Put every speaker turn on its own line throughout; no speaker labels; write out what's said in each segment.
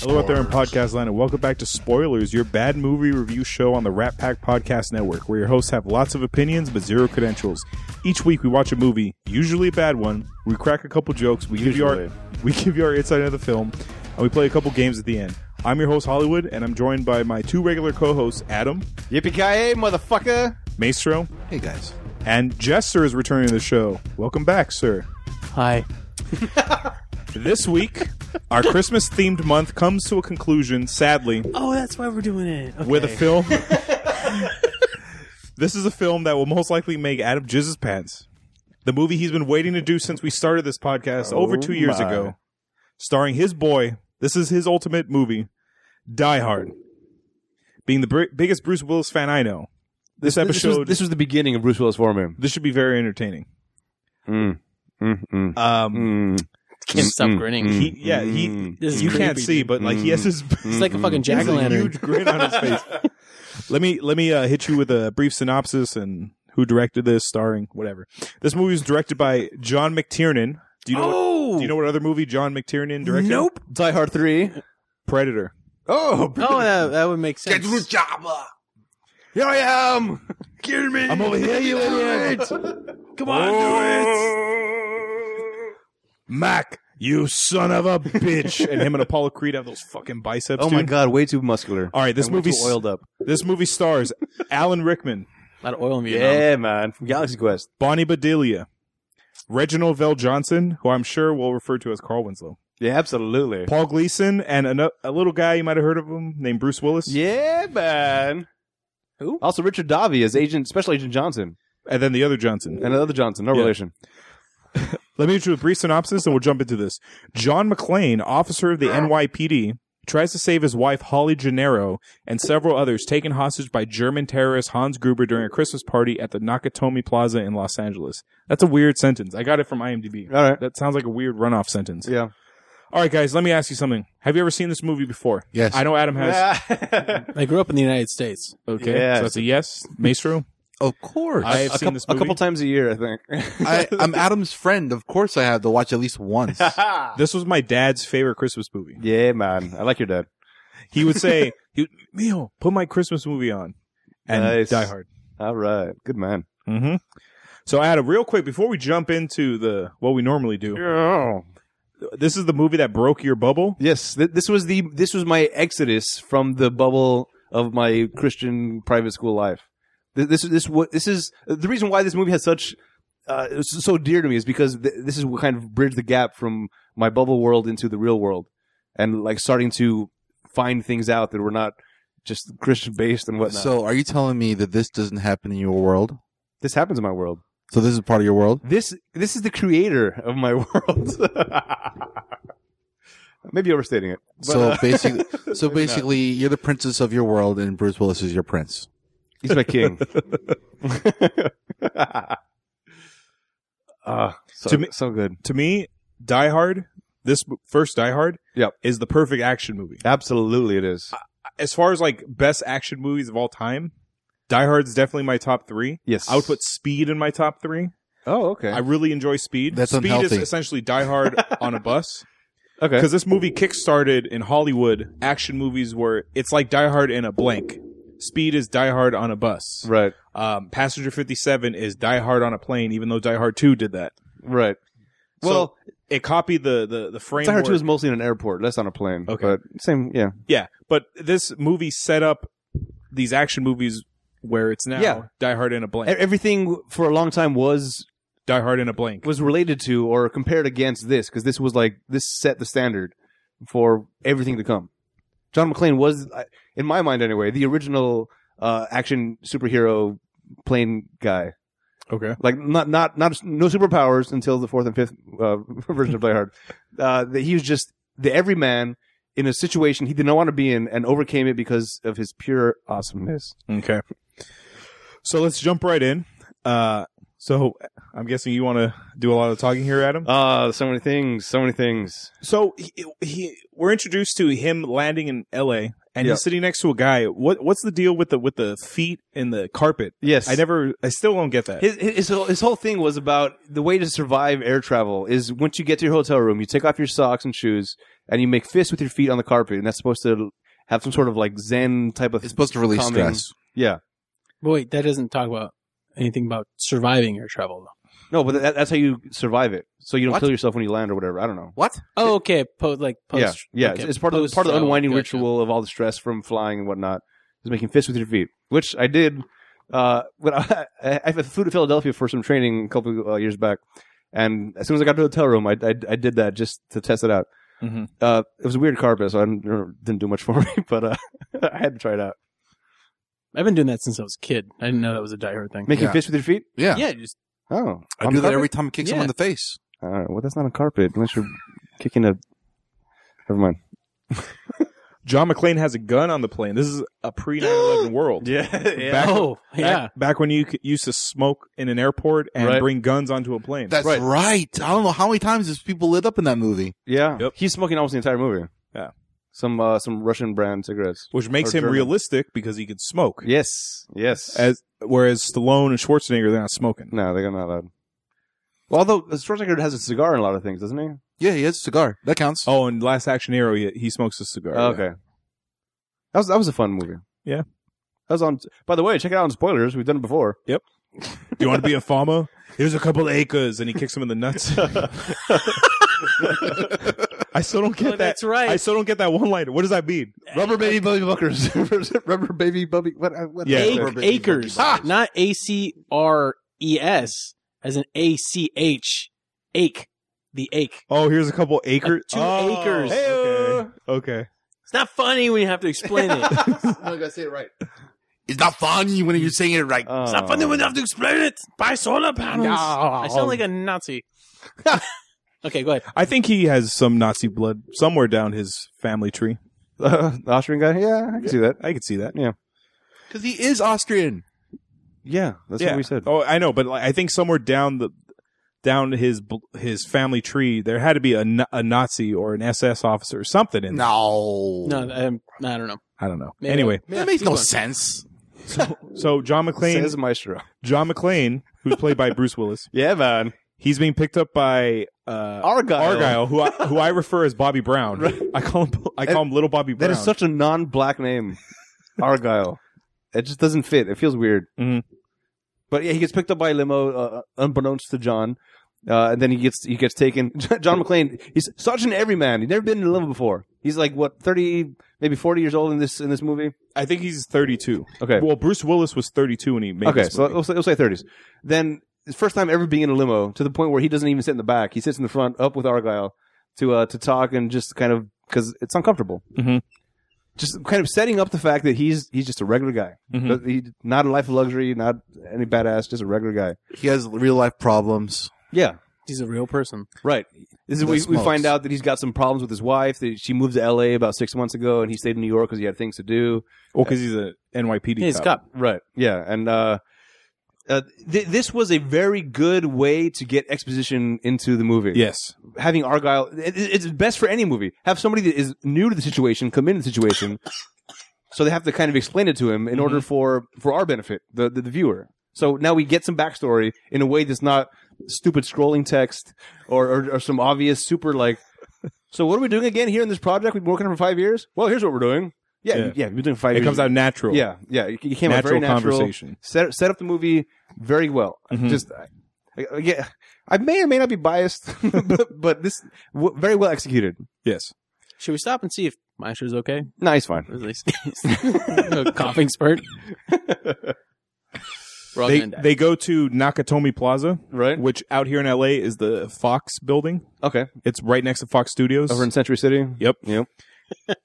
Hello out there in podcast land, and welcome back to Spoilers, your bad movie review show on the Rat Pack Podcast Network, where your hosts have lots of opinions but zero credentials. Each week, we watch a movie, usually a bad one. We crack a couple jokes. We give you our
Usually.
we give you our insight into the film, and we play a couple games at the end. I'm your host Hollywood, and I'm joined by my two regular co-hosts, Adam
Yippee ki motherfucker!
Maestro,
Hey guys,
and Jester is returning to the show. Welcome back, sir.
Hi.
This week, our Christmas themed month comes to a conclusion, sadly,
Oh, that's why we're doing it. Okay.
with a film. this is a film that will most likely make Adam jizz his pants. The movie he's been waiting to do since we started this podcast over
Oh
two years
my.
ago, starring his boy. This is his ultimate movie, Die Hard. Being the br- biggest Bruce Willis fan I know, this,
this was,
episode this,
this was the beginning of Bruce Willis for me.
should be very entertaining.
Mm, mm, mm,
Um,
mm,
Can't stop
mm,
grinning.
mm,
he, yeah, he.
mm.
This is
You can't
creepy.
see, but like he has his
It's like a fucking
He
Mm-hmm.
jack
has
o'
a
lantern.
huge grin on his face. let me let me uh, hit you with a brief synopsis and who directed this, starring whatever. This movie was directed by John McTiernan. Do you know?
Oh,
What, do you know what other movie John McTiernan directed?
Nope.
Die Hard Three.
Predator.
Oh,
Oh, that, that would make sense.
here I am. Kill me.
I'm over here, you idiot. Come on, do it. Mac, you son of a bitch. and him and Apollo Creed have those fucking biceps.
Oh my
dude.
god, way too muscular.
All right, this
And way
movie
too oiled up.
this movie stars Alan Rickman,
A lot of oil in Vietnam.
Yeah, man, from Galaxy Quest.
Bonnie Bedelia, Reginald Vell Johnson, who I'm sure we'll refer to as Carl Winslow.
Yeah, absolutely.
Paul Gleason and ano- a, little guy you might have heard of him named Bruce Willis.
Yeah, man.
Who?
Also, Richard Davi is agent, special agent Johnson,
And then the other Johnson.
and another Johnson, no
Yeah.
relation.
Let me give you a brief synopsis and we'll jump into this. John McClane, officer of the
Ah.
NYPD, tries to save his wife Holly Gennaro and several others taken hostage by German terrorist Hans Gruber during a Christmas party at the Nakatomi Plaza in Los Angeles. That's a weird sentence. I got it from IMDb.
All right.
That sounds like a weird runoff sentence.
Yeah.
All right, guys, let me ask you something. Have you ever seen this movie before?
Yes.
I know Adam has.
I grew up in the United States.
Okay.
Yes.
So that's a yes. Maestro?
Of course.
I
I,
have seen
a, couple,
this
a
movie.
couple times a year, I think.
am Adam's friend. Of course I have to watch at least once.
This was my dad's favorite Christmas movie.
yeah, man. I like your dad.
He would say, he would, Mio, put my Christmas movie on. And
Nice.
Die Hard.
All right. Good man.
Mm-hmm. So, Adam, real quick, before we jump into the what we normally do,
Yeah.
this is the movie that broke your bubble.
Yes, th- this was the this was my exodus from the bubble of my Christian private school life. Th- This this what this is the reason why this movie has such uh, it's so dear to me is because th- this is what kind of bridged the gap from my bubble world into the real world, and like starting to find things out that were not just Christian based and whatnot.
so are you telling me that this doesn't happen in your world?
this happens in my world.
So this is part of your world?
This this is the creator of my world. Maybe overstating it. but,
so
uh,
basically
maybe
so
not.
basically you're the princess of your world and Bruce Willis is your prince.
He's my king. Ah, so,
To me-
so good.
To me, Die Hard, this m- first Die Hard,
Yep.
is the perfect action movie.
Absolutely, it is.
As far as like best action movies of all time, Die Hard's definitely my top three.
Yes.
I would put Speed in my top three.
Oh, okay.
I really enjoy Speed.
That's
Speed
unhealthy.
is essentially Die Hard on a bus.
okay.
because this movie kickstarted in Hollywood action movies where it's like Die Hard in a blank. Speed is Die Hard on a bus.
Right.
Um, Passenger 57 is Die Hard on a plane, even though Die Hard 2 did that.
Right.
So,
Well,
It copied the the the
Die
framework.
Hard Two is mostly in an airport, less on a plane.
Okay.
But same. Yeah.
yeah, but this movie set up these action movies where it's now
Yeah.
Die Hard in a
E-
blank,
Everything for a long time was
Die Hard in a blank.
was related to or compared against this because this was like this set the standard for everything to come. John McClane was, I- in my mind anyway, the original uh, action superhero plane guy.
Okay,
like not not not no superpowers until the fourth and fifth uh, version of Die Hard. Uh, that he was just the everyman in a situation he did not want to be in and overcame it because of his pure awesomeness.
okay. So let's jump right in. Uh, so I'm guessing you want to do a lot of talking here, Adam.
Ah, so many things, so many things.
So he, he, we're introduced to him landing in L.A. and
Yeah.
he's sitting next to a guy. What what's the deal with the with the feet in the carpet?
Yes,
I never, I still don't get that.
His, his, whole- his whole thing was about the way to survive air travel is once you get to your hotel room, you take off your socks and shoes, and you make fists with your feet on the carpet, and that's supposed to have some sort of like Zen type of.
It's supposed to release
Calming.
stress.
yeah,
But wait, that doesn't talk about anything about surviving air travel, though.
no, but that, that's how you survive it, so you don't
What?
kill yourself when you land or whatever. I don't know.
What?
Oh, okay. Po- like post.
yeah, yeah.
okay,
It's, it's part of the,
post-
part of the
oh,
unwinding
gotcha.
ritual of all the stress from flying and whatnot. Is making fists with your feet, which I did. Uh, when I, I, I flew to Philadelphia for some training a couple uh, years back, and as soon as I got to the hotel room, I, I, I did that just to test it out.
Mm-hmm.
Mhm.
Uh, it was a weird carpet, so I didn't, didn't do much for me, but uh, I had to try it out.
I've been doing that since I was a kid. I didn't know that was a diehard thing.
Making
Yeah.
fists with your feet?
Yeah.
yeah, just
Oh,
I
on
do
the
that
carpet?
every time I kick someone in the face.
Uh, well, that's not a carpet unless you're kicking a. Never mind.
John McClane has a gun on the plane. This is a pre 9/11 world.
Yeah,
Back-
oh yeah.
Back, back when you c- used to smoke in an airport and
Right.
bring guns onto a plane.
That's
Right.
right. I don't know how many times these people lit up in that movie.
Yeah,
Yep.
he's smoking almost the entire movie.
Yeah.
some uh, some Russian brand cigarettes.
which makes
Or
him
German.
realistic because he could smoke.
Yes, yes.
As whereas Stallone and Schwarzenegger they're not smoking.
no, they're not allowed. Well, although uh, Schwarzenegger has a cigar in a lot of things, doesn't he?
Yeah, he has a cigar. That counts.
Oh, and Last Action Hero he, he smokes a cigar.
okay, that was that was a fun movie.
Oh, Yeah.
that was on. By the way, check it out on spoilers. We've done it before.
Do you want to be a farmer? Here's a couple acres, and he kicks him in the nuts. I still don't get
Oh,
that.
that's right.
I still don't get that one liner. What does that mean?
Rubber baby bubby buckers. Rubber baby bubby. What? what
Yeah.
Ac-
Ac-
Rubber-
acres,
Ah!
not A C R E S, as an A C H, ache, the ache.
Oh, here's a couple acres.
two acres.
Okay. okay.
It's not funny when you have to explain it. it's
I gotta say it right. It's not funny when you're saying it right.
Oh.
not funny when you have to explain it. Buy solar panels. I sound like a Nazi. okay, go ahead.
I think he has some Nazi blood somewhere down his family tree.
Uh, the Austrian guy. Yeah, I can see that.
I could see that.
Because he is Austrian.
Yeah, that's what we said.
Oh, I know, but like, I think somewhere down the down his bl- his family tree, there had to be a, Na- a Nazi or an SS officer or something in there.
No.
No, um, I don't know.
I don't know.
Maybe-
anyway,
yeah,
that makes
keep
no
going.
sense.
so John McClane,
Says Maestro.
John McClane, who's played by Bruce Willis,
Yeah, man.
he's being picked up by uh,
Argyle.
Argyle, who I, who I refer as Bobby Brown.
Right.
I call him I call him Little Bobby Brown.
That is such a non-black name, Argyle. It just doesn't fit. It feels weird.
Mhm.
But yeah, he gets picked up by a limo, uh, unbeknownst to John, uh, and then he gets he gets taken. John McClane, he's such an everyman. He's never been in a limo before. He's like what thirty, maybe forty years old in this in this movie.
I think he's 32.
Okay,
Well, Bruce Willis was 32 when he made
okay,
this
so uh,
movie.
we'll say, we'll say thirties. Then his first time ever being in a limo to the point where he doesn't even sit in the back. He sits in the front, up with Argyle to uh, to talk and just kind of because it's uncomfortable.
Mhm.
Just kind of setting up the fact that he's he's just a regular guy.
Mhm.
But He not a life of luxury, not any badass, just a regular guy.
He has real life problems.
Yeah,
He's a real person.
right. This is
That
we, we
smokes.
find out that he's got some problems with his wife. That she moved to L.A. about six months ago, and he stayed in New York because he had things to do.
well, because he's a NYPD
He's a
cop.
cop.
Right. Yeah, and uh, uh, th- this was a very good way to get exposition into the movie.
Yes.
having Argyle, it, it- it's best for any movie. Have somebody that is new to the situation come into the situation, so they have to kind of explain it to him in
Mm-hmm.
order for for our benefit, the, the the viewer. So now we get some backstory in a way that's not stupid scrolling text or or, or some obvious super like. So what are we doing again here in this project? We've been working on for five years. Well, here's what we're doing. Yeah, yeah,
Yeah.
we've been doing five
It
years.
comes out natural.
Yeah, yeah, you came out very
Natural
natural.
conversation.
Set set up the movie very well.
Mhm.
Just I, I, yeah, I may or may not be biased, but, but this w- very well executed.
Yes.
Should we stop and see if Maestro's okay?
Nice, fine.
Or at least a coughing spurt. We're all
They,
gonna die.
they go to Nakatomi Plaza,
Right?
which out here in LA is the Fox building.
Okay.
It's right next to Fox Studios.
Over in Century City.
yep.
Yep.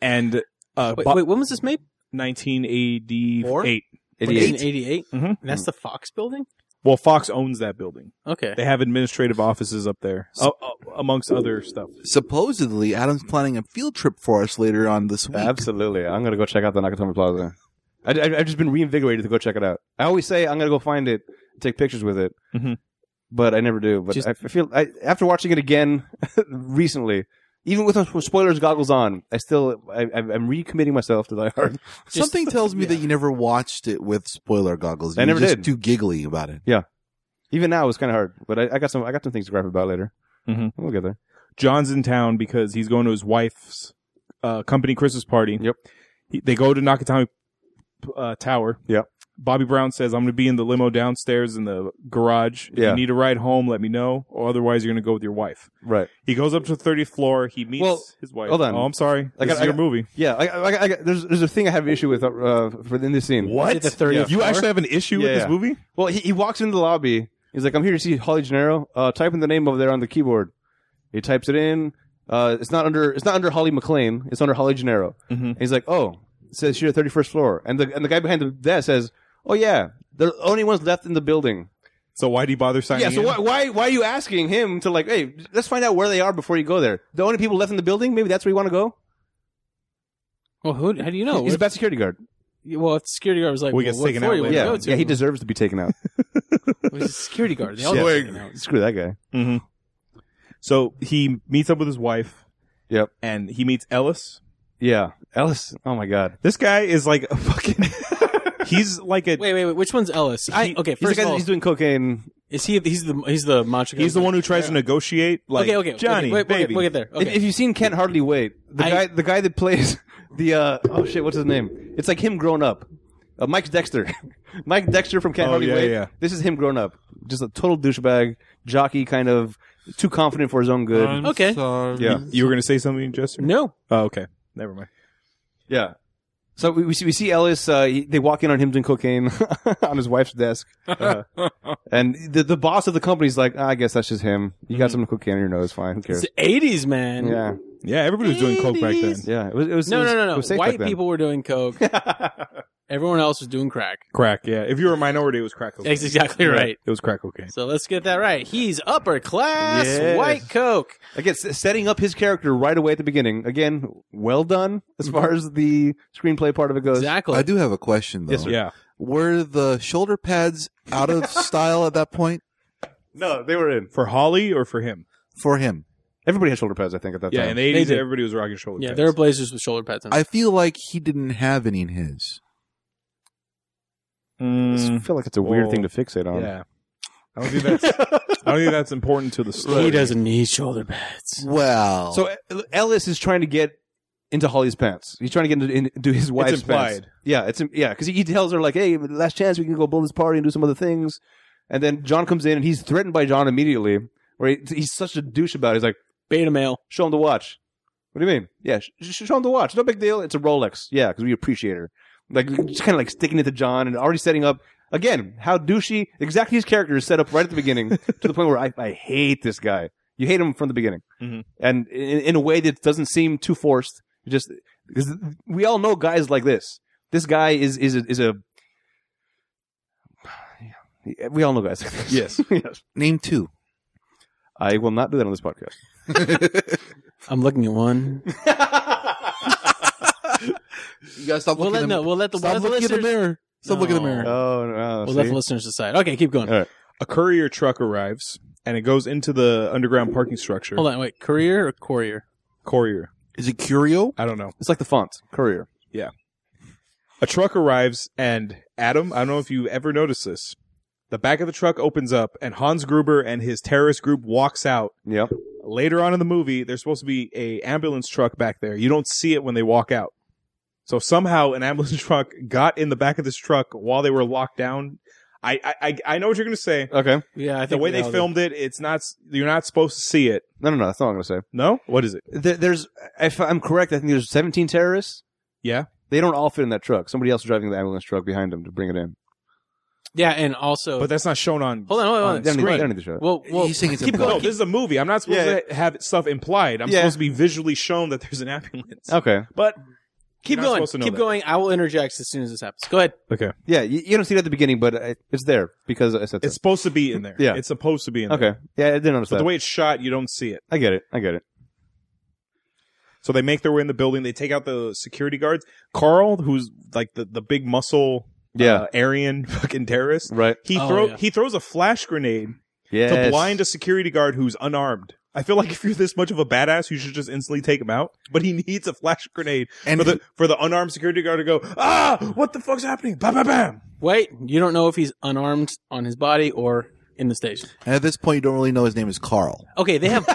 And uh,
wait,
bo-
wait, when was this made?
1988.
Idiot.
88.
Mhm.
That's the Fox building?
Well, Fox owns that building.
Okay.
They have administrative offices up there, uh, amongst other stuff.
Supposedly, Adam's planning a field trip for us later on this week.
Absolutely. I'm gonna go check out the Nakatomi Plaza. I, I, I've just been reinvigorated to go check it out. I always say I'm gonna go find it, take pictures with it,
Mhm.
but I never do. But
Mm-hmm. Just-
I f- feel I, after watching it again recently, even with with spoilers goggles on, I still I, I'm I'm recommitting myself to Die Hard.
Just-
Something tells me that you never watched it with spoiler goggles.
I
You're
never
just
did.
Too giggly about it.
Even now, it's kind of hard, but I, I got some I got some things to gripe about later.
Mm-hmm.
Mhm.
We'll get there.
John's in town because he's going to his wife's uh, company Christmas party.
Yep.
He, they go to Nakatomi uh, Tower.
Yep.
Bobby Brown says, "I'm going to be in the limo downstairs in the garage. If
Yeah.
you need a ride home, let me know, or otherwise you're going to go with your wife."
Right.
He goes up to the 30th floor. He meets
Well,
his wife.
hold on.
Oh, I'm sorry.
I
This
got-
is
I
your
got-
movie.
Yeah. I, I, I, got- there's there's a thing I have an issue with uh, for in this scene.
What? Is it the 30th
You
floor?
actually have an issue with
Yeah,
this
yeah.
movie?
Well, he, he walks into the lobby. He's like, I'm here to see Holly Gennaro. Uh, type in the name over there on the keyboard. He types it in. Uh, it's not under it's not under Holly McLean. It's under Holly Gennaro.
Mhm.
And he's like, oh, it says here, 31st floor. And the and the guy behind the desk says, oh yeah, the only ones left in the building.
So why do you bother signing?
yeah. So
in?
why, why why are you asking him to like, hey, let's find out where they are before you go there. The only people left in the building. Maybe that's where you want to go.
Well, who? How do you know?
he's a bad security guard.
well, if the security guard was like,
Well,
well,
he gets
what
taken
floor
out
you wanna
later.
Yeah.
go to?
Yeah. He deserves to be taken out.
It was a security guard. They all got
Swing.
taken out.
Screw that guy.
hmm So he meets up with his wife.
Yep.
And he meets Ellis.
Yeah. Ellis. Oh my god.
This guy is like a fucking. he's like a.
Wait, wait, wait. Which one's Ellis? I,
He-
okay,
He's, the
first
guy
of
that-
all,
he's doing cocaine
is he? He's the he's the macho. guy.
He's the one who tries to negotiate. Like
okay, okay,
Johnny,
Okay, wait, we'll get-
baby.
We'll, get, there.
If-
Okay.
If, you've seen Can't Hardly Wait, the
I-
guy the guy that plays the uh, oh shit, what's his name? It's like him grown up. Uh, Mike Dexter, Mike Dexter from Can't
Oh,
Hardly
yeah,
Wait.
yeah.
This is him grown up, just a total douchebag, jockey kind of, too confident for his own good.
Okay.
Yeah.
You were gonna say something, Jester?
no.
Oh, okay. Never mind.
yeah. So we, we see we see Ellis. Uh, he, they walk in on him doing cocaine on his wife's desk, uh, and the the boss of the company's like, "Ah, I guess that's just him. You
Mm-hmm.
got some cocaine in your nose, fine. Who
It's
cares?
the 80s, man.
Yeah,
Yeah, everybody was doing coke back then.
Ladies.
yeah. It was, it was it
No,
was-
no,
it was
no, no.
safe
White
back then.
people were doing coke. Everyone else was doing crack.
Crack. Yeah. If you were a minority, it was crack cocaine.
That's exactly
Yeah,
right.
It was crack cocaine.
So let's get that right. He's upper class
Yes.
white coke.
Again, s- setting up his character right away at the beginning. Again, well done as
Mm-hmm.
far as the screenplay part of it goes.
Exactly.
I do have a question though.
Yes, sir.
Yeah.
Were the shoulder pads out of style at that point
No, they were in.
For Holly or for him?
for him?
Everybody had shoulder pads, I think, at that
Yeah. In
time.
the eighties,
did.
everybody was rocking shoulder.
yeah,
pads.
there are blazers with shoulder pads on.
I feel like he didn't have any in his.
I
Mm,
feel like it's a weird
Well,
thing to fixate on.
yeah. Um, I don't think that's. I don't think that's important to the story.
he doesn't need shoulder pads.
Well,
So E- Ellis is trying to get into Holly's pants. He's trying to get into, in- into his wife's pants.
implied.
Yeah, it's im- yeah, because he, he tells her like, "Hey, last chance, we can go build this party and do some other things." And then John comes in and he's threatened by John immediately. Where he, he's such a douche about. it. He's like.
Beta male.
Show him the watch. What do you mean? Yeah, sh- sh- show him the watch. No big deal. It's a Rolex. Yeah, because we appreciate her. Like just kind of like sticking it to John and already setting up again how douchey exactly his character is set up right at the beginning to the point where I, I hate this guy. You hate him from the beginning,
Mhm.
and in, in a way that doesn't seem too forced. You Just because we all know guys like this. This guy is is a, is a. We all know guys. like this.
Yes.
yes.
name two.
I will not do that on this podcast.
I'm looking at one.
You gotta stop
We'll let
looking.
no.
at
We'll let the, we'll let
Stop
the
looking in the
listeners.
mirror. Stop looking in the
No.
mirror.
Oh no!
We'll
see?
let the listeners decide. Okay, keep going.
All right.
A courier truck arrives and it goes into the underground parking structure.
Hold on. Wait. Courier or courier?
Courier.
Is it curio?
I don't know.
It's like the font, Courier.
A truck arrives and Adam, I don't know if you ever noticed this. The back of the truck opens up and Hans Gruber and his terrorist group walks out.
Yeah.
Later on in the movie, there's supposed to be a ambulance truck back there. You don't see it when they walk out. So somehow an ambulance truck got in the back of this truck while they were locked down. I I, I- I know what you're gonna say.
Okay.
Yeah, I think
The way they
nailed it.
filmed it, it's not s- you're not supposed to see it.
No, no, no. That's not what I'm going to say.
No? What is it?
There, there's, if I'm correct, I think there's 17 terrorists.
Yeah.
They don't all fit in that truck. Somebody else is driving the ambulance truck behind them to bring it in.
Yeah, and also.
But Oh, that's not shown on
Uh, hold on. Hold on.
They don't need, they
Screen.
don't need to show it.
Oh, Well, well,
He's saying it's
keep
implied.
No,
going.
this is a movie. I'm not supposed
Yeah.
to have stuff implied. I'm
Yeah.
supposed to be visually shown that there's an ambulance.
okay.
But
Keep
You're not
going.
supposed to know
Keep
that.
going. I will interject as soon as this happens. Go ahead.
okay,
Yeah. You, you don't see it at the beginning, but I, it's there because I said
it's
so.
supposed to be in there.
Yeah.
it's supposed to be in there.
Okay. Yeah, I didn't notice
But
that.
the way it's shot, you don't see it.
I get it. I get it.
So they make their way in the building. They take out the security guards. Carl, who's like the, the big muscle,
Yeah.
uh, Aryan fucking terrorist.
Right.
He
Oh,
throw
yeah.
he throws a flash grenade
Yes.
to blind a security guard who's unarmed. I feel like if you're this much of a badass, you should just instantly take him out. But he needs a flash grenade
And
for the for the unarmed security guard to go, ah, what the fuck's happening? Bam, bam, bam.
Wait, you don't know if he's unarmed on his body or in the station.
and at this point, you don't really know his name is Carl.
Okay, they have.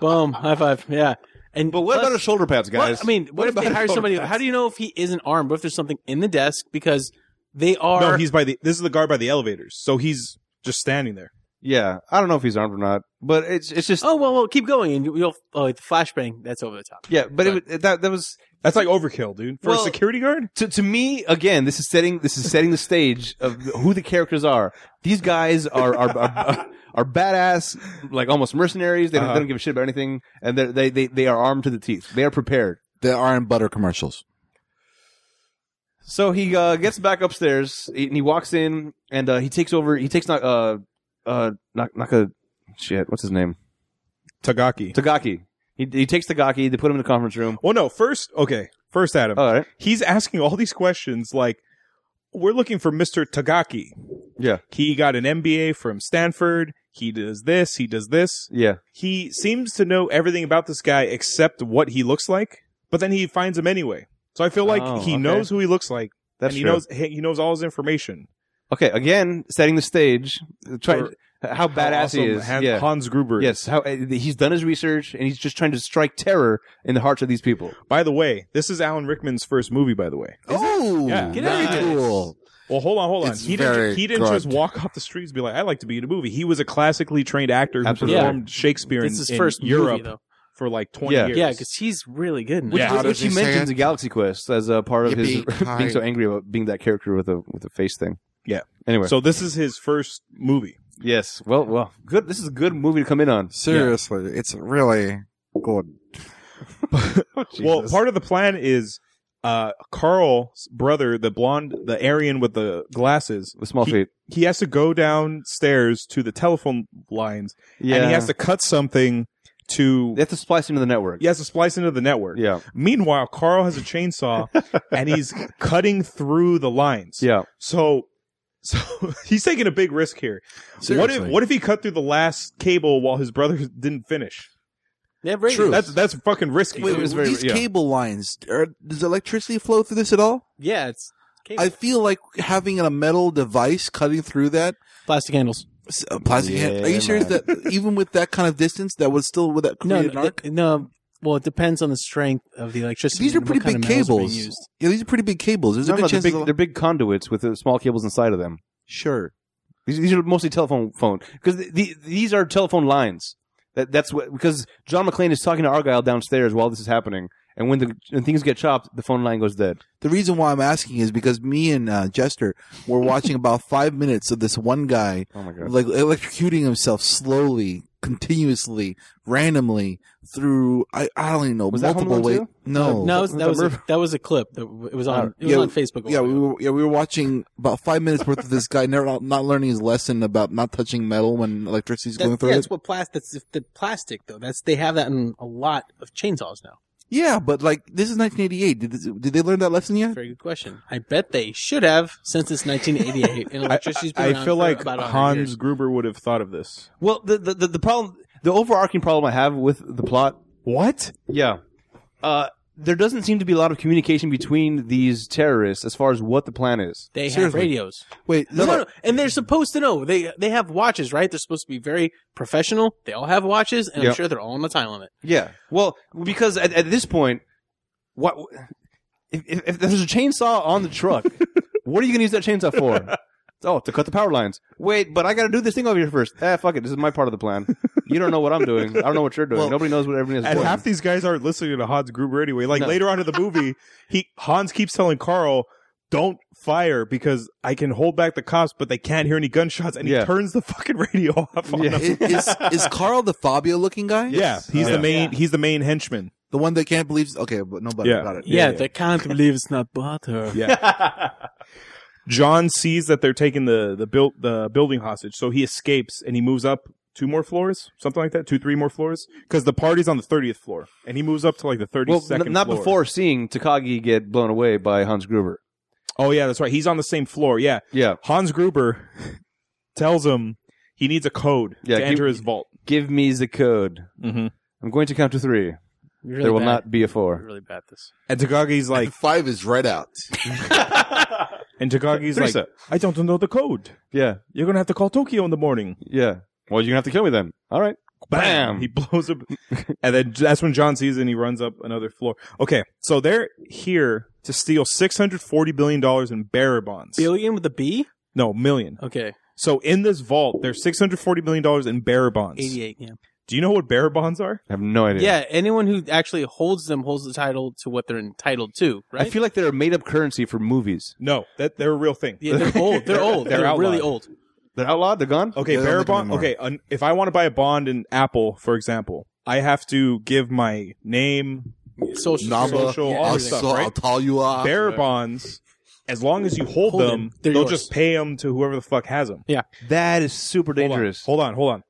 Boom! High five. Yeah. And
But what
plus-
about his shoulder pads,
what-
guys?
I mean, what, if they
about
hire
his
somebody?
photographs?
How do you know if he isn't armed? What if there's something in the desk? Because they are.
no, he's by the. This is the guard by the elevators, so he's just standing there.
yeah, I don't know if he's armed or not, but it's it's just
oh well, well, keep going, and you- you'll. Oh, the flashbang. That's over the top.
yeah. But it, would- that that was
That's like overkill, dude. For
Well-
a security guard,
to, to me again. This is setting this is setting the stage of who the characters are. These guys are are are, are badass, like almost mercenaries. They don't,
Uh-huh.
they don't give a shit about anything, and they're- they they they are armed to the teeth. They are prepared.
The iron butter commercials.
So he uh, gets back upstairs and he walks in and uh, he takes over. He takes not uh uh not not a shit. What's his name?
Tagaki.
Tagaki. He he takes Tagaki. They put him in the conference room.
Well, no, first, okay, first Adam,
All right.
he's asking all these questions like, we're looking for Mr. Tagaki.
Yeah.
He got an MBA from Stanford. He does this. He does this.
Yeah.
He seems to know everything about this guy except what he looks like, but then he finds him anyway. So I feel like
Oh,
he
okay.
knows who he looks like,
That's
and he
true.
knows he he knows all his information.
Okay. Again, setting the stage. Try
For
how badass
How
he
awesome
is.
Han-
yeah.
Hans Gruber.
Yes, how uh, he's done his research and he's just trying to strike terror in the hearts of these people.
By the way, this is Alan Rickman's first movie. By the way.
Oh,
Yeah. Get
very
out of here.
cool.
Well, hold on, hold on.
It's
he didn't.
very
he didn't just
grunt.
walk off the streets and be like, "I'd like to be in a movie." He was a classically trained actor who
Absolutely.
performed Shakespeare
This
in,
is
in
first
Europe
movie, though.
for like twenty
Yeah.
years.
Yeah, because he's really good. In
Which,
that.
Yeah.
which, which he
How does he say
mentions
it?
in Galaxy Quest as a part of his
Yippee-ki-yay.
being so angry about being that character with a with a face thing.
Yeah.
Anyway.
So this is his first movie.
Yes. Well, well, good. This is a good movie to come in on.
Seriously, it's really good.
Well, part of the plan is uh Carl's brother, the blonde, the Aryan with the glasses,
the small
he-
feet.
he has to go downstairs to the telephone lines
Yeah.
and he has to cut something to
They have to splice into the network.
he has to splice into the network.
Yeah.
Meanwhile, Carl has a chainsaw and he's cutting through the lines.
Yeah.
So so he's taking a big risk here.
Seriously.
What if what if he cut through the last cable while his brother didn't finish?
They have radio.
True.
That's that's fucking risky.
Wait,
It was
wait,
very-
these
yeah.
cable lines, are, does electricity flow through this at all?
Yeah, it's cable.
I feel like having a metal device cutting through that
plastic handles.
s- uh, plastic.
Yeah,
hand, are you serious
man.
that even with that kind of distance, that would still would that
No,
create an
no,
arc?
th- no. Well, it depends on the strength of the electricity.
These are
and what
pretty
kind of
big
metals are being
cables.
used.
Yeah, these are pretty big cables. There's
No,
a
no,
good
they're,
chance.
big,
of-
they're big conduits with uh, small cables inside of them.
sure.
These, these are mostly telephone phone because the, the, these are telephone lines. That that's what because John McClane is talking to Argyle downstairs while this is happening, and when the when things get chopped, the phone line goes dead.
The reason why I'm asking is because me and uh, Jester were watching about five minutes of this one guy
Oh my god!
like electrocuting himself slowly, continuously, randomly through I, I don't even know
Was that
multiple
Home Alone too?
ways. No,
No, that was, that was
remember-
a, that was a clip. That w- it was on. It was
Yeah,
on Facebook.
Yeah, we were yeah we were watching about five minutes worth of this guy never not, not learning his lesson about not touching metal when electricity's
That's,
going through
yeah,
it.
that's what plastic. That's if the plastic though. That's they have that in a lot of chainsaws now.
Yeah, but like this is 1988. Did this, did they learn that lesson yet?
Very good question. I bet they should have since it's 1988 and electricity's been
I
around
feel
for
like
about 100
Hans
years.
Gruber would have thought of this.
Well, the, the the the problem, the overarching problem I have with the plot
What?
Yeah. Uh, there doesn't seem to be a lot of communication between these terrorists as far as what the plan is.
They have
Seriously.
radios.
Wait,
No,
no,
no, no. and they're supposed to know. They they have watches, right? They're supposed to be very professional. They all have watches, and I'm
Yep.
sure they're all on the time limit.
Yeah. Well, because at, at this point, what if, if, if there's a chainsaw on the truck, what are you going to use that chainsaw for? Oh, to cut the power lines. Wait, but I got to do this thing over here first. Ah, fuck it. This is my part of the plan. You don't know what I'm doing. I don't know what you're doing.
Well,
Nobody knows what everyone is
And
doing.
half these guys aren't listening to Hans Gruber anyway. Like
No.
later on in the movie, he Hans keeps telling Carl, "Don't fire because I can hold back the cops, but they can't hear any gunshots." And
Yeah.
he turns the fucking radio off. On
Yeah.
yeah. Him.
is, is is Carl the Fabio looking guy?
Yes.
yeah, he's
Yeah.
the main. He's the main henchman.
the one that can't believe. Okay, but nobody
Yeah.
got it.
Yeah, yeah.
they can't believe it's not butter.
John sees that they're taking the the built the building hostage, so he escapes and he moves up two more floors, something like that, two three more floors, because the party's on the thirtieth floor, and he moves up to like the thirty
well,
second.
n- not
floor.
before seeing Takagi get blown away by Hans Gruber.
Oh yeah, that's right. He's on the same floor. Yeah,
Yeah.
Hans Gruber tells him he needs a code
Yeah,
to
give-
enter his vault.
Give me the code.
Mm-hmm.
I'm going to count to three.
You're really
there will
bad.
not be a
You're
four.
really bad at this.
And Takagi's like,
five is right out.
and Takagi's like,
Teresa.
I don't know the code.
Yeah,
You're gonna have to call Tokyo in the morning.
yeah. Well, you're gonna have to kill me then. All right. Bam!
He blows up, and then that's when John sees it and he runs up another floor. Okay, so they're here to steal six hundred forty billion dollars in bearer bonds.
Billion with a B?
no, million.
Okay.
So in this vault, there's six hundred forty million dollars in bearer bonds.
88, yeah.
Do you know what bearer bonds are?
I have no idea.
Yeah, anyone who actually holds them holds the title to what they're entitled to, right?
I feel like they're a made-up currency for movies.
No, that they're a real thing.
yeah, they're old. They're old.
They're
They're, really
outlawed.
old.
They're outlawed. They're gone.
Okay,
Yeah, they don't
bearer
make 'em
bond.
anymore.
Okay, an, if I want to buy a bond in Apple, for example, I have to give my name,
Social
Naba,
Social, all
I
this stuff,
saw
right?
Atalua.
bearer bonds. As long as you hold,
Hold
them,
them. They're
they'll
yours.
just pay them to whoever the fuck has them.
That is super
Hold on,
dangerous.
Hold on, hold on.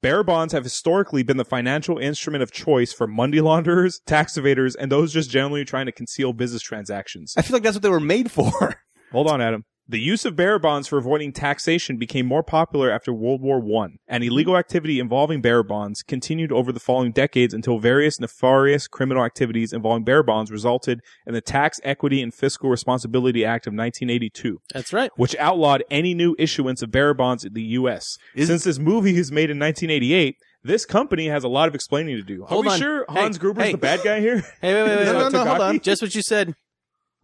Bearer bonds have historically been the financial instrument of choice for money launderers, tax evaders, and those just generally trying to conceal business transactions.
I feel like that's what they were made for.
Hold on, Adam. The use of bearer bonds for avoiding taxation became more popular after World War I, and illegal activity involving bearer bonds continued over the following decades until various nefarious criminal activities involving bearer bonds resulted in the Tax Equity and Fiscal Responsibility Act of 1982
That's right.
which outlawed any new issuance of bearer bonds in the U.S. Since this movie is made in 1988, this company has a lot of explaining to do. Are
Hold
we
on.
sure
Hey,
Hans Gruber's
hey.
the bad guy here?
Hey, wait, wait, wait.
No,
wait.
no, no, hold on.
Just what you said.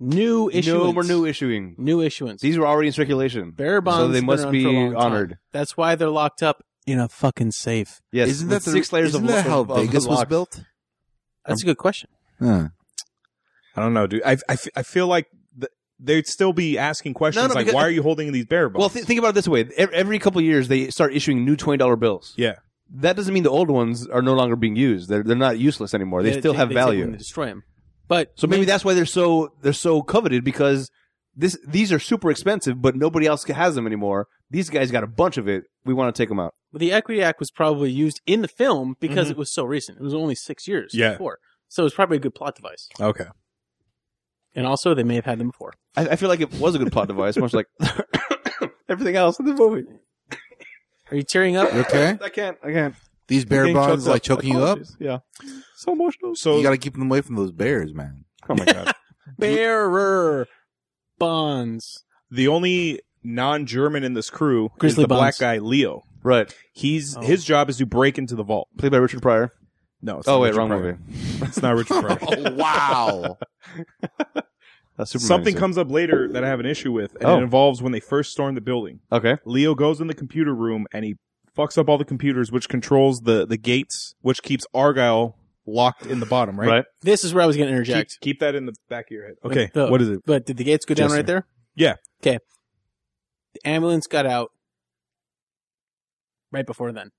New issuance.
No more new issuing.
New issuance.
These were already in circulation.
bearer bonds.
so they
been
must
around
be
for a long time.
honored.
That's why they're locked up in a fucking safe.
Yes.
Isn't that
with
the,
six layers
isn't
of
that
lo-
how
of- of
Vegas was
lock.
built?
That's
Um,
a good question.
Huh.
I don't know, dude. I, I, f- I feel like th- they'd still be asking questions
No, no,
like,
because-
why are you holding these bearer bonds?
Well, th- think about it this way: E- every couple of years, they start issuing new twenty dollar bills.
Yeah.
That doesn't mean the old ones are no longer being used. They're they're not useless anymore. They still
take-
have
they take them
value.
to destroy them. But
So maybe that's why they're so they're so coveted because this these are super expensive, but nobody else has them anymore. These guys got a bunch of it. We want to take them out.
the Equity Act was probably used in the film because
Mhm.
it was so recent. It was only six years
Yeah.
before. So it was probably a good plot device.
okay.
And also, they may have had them before.
I, I feel like it was a good plot device, much like everything else in the movie.
Are you tearing up?
You okay?
I can't. I can't.
These bear
Getting
bonds
choked
like choking you up.
Apologies. Yeah. So emotional.
So,
You got to keep them away from those bears, man.
Oh my god.
Bearer bonds.
the only non-German in this crew is
Grizzly
the black
bonds.
guy, Leo.
right.
He's
Oh.
His job is to break into the vault.
Played by Richard Pryor.
No, it's
oh
not
wait,
Richard
wrong
Pryor.
movie.
It's not Richard Pryor.
Oh, wow.
That's Superman.
Something
suit.
comes up later that I have an issue with, and
Oh.
it involves when they first storm the building.
Okay.
Leo goes in the computer room and he fucks up all the computers, which controls the the gates, which keeps Argyle locked in the bottom, right?
Right.
This is where I was going to
Keep,
interject.
keep that in the back of your head. Okay,
The-
what is it?
But did the gates go down
Jester.
right there?
Yeah.
Okay. The ambulance got out right before then.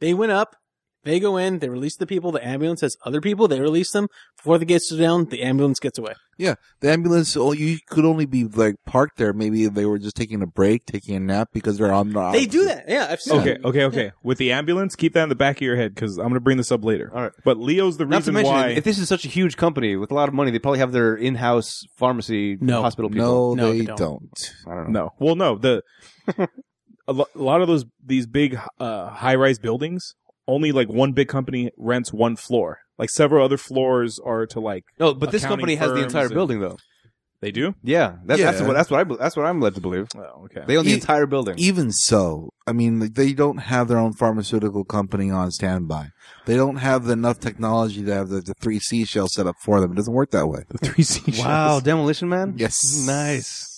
They went up. They go in. They release the people. The ambulance has other people. They release them before the gates go down. The ambulance gets away.
the ambulance, oh, you could only be like parked there. Maybe they were just taking a break, taking a nap because they're on the.
They do that. Yeah, I've seen.
Okay, okay, okay. With the ambulance, keep that in the back of your head because I'm going to bring this up later.
All right.
But Leo's the
Not to
reason
mention,
why.
if this is such a huge company with a lot of money, they probably have their in-house pharmacy
No.
hospital people.
No,
No,
they,
they
don't.
don't.
I don't know.
no, well, no. The a, lo- a lot of those these big uh, high rise buildings only like one big company rents one floor. Like several other floors are to like
No, but this
Accounting
company has the
firms
entire
and-
building, though.
they do.
Yeah, that's, that's
Yeah.
what that's what I be- that's what I'm led to believe.
Oh, okay.
They own the
E-
entire building.
Even so, I mean, like, they don't have their own pharmaceutical company on standby. They don't have enough technology to have the, the three seashell set up for them. It doesn't work that way.
the three seashells.
Demolition Man.
Yes.
nice.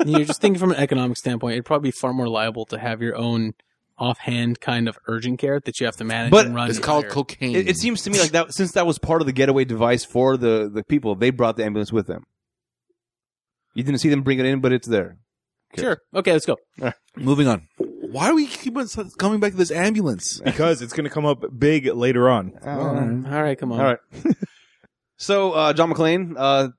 And you're just thinking from an economic standpoint. It'd probably be far more liable to have your own offhand kind of urgent care that you have to manage
But
and run.
It's
and
called
hire.
cocaine.
It, it seems to me like that since that was part of the getaway device for the the people, they brought the ambulance with them. You didn't see them bring it in, but it's there.
Sure. Okay, let's go.
Moving on. Why do we keep on coming back to this ambulance?
because it's going to come up big later on.
Alright.
All right, come on.
All right. so uh, John McClane, uh,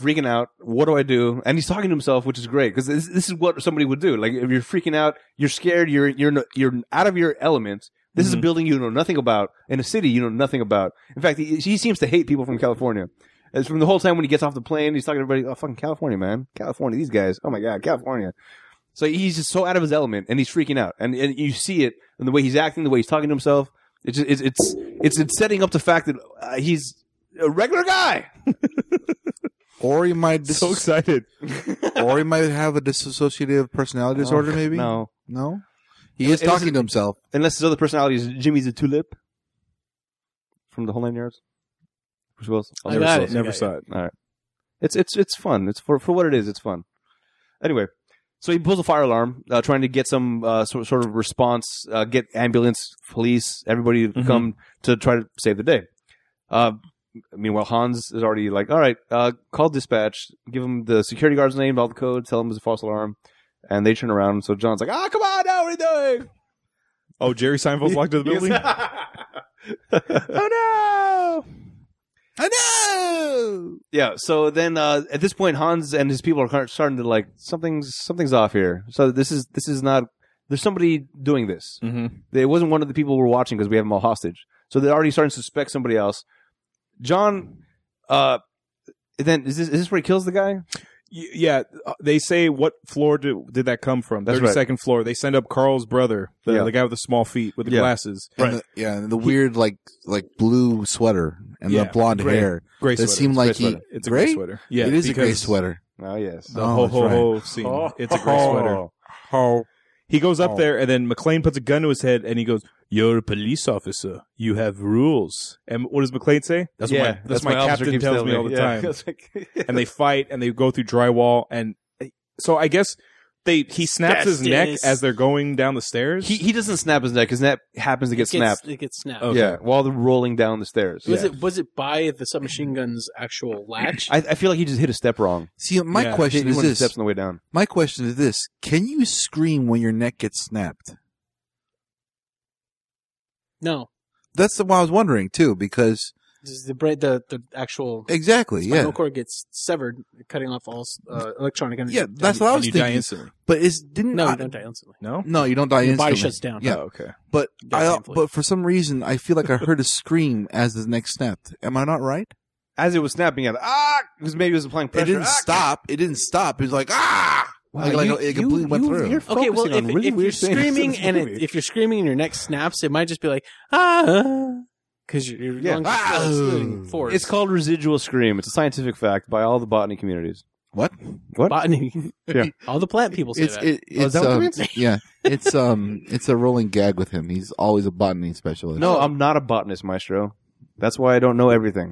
freaking out. What do I do? And he's talking to himself, which is great because this, this is what somebody would do. Like if you're freaking out, you're scared, you're you're no- you're out of your element. This is a
Mhm.
building you know nothing about, in a city you know nothing about. In fact, he, he seems to hate people from California. It's from the whole time when he gets off the plane, he's talking to everybody, "Oh, fucking California, man, California, these guys. Oh my god, California." So he's just so out of his element, and he's freaking out, and and you see it in the way he's acting, the way he's talking to himself. It's just, it's, it's it's it's setting up the fact that uh, he's a regular guy.
Or he might dis-
so excited.
or he might have a dissociative personality disorder, maybe?
No,
Oh, No? He is
It was-
talking to himself.
unless his other personality is Jimmy's a tulip from the whole nine yards. Bruce Willis. I'll
I
never
got
saw
it.
Never saw it.
It's it's it's fun. It's for for what it is. It's fun. Anyway, so he pulls a fire alarm, uh, trying to get some uh, sort sort of response, uh, get ambulance, police, everybody to
Mm-hmm.
Mhm.
come to try to save the day. Uh, meanwhile, Hans is already like, "All right, uh, call dispatch, give him the security guard's name, all the code, tell him it's a false alarm." And they turn around, so John's like, "Ah, come on, now what are you doing?"
Oh, Jerry Seinfeld's locked in the building.
oh no!
I know!
Yeah. So then, uh, at this point, Hans and his people are kind of starting to like something's something's off here. So this is this is not. There's somebody doing this.
mm-hmm.
It wasn't one of the people we're watching because we have them all hostage. So they're already starting to suspect somebody else. John. Uh, then is this is this where he kills the guy?
Y- Yeah, uh, they say what floor did, did that come from?
That's
Thirty
right.
second floor. They send up Carl's brother, the,
Yeah.
the guy with the small feet with the
Yeah.
glasses,
And the- yeah, and the weird like like blue sweater and
Yeah,
the blonde
gray.
hair.
gray
It
sweater.
seemed
gray
like he.
sweater.
it's a gray,
gray?
sweater. Yeah,
it is a gray
because
sweater.
Oh yes.
The
Oh,
ho
that's
ho
right. Oh.
ho scene. It's a gray
Oh.
sweater. Ho. He goes up
Ho.
there, and then McLean puts a gun to his head, and he goes, "You're a police officer. You have rules." And what does McLean say? That's
yeah,
what my, that's, my,
officer
captain
keeps
tells
telling
me all the
Yeah.
time. and they fight and they go through drywall and eh, so I guess they he snaps his neck
Justice.
as they're going down the stairs.
he he doesn't snap his neck. His neck happens to get
it gets,
snapped.
It gets snapped.
Okay.
Yeah, while they're rolling down the stairs.
Was
Yeah.
it was it by the submachine gun's actual latch?
I, I feel like he just hit a step wrong.
See, my
Yeah,
question
He
is
went
this.
steps on the way down.
My question is this: Can you scream when your neck gets snapped?
no,
That's the one I was wondering too, because
This is the bra- the the actual
exactly,
spinal
yeah,
cord gets severed, cutting off all uh, electronic energy.
yeah. That's what I
and
was
you die
thinking.
instantly.
But it's didn't
no,
I-
you don't die instantly.
No?
No, you don't die
Your
instantly.
body shuts down.
Yeah,
Oh, okay.
but
Die
I
painfully.
but for some reason I feel like I heard a scream as the neck snapped. Am I not right?
as it was snapping at ah because maybe it was applying pressure.
It didn't
ah!
stop. It didn't stop. It was like ah, like, like, it completely went through.
Okay, well, if,
on really
if
weird
you're
things in
screaming
this
and it,
movie.
if you're screaming and your neck snaps, it might just be like ah, because your, your
Yeah.
lungs
Ah!
are slitting forward.
it's called residual scream. It's a scientific fact by all the botany communities.
What?
What?
botany.
Yeah.
all the plant people say
it's
that.
it,
Oh, is
it's
that what
um,
it
yeah, it's um, it's a rolling gag with him. He's always a botany specialist.
no, I'm not a botanist, maestro. That's why I don't know everything.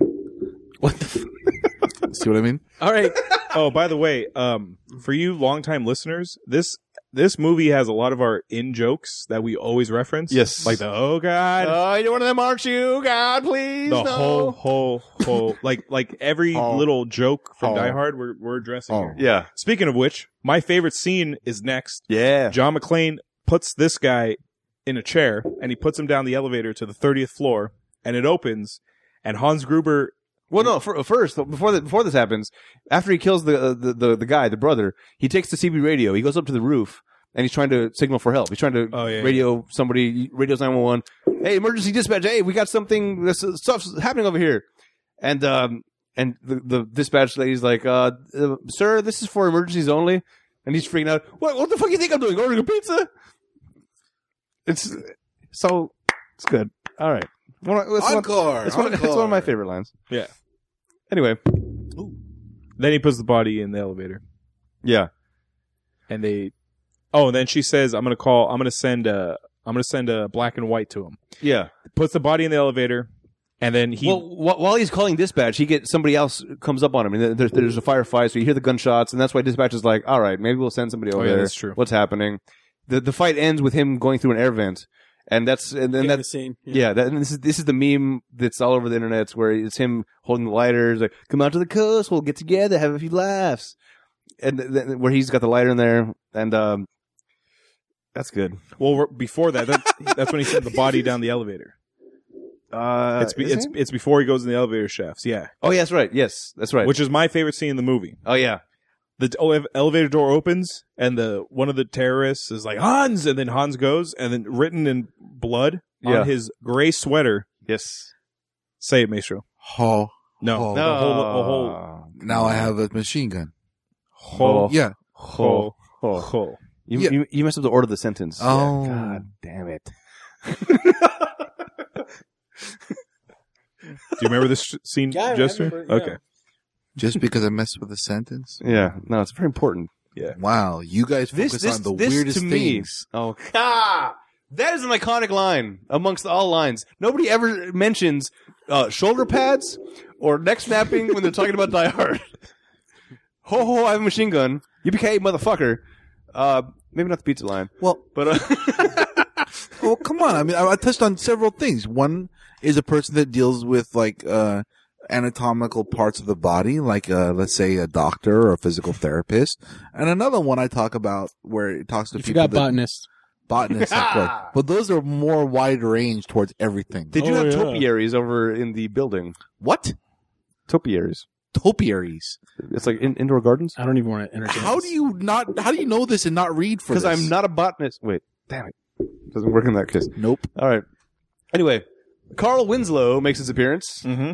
what the? F-
see what I mean?
all right,
Oh, by the way, um for you longtime listeners, this this movie has a lot of our in jokes that we always reference.
Yes.
Like the oh god.
you're one of them, aren't you? God, Uh, please.
the whole whole whole like like every
Oh.
little joke from
Oh.
Die Hard we're we're addressing
Oh.
here.
Yeah.
Speaking of which, my favorite scene is next.
Yeah.
John McClane puts this guy in a chair and he puts him down the elevator to the 30th floor and it opens and Hans Gruber
Well, no. For, first, before the, before this happens, after he kills the, uh, the the the guy, the brother, he takes the CB radio. He goes up to the roof and he's trying to signal for help. He's trying to
Oh, yeah,
radio somebody, radios nine one one. Hey, emergency dispatch! Hey, we got something. This stuff's happening over here. And um and the the dispatch lady's like, uh, uh, sir, this is for emergencies only. And he's freaking out. What what the fuck you think I'm doing? Ordering a pizza? It's so it's good. All right. One, it's one-
encore.
it's one, it's one of my favorite lines.
Yeah.
Anyway,
then he puts the body in the elevator
Yeah.
and they oh and then she says I'm going to call I'm going to send a I'm going to send a black and white to him.
Yeah.
Puts the body in the elevator and then he
well, wh- while he's calling dispatch, he gets somebody else comes up on him, and there- there's, there's a firefight. So you hear the gunshots, and that's why dispatch is like, "All right, maybe we'll send somebody over
Oh, yeah,
there.
that's true.
What's happening?" The the fight ends with him going through an air vent, and that's and then
End of
that's
the scene.
Yeah, that, and this is this is the meme that's all over the internet where it's him holding the lighter. He's like, "Come out to the coast, we'll get together, have a few laughs," and th- th- where he's got the lighter in there, and um, that's good.
well we're- before that, that that's when he sent the body down the elevator.
Uh,
It's be,
is
it's
it?
it's before he goes in the elevator shafts. Yeah.
oh yeah, that's right. Yes, that's right.
Which is my favorite scene in the movie.
oh yeah,
the d- ele- elevator door opens and the one of the terrorists is like Hans, and then Hans goes, and then written in blood
Yeah.
on his gray sweater,
yes.
say it, Maestro.
Oh,
No,
Oh.
the whole, the
Ah.
whole,
now I have a machine gun.
whole,
Yeah,
whole,
Oh.
whole.
You,
Yeah.
you, you messed up the order of the sentence.
Oh.
Yeah. God damn it.
Do you remember this sh- scene,
Yeah, I
Jester?
remember, yeah.
Okay.
Just because I messed with a sentence?
Yeah. No, it's very important.
Wow, you guys focus
This, this,
on the
this
weirdest
to me.
things.
Oh, ah, that is an iconic line amongst all lines. Nobody ever mentions uh, shoulder pads or neck snapping when they're talking about Die Hard. Ho ho! I have a machine gun. Yippee motherfucker! Uh, maybe not the pizza line,
Well,
but uh,
well, Oh, come on. I mean, I, I touched on several things. One is a person that deals with like uh, anatomical parts of the body, like uh, let's say a doctor or a physical therapist. And another one I talk about where it talks to
You
people
forgot
that
botanist.
botanists. of course. But those are more wide range towards everything.
they do
Oh,
have
yeah.
topiaries over in the building. What? Topiaries.
Topiaries.
It's like in, indoor gardens.
I don't even want to entertain.
How
this.
do you not? How do you know this and not read for?
Because
this?
I'm not a botanist. Wait, damn it, doesn't work in that case.
Nope.
All right. Anyway, Carl Winslow makes his appearance.
Mm-hmm.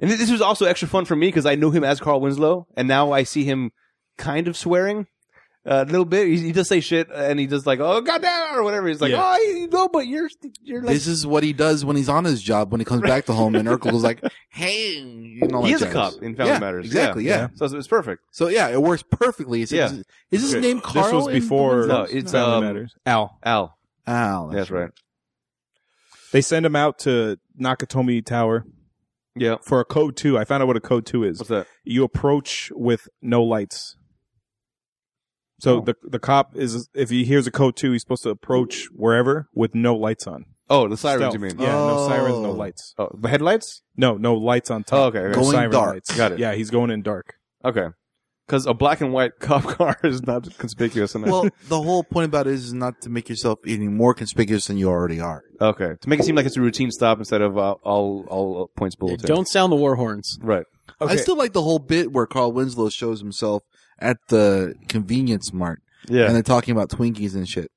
And this was also extra fun for me because I knew him as Carl Winslow, and now I see him kind of swearing uh, a little bit. He, he does say shit, and he does like, "Oh goddamn" or whatever. He's like,
Yeah.
"Oh, you know, but you're you're like."
This is what he does when he's on his job. When he comes back to home, and Urkel is like, "Hey," you know,
he
like
is a
jazz.
cop in Family
Yeah,
Matters.
Exactly.
Yeah.
yeah.
So it's, it's perfect.
So yeah, it works perfectly. It's,
Yeah.
it's- is his
Okay.
name Carl?
this was
in
before
Bones?
No, it's,
Family
um,
Matters.
Al. Al.
Al.
That's right.
They send him out to Nakatomi Tower
Yeah.
for a code two. I found out what a code two is.
What's that?
You approach with no lights. So
Oh.
the the cop is if he hears a code two, he's supposed to approach wherever with no lights on.
Oh, the sirens.
Stealth.
You mean?
Yeah, no
Oh.
sirens, no lights.
Oh, the headlights.
No, no lights on top.
Oh, okay, okay.
No
Going
siren
dark.
lights.
Got it.
Yeah, he's going in dark.
Okay. Because a black and white cop car is not conspicuous enough.
Well, the whole point about it is not to make yourself any more conspicuous than you already are.
okay. To make it seem like it's a routine stop instead of uh, all all points
Yeah,
bulletin.
Don't sound the war horns.
Right.
I still like the whole bit where Carl Winslow shows himself at the convenience mart
Yeah.
and they're talking about Twinkies and shit.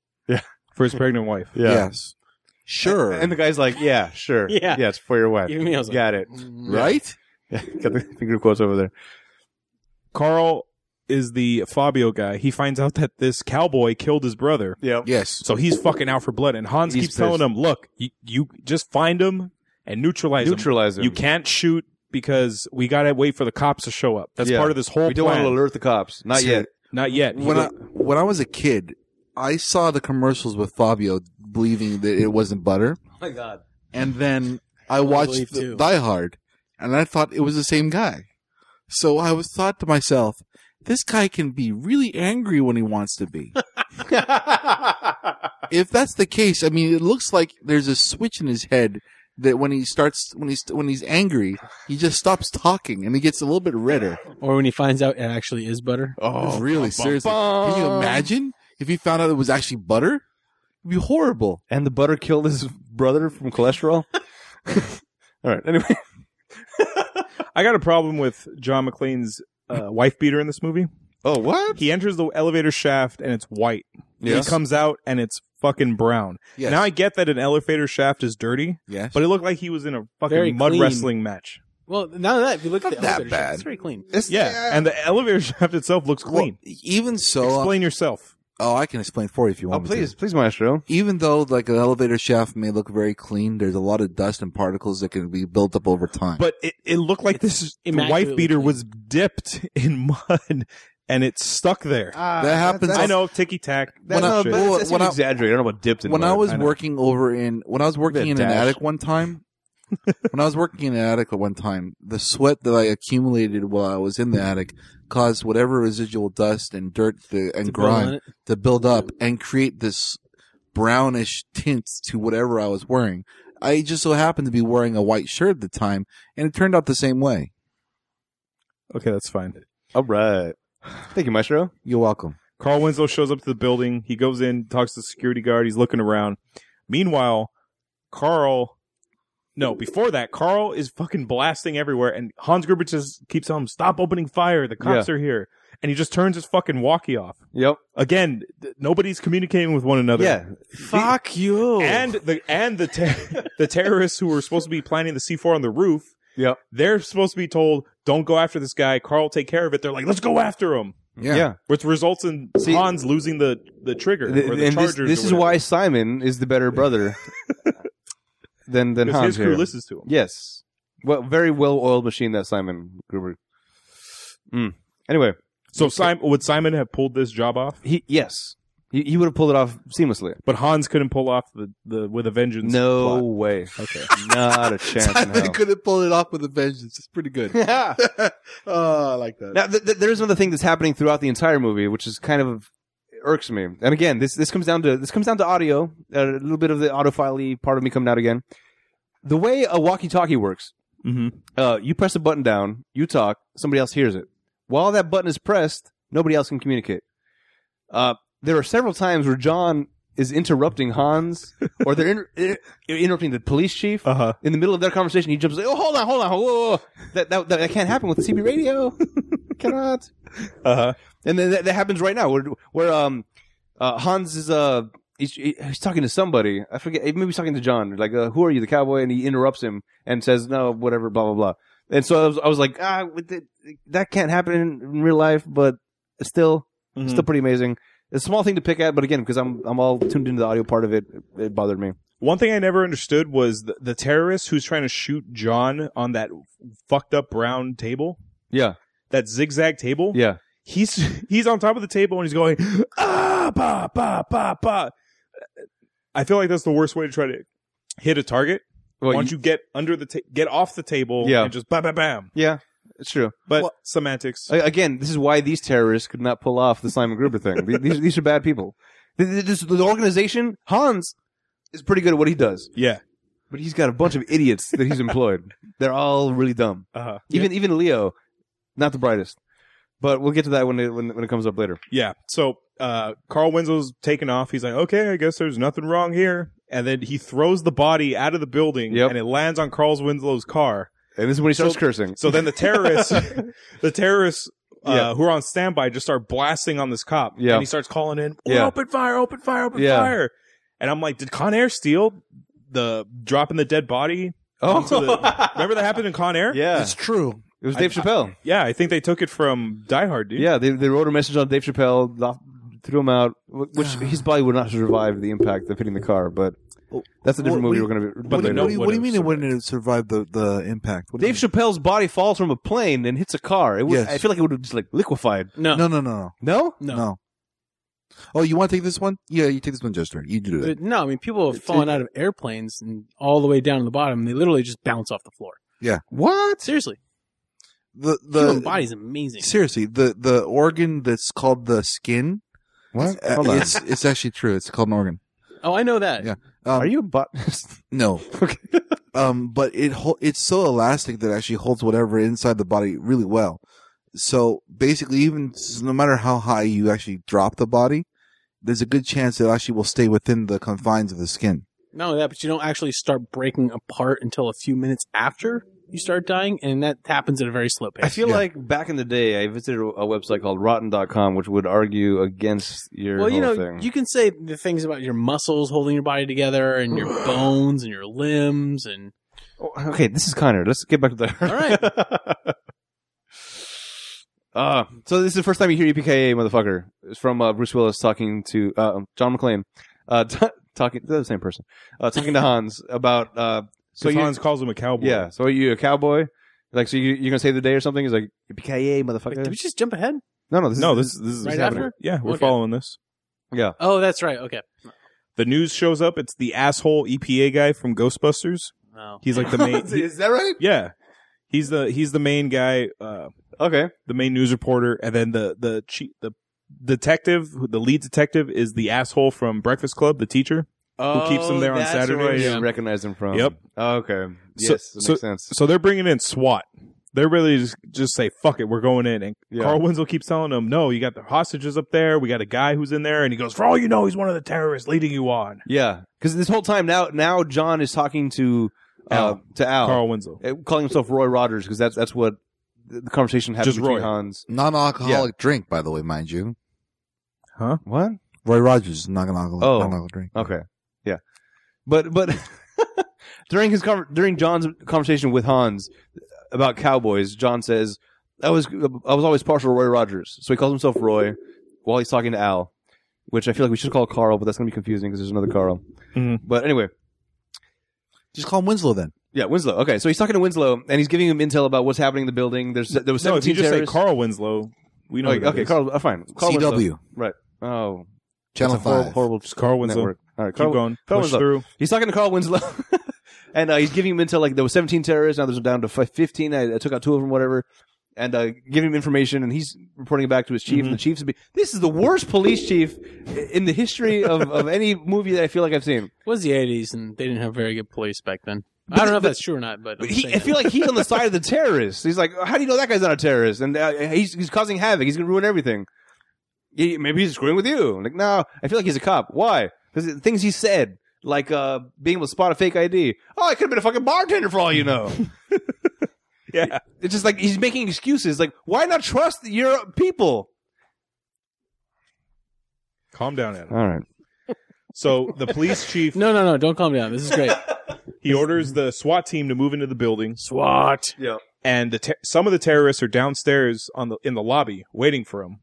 for his pregnant wife.
Yes. Sure.
And the guy's like, "Yeah, sure.
Yeah.
yeah, it's for your wife.
Even me, Mm. I was like,
Got it.
right?
Got the finger quotes over there.
Carl is the Fabio guy. He finds out that this cowboy killed his brother.
Yeah.
Yes.
So he's fucking out for blood. And Hans
He's
keeps telling
pissed.
him, look, you, you just find him and neutralize,
Neutralize
him. You
him.
can't shoot because we got to wait for the cops to show up. That's
Yeah.
part of this whole
We don't
plan.
want to alert the cops. Not
See,
yet.
Not yet. He
When I
goes-
when I was a kid, I saw the commercials with Fabio believing that it wasn't butter,
Oh my god.
and then I
believe
watched the-
too.
Die Hard, and I thought it was the same guy. So I was thought to myself, this guy can be really angry when he wants to be. if that's the case, I mean, it looks like there's a switch in his head that when he starts when he's when he's angry, he just stops talking and he gets a little bit redder.
Or when he finds out it actually is butter.
oh,
really, seriously, can you imagine if he found out it was actually butter? It'd be horrible.
And the butter killed his brother from cholesterol. all right. Anyway,
I got a problem with John McClane's uh, wife beater in this movie.
oh what?
He enters the elevator shaft and it's white.
Yes.
He comes out and it's fucking brown.
Yes.
Now I get that an elevator shaft is dirty,
yes.
but it looked like he was in a fucking
Very
mud
clean.
wrestling match.
Well, none of that. If you look
Not
at the
that
elevator shaft,
bad.
it's very clean.
It's-
Yeah, and the elevator shaft itself looks
Well,
clean.
even so, uh,
Explain yourself.
oh, I can explain for you if you
oh
want. me to.
please, please, maestro.
Even though like an elevator shaft may look very clean, there's a lot of dust and particles that can be built up over time.
But it, it looked like this the wife
immaculately
beater
clean.
was dipped in mud and it stuck there.
that happens.
I know, ticky tack.
When I-
shit.
well,
That's
when I-
exaggerated. I don't know about dipped in.
when I
mud.
was
I know.
working over in when I was working
Bit
in an
dash.
attic one time, when I was working in an attic at one time, the sweat that I accumulated while I was in the attic caused whatever residual dust and dirt the, and
To build on
grime
it.
to build up and create this brownish tint to whatever I was wearing. I just so happened to be wearing a white shirt at the time, and it turned out the same way.
okay, that's fine.
all right. Thank you, maestro.
You're welcome.
Carl Winslow shows up to the building. He goes in, talks to the security guard. He's looking around. Meanwhile, Carl. No, before that, Carl is fucking blasting everywhere, and Hans Gruber just keeps telling him, "Stop opening fire! The cops are here!" And he just turns his fucking walkie off.
Yep.
Again, th- nobody's communicating with one another.
Yeah.
Fuck you.
and the and the ter- the terrorists who were supposed to be planning the C four on the roof.
Yep.
They're supposed to be told, "Don't go after this guy. Carl, will take care of it." They're like, "Let's go after him."
Yeah.
which results in
See-
Hans losing the the trigger
Th-
or the
and this,
chargers.
this
or
is
whatever,
why Simon is the better brother than than
'cause his
Hans
crew
here.
listens to him.
Yes, well, very well oiled machine that Simon Gruber. Mm. Anyway,
So Simon would Simon have pulled this job off?
he yes, he, he would have pulled it off seamlessly.
But Hans couldn't pull off the, the with a vengeance.
No
plot.
way. Okay, not a chance. in
Simon
hell.
couldn't pull it off with a vengeance. It's pretty good.
Yeah.
oh, I like that.
Now, th- th- there's another thing that's happening throughout the entire movie, which is kind of irks me. And again, this this comes down to this comes down to audio. A little bit of the audiophile part of me coming out again. The way a walkie-talkie works,
Mhm.
uh, you press a button down, you talk, somebody else hears it. While that button is pressed, nobody else can communicate. Uh, there are several times where John is interrupting Hans, or they're inter- inter- interrupting the police chief,
Uh-huh.
in the middle of their conversation, he jumps like, "Oh, hold on, hold on, whoa, whoa, whoa. That, that that that can't happen with the CB radio, cannot."
Uh-huh.
And then that, that happens right now, where where um uh, Hans is uh he's, he's talking to somebody. I forget, maybe he's talking to John. Like, uh, "Who are you, the cowboy?" And he interrupts him and says, "No, whatever, blah blah blah." And so I was, I was like, "Ah, with the, that can't happen in, in real life, but it's still it's still pretty amazing." It's a small thing to pick at, but again, because I'm I'm all tuned into the audio part of it, it, it bothered me.
Mm-hmm. One thing I never understood was the, the terrorist who's trying to shoot John on that fucked up brown table,
Yeah,
that zigzag table.
yeah.
He's he's on top of the table and he's going ah ba ba ba ba. I feel like that's the worst way to try to hit a target.
Well,
Why
you-
don't you get under the ta- get off the table
Yeah.
and just bam bam bam.
Yeah, it's true.
But
Well-
semantics.
A- Again, this is why these terrorists could not pull off the Simon Gruber thing. Th- these, these are bad people. Th- th- This, the organization, Hans, is pretty good at what he does,
yeah.
but he's got a bunch of idiots that he's employed. They're all really dumb.
Uh-huh.
Even even Leo, not the brightest. But we'll get to that when it, when, when it comes up later.
Yeah. So uh Carl Winslow's taken off. He's like, okay, I guess there's nothing wrong here. And then he throws the body out of the building
Yep.
and it lands on Carl Winslow's car.
And this is when he starts cursing.
So then the terrorists the terrorists uh,
Yeah.
who are on standby just start blasting on this cop.
Yeah.
And he starts calling in,
Yeah.
open fire, open fire, open
Yeah.
fire. And I'm like, did Con Air steal the dropping the dead body? onto the-
Oh,
remember that happened in Con Air?
yeah,
It's true.
it was Dave Chappelle.
Yeah, I think they took it from Die Hard, dude.
Yeah, they, they wrote a message on Dave Chappelle, lo- threw him out, wh- which his body would not survive the impact of hitting the car. But that's a different
Well,
movie
we-
we're going to.
What, do
they
you-
know
what do you,
what
what do you
it
mean it wouldn't have survived the, the impact? What do you
Dave Chappelle's body falls from a plane and hits a car. It would,
Yes.
I feel like it would have just like liquefied.
No,
mean? No, no, no,
No,
no,
No.
no. Oh, you want to take this one? Yeah, you take this one, Jester. You do it.
But no, I mean people have fallen out of airplanes and all the way down to the bottom. and They literally just bounce off the floor.
what?
Seriously,
The
the human
the
body's amazing.
seriously the the organ that's called the skin.
What?
uh,
Hold on.
it's it's actually true. It's called an organ.
Oh, I know that.
Yeah. Um,
Are you a bot?
No.
Okay.
Um, but it hol- it's so elastic that it actually holds whatever inside the body really well. So basically, even s- no matter how high you actually drop the body, there's a good chance it actually will stay within the confines of the skin.
Not only that, but you don't actually start breaking apart until a few minutes after you start dying, and that happens at a very slow pace.
I feel
Yeah.
like back in the day, I visited a a website called Rotten.com, which would argue against your
well, you know,
whole thing.
you can say the things about your muscles holding your body together, and your bones, and your limbs, and
Oh, okay, this is Connor. Let's get back to that.
All right.
uh, so this is the first time you hear E EPKA, motherfucker. It's from uh, Bruce Willis talking to uh, John McClane, uh, t- talking they're the same person, uh, talking to Hans about. Uh,
So
so you,
Hans calls him a cowboy.
yeah. So are you a cowboy? Like, so you you gonna save the day or something? He's like EPKA,
Wait, did we
motherfucker.
just jump ahead?
No, no, this
No,
is,
this this is
Right
happening.
after?
Yeah, we're
Okay.
following this.
Oh, that's right. Okay.
The news shows up. It's the asshole EPA guy from Ghostbusters.
Oh.
He's like the main. he-
that right?
yeah, he's the he's the main guy, uh,
Okay.
the main news reporter, and then the the chief, the detective, who- the lead detective is the asshole from Breakfast Club, the teacher.
Oh,
keeps him there on
that's
Saturdays?
where
Yeah.
You recognize him from.
Yep.
Okay.
So-
Yes, that
so-
makes sense.
So they're bringing in SWAT. They're really just just say fuck it, we're going in. And
Yeah.
Carl Winslow keeps telling them, no, you got the hostages up there. We got a guy who's in there, and he goes, for all you know, he's one of the terrorists leading you on.
Yeah, because this whole time now, now John is talking to uh,
Al.
to Al,
Carl Winslow.
Uh, calling himself Roy Rogers because that's that's what the the conversation happened
Just
between
Roy.
Hans.
Non-alcoholic drink, by the way, mind you.
What?
Roy Rogers is not an alcoholic,
Oh.
non-alcoholic drink.
Okay, yeah, but but during his conver- during John's conversation with Hans about cowboys, John says I was I was always partial to Roy Rogers, so he calls himself Roy while he's talking to Al, which I feel like we should call Carl, but that's gonna be confusing because there's another Carl.
Mhm.
But anyway,
Just call him Winslow then.
yeah, Winslow. Okay, so he's talking to Winslow and he's giving him intel about what's happening in the building. There's there was
No, if you
17
just say
terrorists.
Carl Winslow, we know.
Okay,
who that
okay,
is.
Carl. Uh, fine. Carl
CW
Winslow. Right. Oh,
Channel
that's a horrible,
Five.
horrible
Just Carl Winslow.
network. All right,
Keep
Carl,
going.
Carl
Push
Winslow.
through.
He's talking to Carl Winslow, and uh, he's giving him intel like there was 17 terrorists. Now there's down to fi- 15. I, I took out two of them, whatever, and uh, giving him information. And he's reporting back to his chief. And the chief's be- this is the worst police chief in the history of, of any movie that I feel like I've seen.
It was the 80s, and they didn't have very good police back then. I don't know if that's true or not, but,
But
I'm
he,
saying
I
it.
feel like he's on the side of the terrorists. He's like, how do you know that guy's not a terrorist? And uh, he's, he's causing havoc. He's gonna ruin everything. He- maybe he's screwing with you. I'm like, no, I feel like he's a cop. Why? Because the things he said, like uh, being able to spot a fake ID. Oh, I could have been a fucking bartender for all you know.
Yeah.
It's just like he's making excuses. Like, why not trust your people?
Calm down, Adam.
All right.
So the police chief
no, no, no, don't calm down. This is great.
he orders the SWAT team to move into the building,
SWAT.
Yeah.
and the ter- some of the terrorists are downstairs on the in the lobby waiting for him,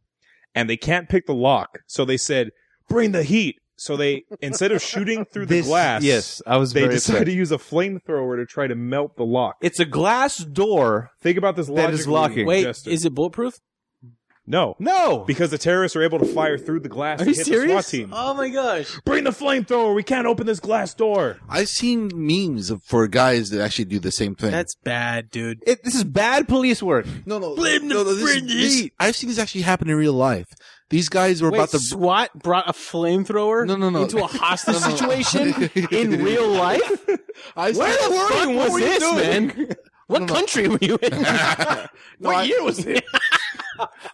and they can't pick the lock. So they said, "Bring the heat." So they instead of shooting through the glass,
Yes, I was.
they
very
decide
upset.
to use a flamethrower to try to melt the lock.
It's a glass door.
Think about this logically.
That is locking.
Wait,
Jester.
is it bulletproof?
no.
No.
Because the terrorists are able to fire through the glass
Are
to
you
hit
serious?
the SWAT team.
Oh my gosh.
Bring the flamethrower. We can't open this glass door.
I've seen memes of, for guys that actually do the same thing.
That's bad, dude.
It, this is bad police work.
no, no,
Blame the
no, no, this,
friend
this-
heat.
I've seen this actually happen in real life. These guys were
Wait,
about to.
SWAT brought a flamethrower
No, no, no.
into a hostage
No, no.
situation in real life?
I
Where
saw-
the fuck
were
was
you
this,
doing?
man? What country were you in?
No,
what
I-
year was it?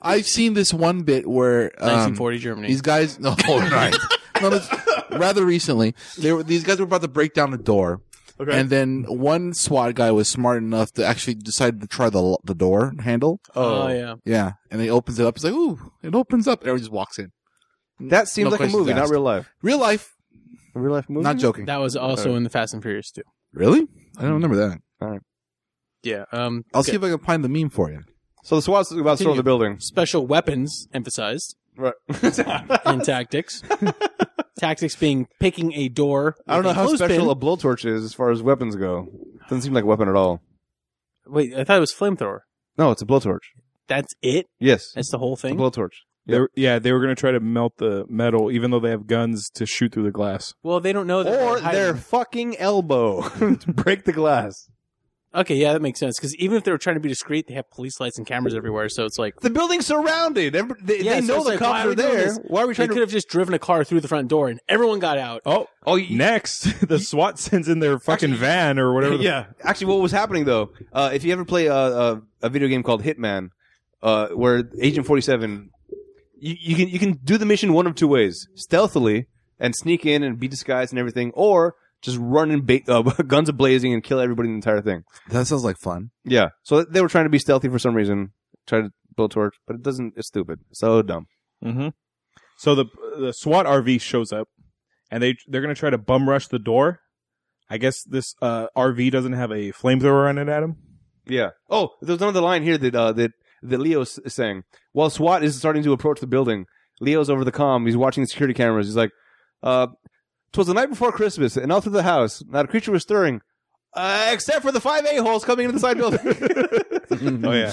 I've seen this one bit where um,
1940 Germany.
these guys. No, right. No, this- rather recently, they were, these guys were about to break down a door.
Okay.
And then one SWAT guy was smart enough to actually decide to try the lo- the door handle.
oh. yeah.
Yeah, and he opens it up. He's like, "Ooh, it opens up!" Everyone just walks in.
That seems
No
like a
questions
movie, not
asked.
real life.
Real life,
A real life movie.
not joking.
That was also in the Fast and Furious too.
Really? I don't remember that.
Yeah. Um
I'll see if I can find the meme for you.
So the SWAT's about to storm the building.
special weapons emphasized
Right.
in tactics. tactics being picking a door.
I don't know
with a
how
clothespin.
special a blowtorch is as far as weapons go. Doesn't seem like a weapon at all.
Wait, I thought it was flamethrower.
No, it's a blowtorch.
That's it?
Yes.
That's the whole
It's a
thing?
blowtorch.
They were, yeah, they were going to try to melt the metal, even though they have guns to shoot through the glass.
Well, they don't know that.
Or
they're hiding.
their fucking elbow to break the glass.
Okay, yeah, that makes sense. Because even if they were trying to be discreet, they have police lights and cameras everywhere. So it's like
The building's surrounded. Every- They,
Yeah,
they
so
know
it's
the
like, why
cops
are
are
we doing
there.
this?
Why are we
they
trying
could
to?
have just driven a car through the front door and everyone got out.
Oh,
Oh, you-
next, the SWAT sends in their fucking van or whatever. the-
yeah. Actually, what was happening though, uh, if you ever play uh, uh, a video game called Hitman, uh, where Agent Forty Seven, you, you can you can do the mission one of two ways: stealthily and sneak in and be disguised and everything, or just run and ba- uh, guns ablazing and kill everybody in the entire thing.
That sounds like fun.
Yeah. So they were trying to be stealthy for some reason. Try to build torch, but it doesn't. It's stupid. So dumb.
Mm-hmm. So the the SWAT RV shows up, and they they're going to try to bum rush the door. I guess this uh, RV doesn't have a flamethrower on it, Adam.
Yeah. Oh, there's another line here that uh, that that Leo s- is saying. While SWAT is starting to approach the building, Leo's over the comm. He's watching the security cameras. He's like, uh, "Twas the night before Christmas, and all through the house, not a creature was stirring, uh, except for the five a holes coming into the side building."
Oh yeah,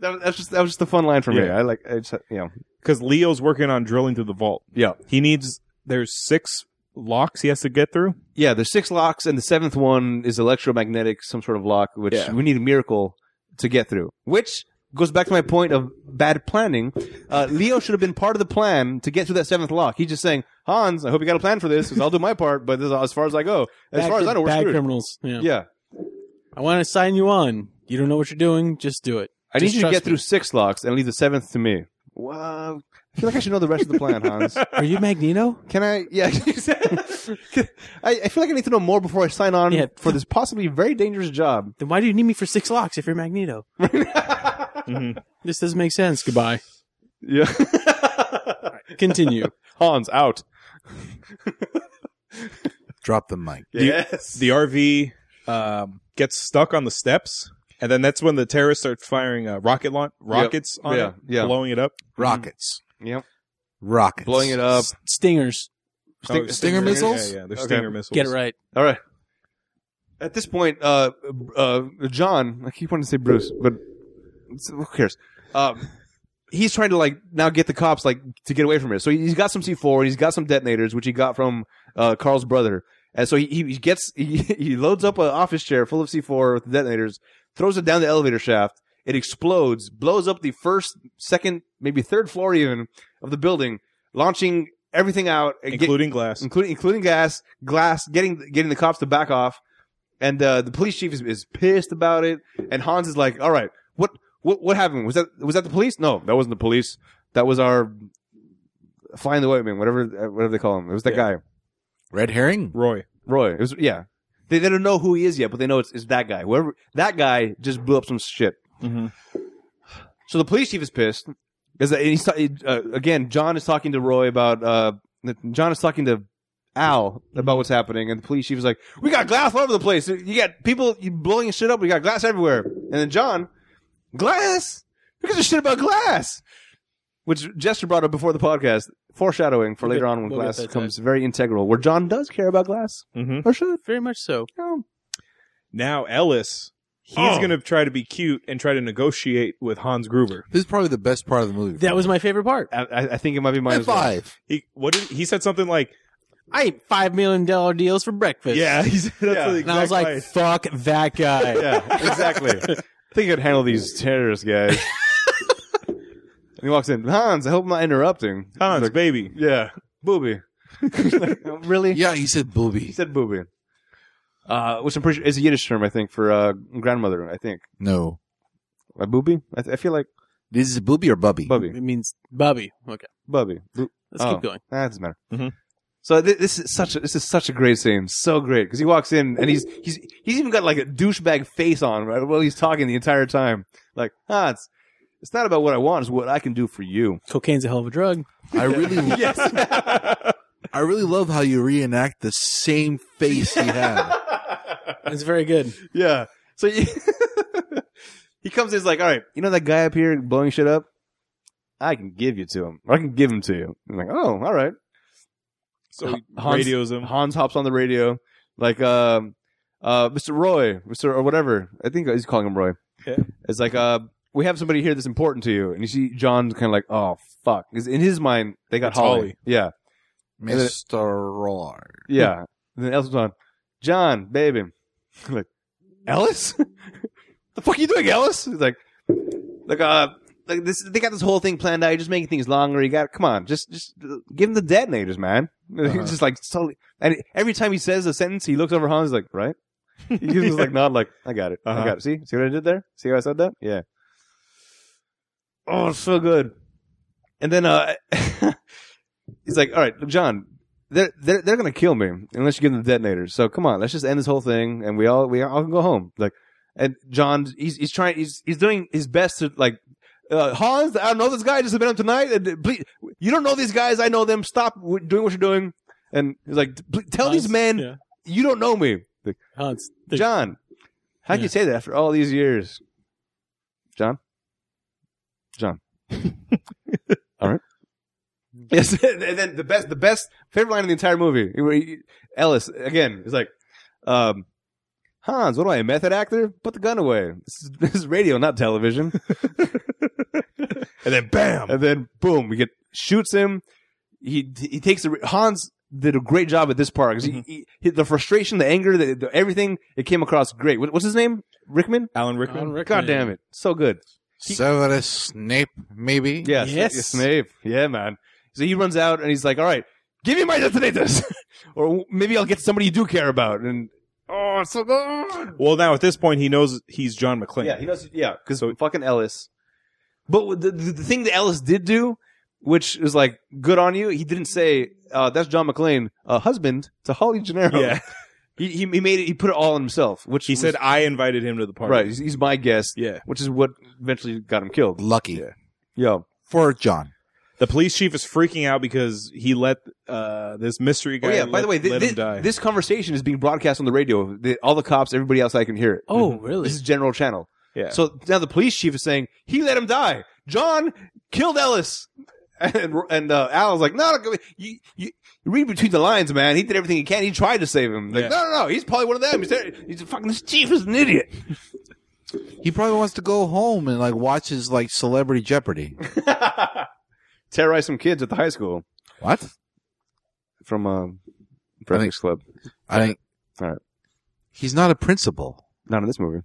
that, that's just that was just a fun line for me.
Yeah.
I like, I just, yeah,
because Leo's working on drilling through the vault.
yeah,
He needs there's six locks he has to get through.
yeah. There's six locks, and the seventh one is electromagnetic, some sort of lock, which
Yeah.
we need a miracle to get through. Which goes back to my point of bad planning. Uh, Leo should have been part of the plan to get through that seventh lock. He's just saying, Hans, I hope you got a plan for this, because I'll do my part, but this is as far as I go. As
Bad
far as
cri-
I know, we're
bad
screwed.
criminals. Yeah.
Yeah.
I want to sign you on. You don't know what you're doing. Just do it.
I
Just
need you to
trust
get
me.
through six locks and leave the seventh to me. Wow. I feel like I should know the rest of the plan, Hans.
Are you Magneto?
Can I? Yeah. I, I feel like I need to know more before I sign on
Yeah.
for this possibly very dangerous job.
Then why do you need me for six locks if you're Magneto?
Mm-hmm.
This doesn't make sense. Goodbye.
Yeah.
Continue.
Hans out.
Drop the mic.
Yes. The RV um, gets stuck on the steps, And then that's when the terrorists start firing uh, rocket launch rockets on
Yeah.
it,
Yeah.
blowing it up.
Rockets.
Yep.
Rockets.
Blowing it up.
S- Stingers.
Oh,
Sting-
stinger missiles?
Yeah, yeah, they're
Okay.
stinger missiles.
Get it right.
All right. At this point, uh, uh, John, I keep wanting to say Bruce, but it's- who cares? Um, he's trying to like now get the cops like to get away from here. So he's got some C4 and he's got some detonators, which he got from uh, Carl's brother. And so he, he gets he, he loads up an office chair full of C4 with detonators, throws it down the elevator shaft. It explodes, blows up the first, second, maybe third floor even of the building, launching everything out, and get- Mm.
Including glass.
including including gas, glass, getting getting the cops to back off, and uh, the police chief is, is pissed about it. And Hans is like, "All right, what what what happened? Was that was that the police? No, that wasn't the police. That was our flying the white man, whatever whatever they call him. It was that guy,
Red herring.
Roy.
Roy. It was yeah. They, they don't know who he is yet, but they know it's, it's that guy. Whoever that guy just blew up some shit.
Mm-hmm.
So the police chief is pissed. Is that and he's ta- uh, again? John is talking to Roy about. Uh, John is talking to Al about what's happening, and the police chief is like, "We got glass all over the place. You got people you blowing shit up. We got glass everywhere." And then John, glass. Who gives a shit about glass? Which Jester brought up before the podcast, foreshadowing for
We'll
later
get-
on when
we'll get
glass
that
becomes very integral. Where John does care about glass,
Mm-hmm.
or should?
Very much so.
No.
Now Ellis, he's
Oh.
going to try to be cute and try to negotiate with Hans Gruber.
This is probably the best part of the movie.
That was my favorite part.
I, I- I think it might be mine.
High
as well.
five.
He what did he said something like
I ate five million dollar deals for breakfast.
yeah he's that's
Yeah.
the
And I
exact
was like,
line.
fuck that guy.
Yeah, exactly. I think I'd handle these terrorist guys. and he walks in, Hans. I hope I'm not interrupting.
Hans
He's like,
baby
yeah, booby. Like, really?
Yeah, he said
He
booby.
said booby. Uh, which I'm pretty sure is a Yiddish term, I think, for uh, grandmother. I think
No.
a booby. I, th- I feel like
This is booby or bubby?
bubby,
It means Bubby. Okay.
bubby. Bo-
Let's
Oh.
keep going.
that doesn't matter.
Mhm.
So th- this is such a, this is such a great scene, so great because he walks in and he's he's he's even got like a douchebag face on right while he's talking the entire time. Like Hans, it's not about what I want; it's what I can do for you.
Cocaine's a hell of a drug.
I really,
yes.
I really love how you reenact the same face he had.
It's very good.
yeah. So you- he comes in he's like, all right, you know that guy up here blowing shit up? I can give you to him. Or I can give him to you. I'm like, oh, all right.
so he
Hans-
radios him
Hans hops on the radio, like, um, uh, Mr. Roy, Mr. or whatever. I think he's calling him Roy.
Yeah.
It's like, uh, we have somebody here that's important to you. And you see John kind of like, oh, fuck. 'Cause in his mind, they got
It's
Holly.
Holly.
Yeah. then-
Mr. Roy.
Yeah. And then Ellis was on, John, baby. I'm like, Ellis? the fuck are you doing, Ellis? He's like, like, uh, like this, they got this whole thing planned out. You're just making things longer. You got, come on, just, just uh, give him the detonators, man.
Uh-huh.
He's just like, totally. And every time he says a sentence, he looks over Hans, he's like, right? He gives this like nod, like, I got it.
Uh-huh.
I got it. See, see what I did there? See how I said that? Yeah. Oh, it's so good. And then, uh, he's like, all right, John, they're they're they're gonna kill me unless you give them the detonators. So come on, let's just end this whole thing, and we all we all can go home. Like, and John, he's he's trying, he's he's doing his best to like. Uh, Hans, I don't know this guy. I just met him tonight. And, uh, please, you don't know these guys. I know them. Stop w- doing what you're doing. And he's like, "Pl- tell these
Hans-
men
Yeah.
you don't know me. Like,
Hans. Dude,
John, how can
Yeah.
you say that after all these years? John? John. all right. Yes, and then the best, the best favorite line in the entire movie. where he- Ellis again is like, um, "Hans, what am I, a method actor? Put the gun away. This is, this is radio, not television."
and then bam
and then boom, we get shoots him. He he takes the Hans did a great job at this part 'cause he-
Mhm.
he, he- the frustration, the anger, the, the- everything it came across great. What, what's his name? Rickman.
Alan Rickman
Alan Rickman.
God damn it, so good. He-
Severus Snape, maybe?
Yeah,
Yes.
S- Snape. Yeah, man. So he runs out and he's like, "All right, give me my detonators, or maybe I'll get somebody you do care about." And oh, it's so good.
well now at this point he knows he's John McClane
Yeah, he knows. Yeah, because fucking Ellis. But the, the the thing that Ellis did do, which is like good on you, he didn't say uh, that's John McClane, uh, husband to Holly Gennaro.
Yeah.
he, he he made it. He put it all on himself. Which
he
was-
said I invited him to the party
right. He's, he's my guest,
yeah
which is what eventually got him killed.
Lucky.
Yeah. Yo,
For John.
the police chief is freaking out because he let uh this mystery guy
oh yeah. By
let-
the way, thi-
let
thi-
him die
this conversation is being broadcast on the radio. The, all the cops, everybody else, I can hear it.
Oh, really?
This is general channel.
Yeah.
So now the police chief is saying he let him die. John killed Ellis. And and uh, Alan's like, no, no, you, you read between the lines, man. He did everything he can. He tried to save him. Like,
Yeah.
no, no, no, he's probably one of them. He's, there. he's a fucking this chief is an idiot.
He probably wants to go home and like watch his like celebrity Jeopardy.
Terrorize some kids at the high school
What?
from um, Breakfast Club.
I think.
All right.
He's not a principal.
Not in this movie.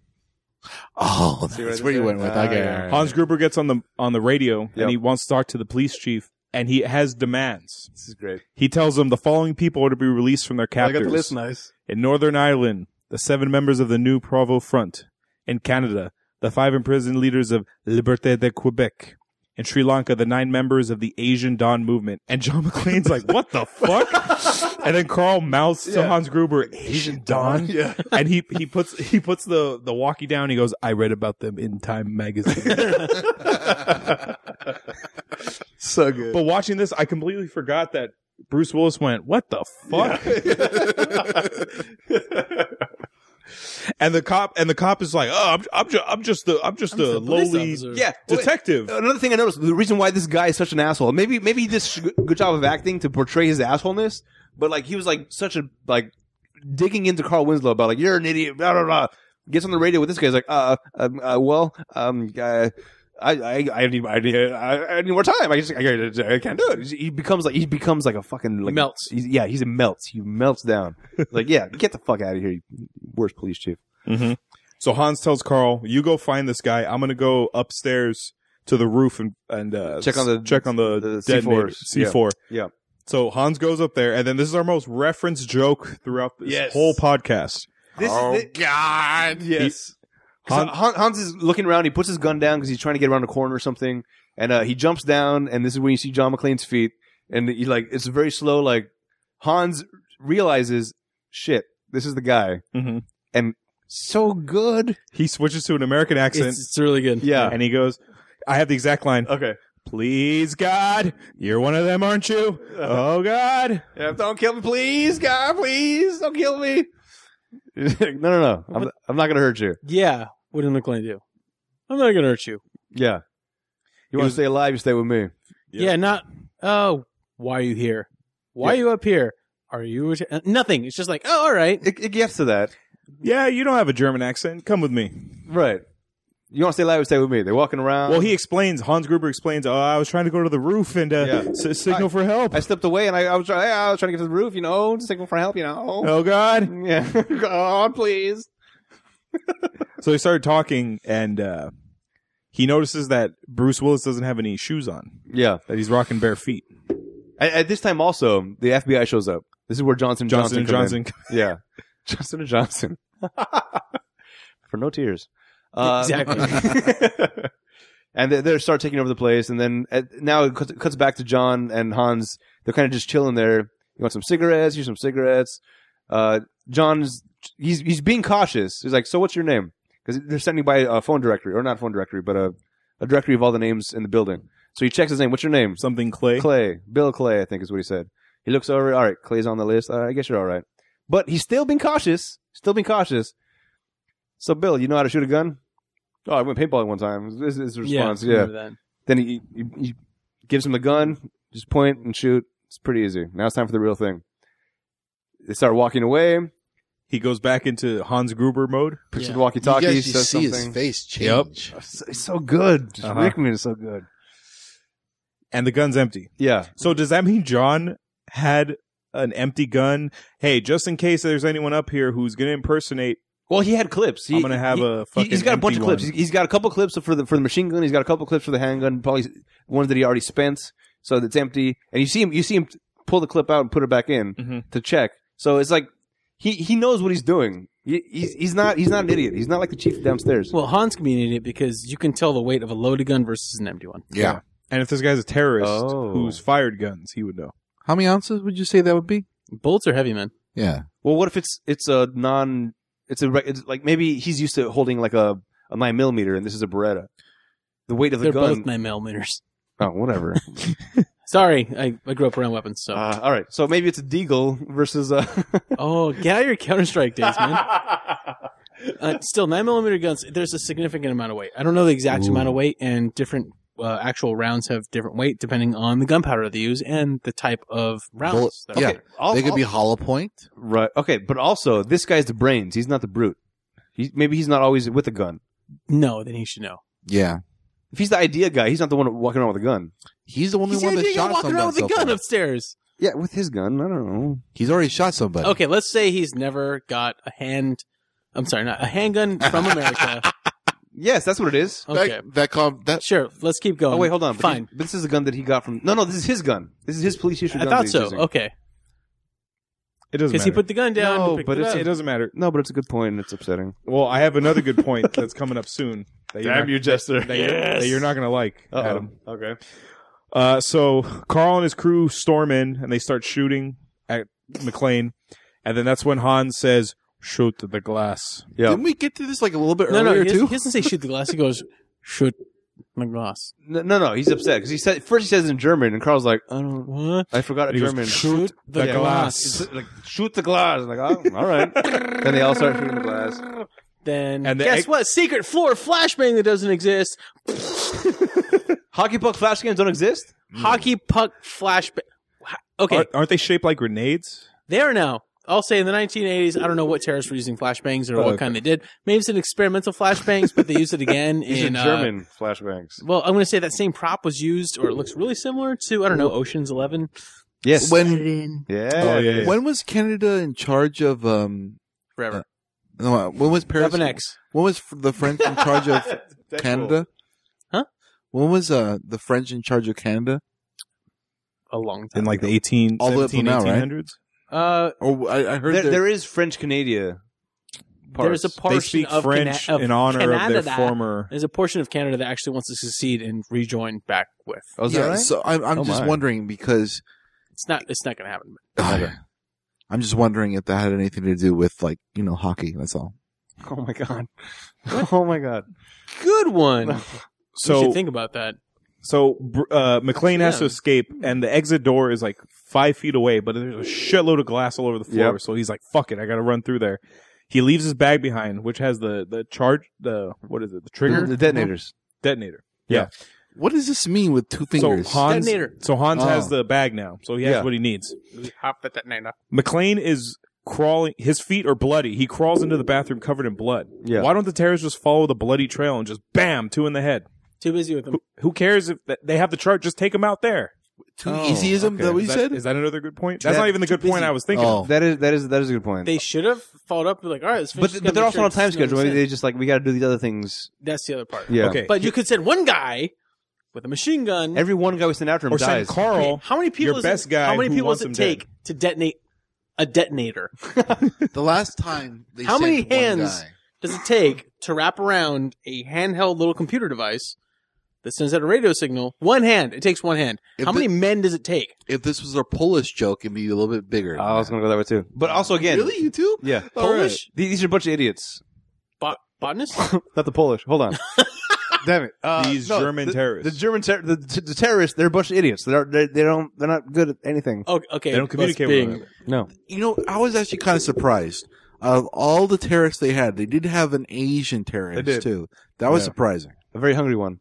Oh,
See what
that's
I
where you
did
went with.
there?
Okay.
Ah,
all right.
Hans Gruber gets on the on the radio
Yep.
and he wants to talk to the police chief and he has demands.
This is great.
He tells him the following people are to be released from their
I
captors.
Oh, got the list nice.
In Northern Ireland, the seven members of the new Provo Front. In Canada, the five imprisoned leaders of Liberté de Quebec. In Sri Lanka, the nine members of the Asian Dawn movement. And John McClane's like, what the fuck? and then Carl mouths to
Yeah.
Hans Gruber, Asian Dawn?
Yeah.
and he, he puts he puts the, the walkie down. He goes, I read about them in Time magazine.
so good.
but watching this, I completely forgot that Bruce Willis went, what the fuck? And the cop and the cop is like, oh, I'm, I'm, ju- I'm just the I'm just
I'm
a
just a police
lowly
officer."
yeah. wait.
detective.
Another thing I noticed, the reason why this guy is such an asshole, maybe maybe he did a good job of acting to portray his assholeness, but like he was like such a like digging into Carl Winslow about like you're an idiot, blah blah blah. Gets on the radio with this guy, he's like, uh, um, uh well, um, uh, I, I, I need, I need, I I need more time. I just, I, I I can't do it. He becomes like, he becomes like a fucking like
Melts.
He's, yeah, he's a melts. He melts down. like, yeah, get the fuck out of here, you worst police chief.
So Hans tells Carl, "You go find this guy. I'm gonna go upstairs to the roof and and uh,
Check on the-
s- check on the,
the
dead
C4s.
C four.
Yeah.
So Hans goes up there, and then this is our most referenced joke throughout this
Yes.
whole podcast.
This,
oh
thi-
God!
Yes.
Han-
Han- Hans is looking around. He puts his gun down because he's trying to get around a corner or something, and uh, he jumps down. And this is when you see John McClane's feet, and he like it's very slow. Like Hans realizes, shit, this is the guy.
Mhm.
So good.
He switches to an American accent,
It's, it's really good.
Yeah.
and he goes, "I have the exact line.
okay.
Please God, you're one of them, aren't you? Oh God."
Yeah, don't kill me, please, God, please, don't kill me. no, no, no. I'm, I'm not gonna hurt you.
Yeah. What did McLean do? I'm not gonna hurt you.
Yeah.
It
You want
was-
to stay alive? You stay with me.
Yeah.
Yeah. not. Oh, why are you here? Why are you up here? Are you uh, nothing? It's just like, oh, all right.
It, it gets to that,
Yeah, you don't have a German accent. Come with me.
right? You want to stay alive? You stay with me. They're walking around.
Well, he explains. Hans Gruber explains. Oh, I was trying to go to the roof and uh,
Yeah.
s- signal for help.
I stepped away and I, I was trying. I was trying to get to the roof, you know, just looking for help, you know.
oh God!
Yeah, God, please.
So they started talking, and uh, he notices that Bruce Willis doesn't have any shoes on;
Yeah.
that he's rocking bare feet.
At, at this time, also the FBI shows up. This is where Johnson
Johnson
Johnson
and
come in.
Johnson.
Yeah, Johnson and Johnson. for no tears. Um, Uh,
Exactly.
and they, they start taking over the place, and then at, now it cuts, cuts back to John and Hans. They're kind of just chilling there. You want some cigarettes? Here's some cigarettes. Uh, John's he's he's being cautious. He's like, so what's your name? Because they're sending by a phone directory, or not phone directory, but a, a directory of all the names in the building. So he checks his name. What's your name?
Something Clay.
Clay, Bill Clay, I think is what he said. He looks over. All right, Clay's on the list. All right, I guess you're all right. But he's still been cautious. Still been cautious. So, Bill, you know how to shoot a gun? Oh, I went paintballing one time. This is his response.
Yeah.
Yeah.
remember that.
Then he, he, he gives him the gun. Just point and shoot. It's pretty easy. Now it's time for the real thing. They start walking away.
He goes back into Hans Gruber mode.
Picks
Yeah.
up the walkie-talkie.
you guys
says
just see his
something.
face change.
Oh, so- It's so good. Just
Uh-huh.
Rickman is so good.
and the gun's empty.
Yeah.
So does that mean John had an empty gun? Hey, just in case there's anyone up here who's going to impersonate,
Well, he had clips. He,
I'm gonna have
he-
a
he-
fucking
He's got a bunch
empty
of clips.
one.
He's- he's got a couple clips for the for the machine gun. He's got a couple clips for the handgun. Probably ones that he already spent, so that's empty. And you see him. You see him pull the clip out and put it back in
Mhm.
to check. So it's like he he knows what he's doing. He, he's he's not he's not an idiot. He's not like the chief downstairs.
Well, Hans can be an idiot because you can tell the weight of a loaded gun versus an empty one.
Yeah.
and if this guy's a terrorist
Oh.
who's fired guns, he would know.
How many ounces would you say that would be?
Bullets are heavy, man.
Yeah.
Well, what if it's it's a non it's a re- it's like maybe he's used to holding like a a nine millimeter and this is a Beretta. The weight of the
They're
gun.
both nine millimeters.
oh, whatever.
Sorry, I, I grew up around weapons, so.
uh, all right. So maybe it's a deagle versus uh, a.
oh, get out of your Counter Strike days, man. uh, still, nine millimeter guns. There's a significant amount of weight. I don't know the exact
Ooh.
amount of weight, and different uh, actual rounds have different weight depending on the gunpowder they use and the type of rounds.
Bullet-
that are
yeah,
there.
I'll-
they could be
I'll-
hollow point.
right. Okay, but also this guy's the brains. He's not the brute. He, maybe he's not always with a gun.
No, then he should know.
Yeah,
If he's the idea guy, he's not the one walking around with a gun.
he's the only
He's
one
the
that
idea guy
shot
walking
somebody
around with a
so
gun
far.
upstairs.
Yeah, with his gun. I don't know.
He's already shot somebody.
Okay, let's say he's never got a hand. I'm sorry, not a handgun from America.
Yes, that's what it is.
Okay,
That, that com- that
sure. Let's keep going.
Oh wait, hold on. But
Um, Fine.
he- but this is a gun that he got from. No, no, this is his gun. This is his police issue.
I
gun that
thought
he's
so.
using.
Okay,
It doesn't
because he
matter.
put the gun down.
No,
and picked
but
it
it's-
up.
it doesn't matter.
No, but it's a good point. and It's upsetting.
Well, I have another good point that's coming up soon. That you're not,
Jester.
That, you're, that you're not going to like, Adam.
Okay.
Uh, so Carl and his crew storm in and they start shooting at McLean, and then that's when Hans says, "Shoot the glass."
Yeah.
Didn't we get to this like a little bit
no, no,
earlier
he,
too?
doesn't- he doesn't say shoot the glass. He goes shoot the glass.
No, no, no, he's upset because he said first he says in German, and Carl's like, I don't,
What?
I forgot
And
a
he goes,
German.
Shoot the
the
glass.
glass.
It's like shoot the glass. I'm like, oh, all right. then they all start shooting the glass.
Then
And the
guess
egg-
what? Secret floor flashbang that doesn't exist.
Hockey puck flash games don't exist.
Hmm.
Hockey puck flashbang. Okay,
Aren't, aren't they shaped like grenades?
there now. I'll say in the 1980s, I don't know what terrorists were using flashbangs or
Oh,
what
okay.
kind they did. Maybe it's an experimental flashbangs, but they used it again
These
in
are
uh,
German flashbangs.
Well, I'm going to say that same prop was used, or it looks really similar to I don't know Ocean's Eleven.
Yes.
when
yeah.
Oh, yeah, yeah.
when was Canada in charge of um?
Forever.
No, uh, when was Paris?
Weapon X.
When was the French in charge of Canada?
Huh?
When was uh the French in charge of Canada?
A long time.
In like the
ago.
18,
All the way up
17,
till now, right?
1800s?
uh,
Or I, I heard
There,
that-
there is French Canada.
there's a portion
They speak
of
French
Cana- of
in honor of
Canada.
their former.
There's a portion of Canada that actually wants to succeed and rejoin back with.
Oh, is
yeah,
that right?
so I'm I'm
Oh,
just
my.
wondering because
It's not. It's not going to happen.
Okay.
Oh, I'm just wondering if that had anything to do with like you know hockey. That's all.
oh my god. oh my god.
Good one. So
So,
think about that.
so br- uh, McLean has to
Yeah.
escape, and the exit door is like five feet away, but there's a shitload of glass all over the floor. So he's like, "Fuck it, I got to run through there." He leaves his bag behind, which has the the charge, the what is it, the trigger,
The detonators.
detonator.
What does this mean with two fingers?
So Hans,
Detonator.
so Hans
Oh.
has the bag now, so he has
Yeah.
what he needs.
Hop at that nana.
McLean is crawling; his feet are bloody. He crawls into the bathroom covered in blood.
Yeah.
Why don't the terrorists just follow the bloody trail and just bam, two in the head?
Too busy with them.
Who cares if th- they have the chart? Just take them out there.
Two
Oh,
easyism.
okay.
That what you
is
said?
That, is that another good point? That's
That-
not even the good point I was thinking.
Oh.
of.
That is that is that is a good point.
They should have followed up. and be Like, all right, let's finish
but
this
but
guy,
they're
make
also
sure
on a time
it's done
schedule. Maybe
with
they just like we got to do these other things.
it. That's the other part.
Yeah.
Okay.
But you could send one guy with a machine gun.
Every one guy we send after him
or send
dies.
Carl.
how many people?
your
is
best
it,
guy
How many
who
people
wants
does
him
it
dead.
take to detonate a detonator?
the last time they
How many
sent one
hands-
guy.
does it take to wrap around a handheld little computer device that sends out a radio signal? One hand. It takes one hand.
If
How
the-
many men does it take?
If this was a Polish joke, it'd be a little bit bigger.
Oh, I was gonna go that way too. But also again,
really, you too?
yeah,
All right.
Polish
These, these are a bunch of idiots.
bot- botanist?
Not the Polish. Hold on. Damn it. Uh,
These
no,
German
the,
terrorists.
The German ter- the, the terrorists. They're a bunch of idiots. They're, they they don't. They're not good at anything.
Oh, okay.
They don't
let's
communicate with
being-
one another.
No.
You know, I was actually kind of surprised. Out of all the terrorists they had, they did have an Asian terrorist
They did.
too. That was
Yeah.
surprising.
A very hungry one.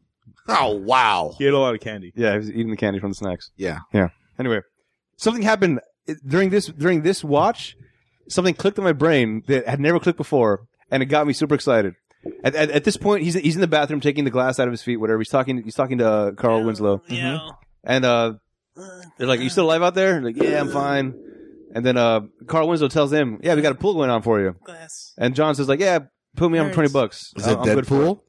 Oh wow!
He had a lot of candy.
Yeah, he was eating the candy from the snacks.
Yeah.
Anyway, something happened during this during this watch. Something clicked in my brain that had never clicked before, and it got me super excited. At, at, at this point, he's he's in the bathroom taking the glass out of his feet. Whatever he's talking, he's talking to uh, Carl Winslow.
Yeah.
And uh, they're like, "You still alive out there?" like, "Yeah, I'm fine." And then uh, Carl Winslow tells him, "Yeah, we got a pool going on for you."
Glass.
And John says, "Like, yeah, put me on for twenty bucks."
Is it
I'm good for
Deadpool?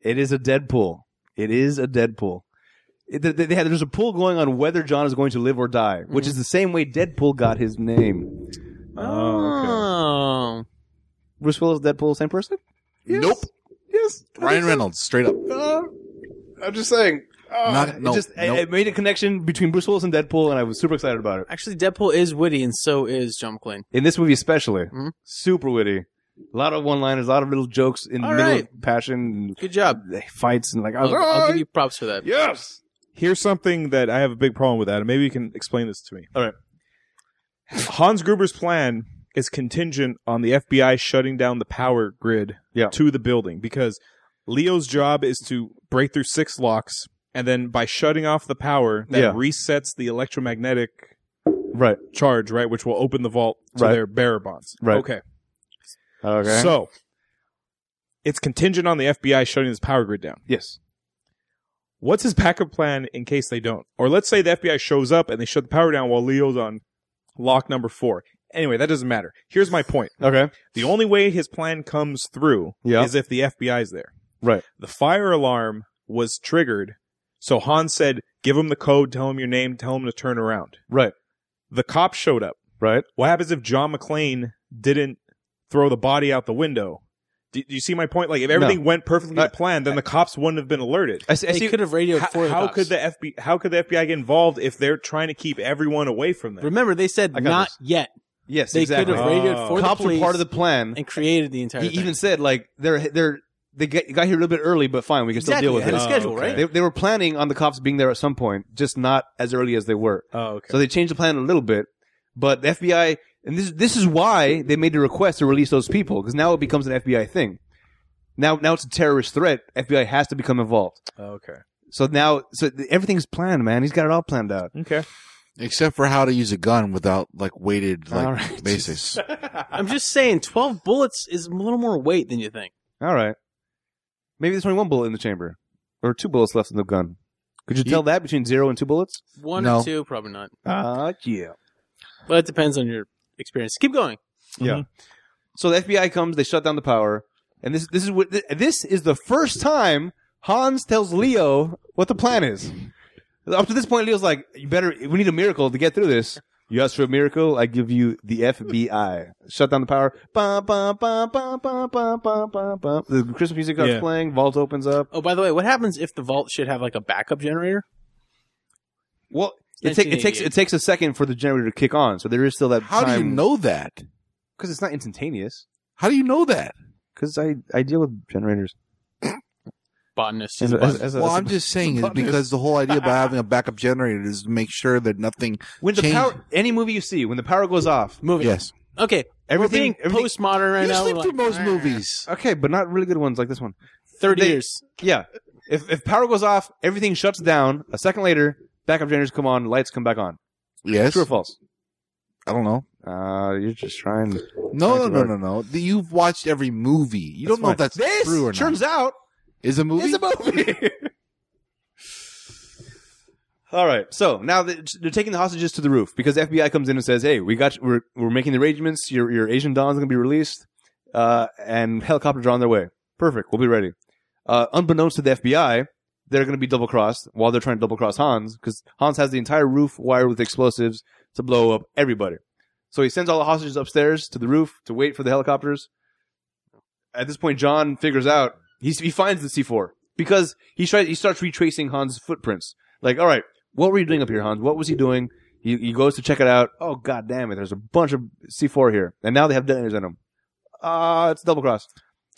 It It is a Deadpool. It is a Deadpool. It, they, they had, there's a pool going on whether John is going to live or die, which is the same way Deadpool got his name.
Oh, okay.
Oh.
Bruce Willis, Deadpool, same person? Yes.
Nope.
Yes.
Ryan Reynolds, straight up.
Uh, I'm just saying. Uh,
Not-
it
no,
just I-
nope.
I made a connection between Bruce Willis and Deadpool, and I was super excited about it.
Actually, Deadpool is witty, and so is John McClane.
in this movie especially.
Mhm.
Super witty. A lot of one-liners, a lot of little jokes in the
All
middle
right.
of passion
Good job.
and fights and like I was
I'll,
like,
I'll
"Ah,
give you props for that.
yes.
Here's something that I have a big problem with, Adam. Maybe you can explain this to me.
All right.
Hans Gruber's plan is contingent on the FBI shutting down the power grid
Yeah.
to the building because Leo's job is to break through six locks, and then by shutting off the power, that
Yeah.
resets the electromagnetic
Right.
charge, right, which will open the vault to
Right.
their bearer bonds.
Right.
Okay.
Okay.
So it's contingent on the FBI shutting this power grid down.
yes.
What's his backup plan in case they don't? Or let's say the FBI shows up and they shut the power down while Leo's on lock number four. Anyway, that doesn't matter. Here's my point.
Okay.
The only way his plan comes through
Yeah.
is if the FBI's there.
Right.
The fire alarm was triggered, so Han said, "Give him the code, tell him your name, tell him to turn around."
Right.
The cop showed up.
Right.
What happens if John McClane didn't throw the body out the window? Do, do you see my point? Like, if everything went perfectly
I-
to plan, then the cops wouldn't have been alerted.
I see. I
They
see
could have radioed
How,
for the
how
cops.
could the FBI? How could the FBI get involved if they're trying to keep everyone away from them?
Remember, they said
I got
not
this.
yet.
yes.
They
exactly.
could have radioed
Oh.
for
Cops
the police
were part of the plan.
and created the entire
He
thing.
even said like they're they're they get, got here a little bit early, but fine, we can
exactly.
still deal with
had
it.
a
Oh,
schedule,
okay.
right?
They, they were planning on the cops being there at some point, just not as early as they were.
oh, okay.
So they changed the plan a little bit, but the FBI and this this is why they made the request to release those people because now it becomes an FBI thing. Now now it's a terrorist threat. FBI has to become involved.
Oh, okay.
So now so th- everything's planned, man. He's got it all planned out.
Okay.
Except for how to use a gun without like weighted like
All right.
basis.
I'm just saying, 12 bullets is a little more weight than you think.
All right. Maybe there's only one bullet in the chamber, or two bullets left in the gun. Could you
Ye-
tell that between zero and two bullets?
One
No.
or two, probably not.
Ah, yeah.
But it depends on your experience. Keep going.
Mm-hmm. So the FBI comes, they shut down the power, and this this is what th- this is the first time Hans tells Leo what the plan is. Up to this point, Leo's like, "You better. We need a miracle to get through this." You ask for a miracle, I give you the FBI. Shut down the power. Bum, bum, bum, bum, bum, bum, bum, bum, bum. The Christmas music starts
Yeah.
playing. Vault opens up.
Oh, by the way, what happens if the vault should have like a backup generator?
Well, it, ta- it takes it takes a second for the generator to kick on, so there is still that.
How do you know that?
Because it's not instantaneous.
How do you know that?
Because I, I deal with generators.
botanist.
As a- as a- as a-
Well, I'm just saying is because the whole idea about having a backup generator is to make sure that nothing.
when the
change-
power any movie you see when the power goes off,
Moving.
Yes,
Okay.
everything,
We're being
everything
postmodern right
you
now.
sleep
We're
through
like,
most
"Argh."
movies.
Okay, but not really good ones like this one.
30
They-
years.
Yeah. If if power goes off, everything shuts down. A second later, backup generators come on, lights come back on.
Yes,
True or false?
I don't know.
Uh, you're just trying.
No, no,
Thank
no,
you,
no, no. The- You've watched every movie. You don't know if that's
this
true or
turns
not.
out
Is a movie?
is a movie. All right, so now th- they're taking the hostages to the roof because the FBI comes in and says, "Hey, we got we're we're making the arrangements. Your your Asian Don's gonna be released, uh, and helicopters are on their way. Perfect, we'll be ready." Uh, unbeknownst to the FBI, they're gonna be double crossed while they're trying to double cross Hans because Hans has the entire roof wired with explosives to blow up everybody. So he sends all the hostages upstairs to the roof to wait for the helicopters. At this point, John figures out he he finds the C four because he tries he starts retracing Hans' footprints. Like, all right, what were you doing up here, Hans? What was he doing? He, he goes to check it out. Oh god damn it! There's a bunch of C four here, and now they have detonators in them. Ah, it's double cross.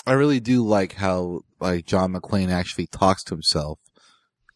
I really do like how like John McClane actually talks to himself.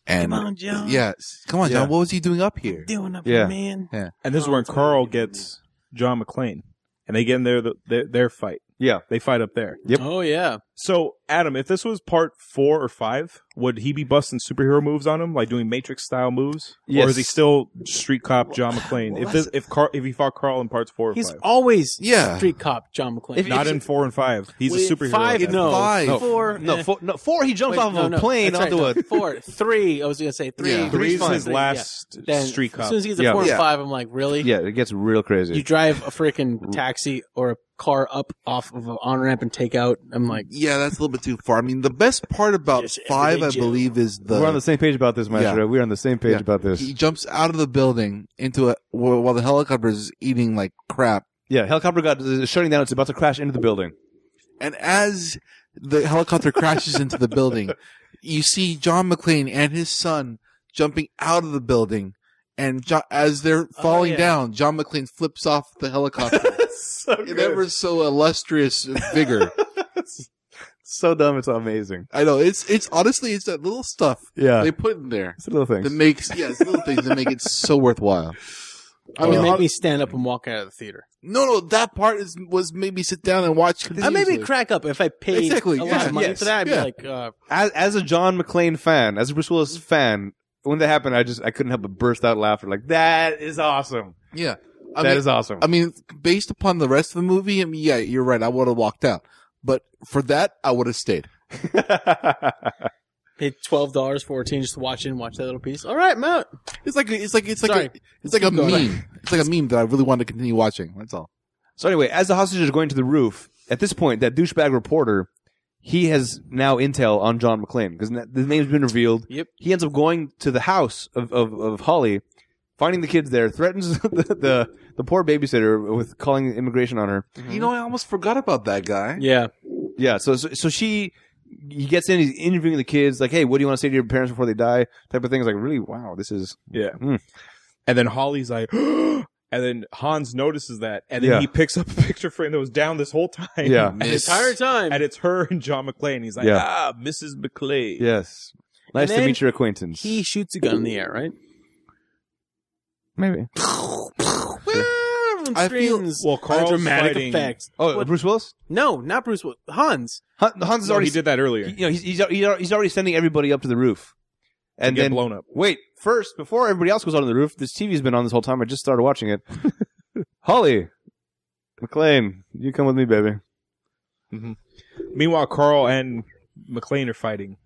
And
Come on, John.
yes, come on,
Yeah.
John. What was he doing up here?
Doing up,
Yeah.
man.
And this is when Carl gets John McClane, and they get in their, their their fight.
Yeah.
they fight up there.
Yep.
Oh, yeah.
So Adam, if this was part four or five, would he be busting superhero moves on him, like doing Matrix style moves,
Yes.
or is he still Street Cop John McClane?
well,
if this, if Carl, if he fought Carl in parts four or
He's
five,
always
Yeah.
street cop John McClane.
If-
not in four and five. He's
Wait,
a superhero.
Five,
at that
no.
point.
Five.
No.
Four,
No,
eh.
four, no, four. He jumps
Wait,
off
no,
of
no,
a plane
that's right,
onto
no,
a.
four, three. I was gonna say three.
Yeah.
Three's
Three's
his
fine.
last
Then
Street
As
Cop.
soon as he gets to
Yeah.
four and
Yeah.
five, I'm like, really?
Yeah, it gets real crazy.
You drive a freaking taxi or a car up off of an on ramp and take out. I'm like,
Yeah, that's a little bit too far. I mean, the best part about
Just
five,
everyday
I
Joe.
believe, is the,
We're on the same page about this, Maestro.
Yeah.
We're on the same page
Yeah.
about this.
he jumps out of the building into a wh- while the helicopter is eating like crap,
Yeah, helicopter got is shutting down. It's about to crash into the building.
and as the helicopter crashes into the building, you see John McClane and his son jumping out of the building, and jo- as they're falling
yeah.
down, John McClane flips off the helicopter.
so
Never so illustrious vigor.
so dumb. It's amazing.
I know it's it's honestly it's that little stuff
Yeah,
they put in there
it's a little thing.
that makes yes little things that make it so worthwhile.
I mean,
mean,
make
I'll-
me stand up and walk out of the theater.
No, no, that part is was made me sit down and watch.
I made me
continuously.
crack up if I paid
Exactly,
a lot
yeah,
of money
yes,
for that. I'd
yeah.
be like, uh,
as as a John McClane fan, as a Bruce Willis fan, when that happened, I just I couldn't help but burst out laughing. Like that is awesome.
Yeah,
That
I
is
mean,
awesome.
I mean, based upon the rest of the movie, I mean, yeah, you're right. I would have walked out, but for that, I would have stayed.
paid twelve dollars fourteen just to watch it and watch that little piece. All right, Mount.
It's like it's like it's like
Sorry.
a, it's like a
Go ahead.
meme. It's like a meme that I really wanted to continue watching. That's all.
so anyway, as the hostages are going to the roof, at this point, that douchebag reporter, he has now intel on John McClane because the name's been revealed.
Yep.
He ends up going to the house of of, of Holly, finding the kids there, threatens the, the the poor babysitter with calling immigration on her.
You know, I almost forgot about that guy.
Mm-hmm. Yeah,
Yeah. So so, so she he gets in. He's interviewing the kids. Like, hey, what do you want to say to your parents before they die? Type of thing. It's like, really, wow, this is
Yeah.
Hmm.
And then Holly's like, and then Hans notices that, and then
Yeah.
he picks up a picture frame that was down this whole time.
Yeah.
and
the
it's,
entire time.
and it's her and John McClane. He's like,
Yeah.
ah, Mrs. McClane.
yes. Nice to
then
meet your acquaintance.
he shoots a gun in the air, right?
Maybe.
Everyone
I feel-
screams.
Well, Carl's
dramatic
fighting-
effects.
Oh,
What-
Bruce Willis.
No, not Bruce. Will- Hans.
Han, Hans is
No,
already.
he did that earlier.
You know, he's he's al- he's al- he's already sending everybody up to the roof, and
get
then
blown up.
wait. First, before everybody else goes on the roof, this TV's been on this whole time. I just started watching it. Holly, McLean, you come with me, baby.
Meanwhile, Carl and McClane are fighting.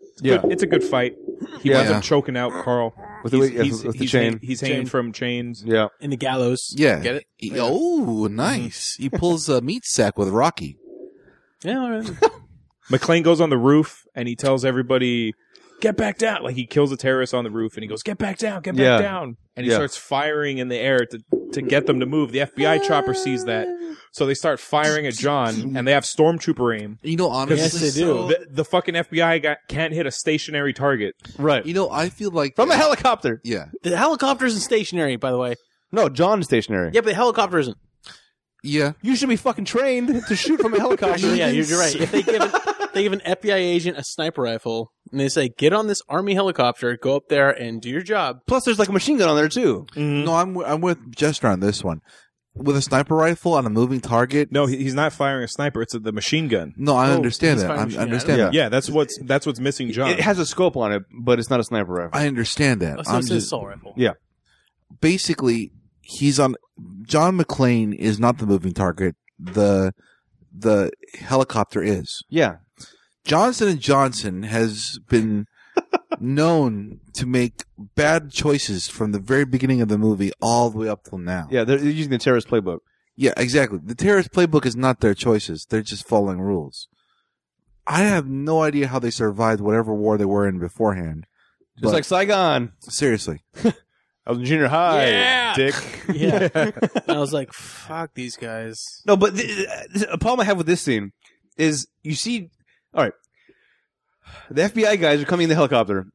It's
Yeah.
good, it's a good fight. He ends
Yeah.
up choking out Carl.
With the,
he's,
yeah,
he's-
with the
he's
chain.
hang- he's hanging
Chain.
from chains.
yeah.
in the gallows.
Yeah.
Get it? Mm-hmm.
He- Oh, nice. he pulls a meat sack with Rocky.
Yeah, all right.
McClane goes on the roof and he tells everybody, "Get back down!" Like he kills a terrorist on the roof and he goes, "Get back down! Get back
Yeah.
down!" And he
Yeah.
starts firing in the air to to get them to move. The FBI chopper sees that, so they start firing at John and they have stormtrooper aim.
You know, honestly,
Yes, they do.
so-
The, the fucking FBI guy can't hit a stationary target.
Right.
you know, I feel like
From a helicopter.
yeah,
The helicopter isn't stationary, by the way.
No, John is stationary.
Yeah, but the helicopter isn't.
yeah.
You should be fucking trained to shoot from a helicopter.
yeah, you're, you're right. If they give an, they give an FBI agent a sniper rifle and they say, "Get on this army helicopter, go up there and do your job,"
Plus, there's like a machine gun on there too.
No,
Mm-hmm.
No,
I'm wi- I'm with Jester on this one. With a sniper rifle on a moving target.
no, he- he's not firing a sniper. It's a, the machine gun.
No, I
Oh,
understand
he's
that.
firing
I
machine.
understand
Yeah.
that.
Yeah, that's what's that's what's missing, John.
It has a scope on it, but it's not a sniper rifle.
I understand that.
that's
I'm
an
just,
assault rifle.
Yeah.
basically he's on John McClane is not the moving target. The the helicopter is.
Yeah,
Johnson and Johnson has been known to make bad choices from the very beginning of the movie all the way up till now.
yeah. They're they're using the terrorist playbook.
Yeah, exactly. The terrorist playbook is not their choices. They're just following rules. I have no idea how they survived whatever war they were in beforehand.
Just like Saigon.
Seriously.
I was in junior high.
Yeah.
Dick.
Yeah. and I was like, "Fuck these guys."
No, but th- th- a problem I have with this scene is you see, all right, the FBI guys are coming in the helicopter,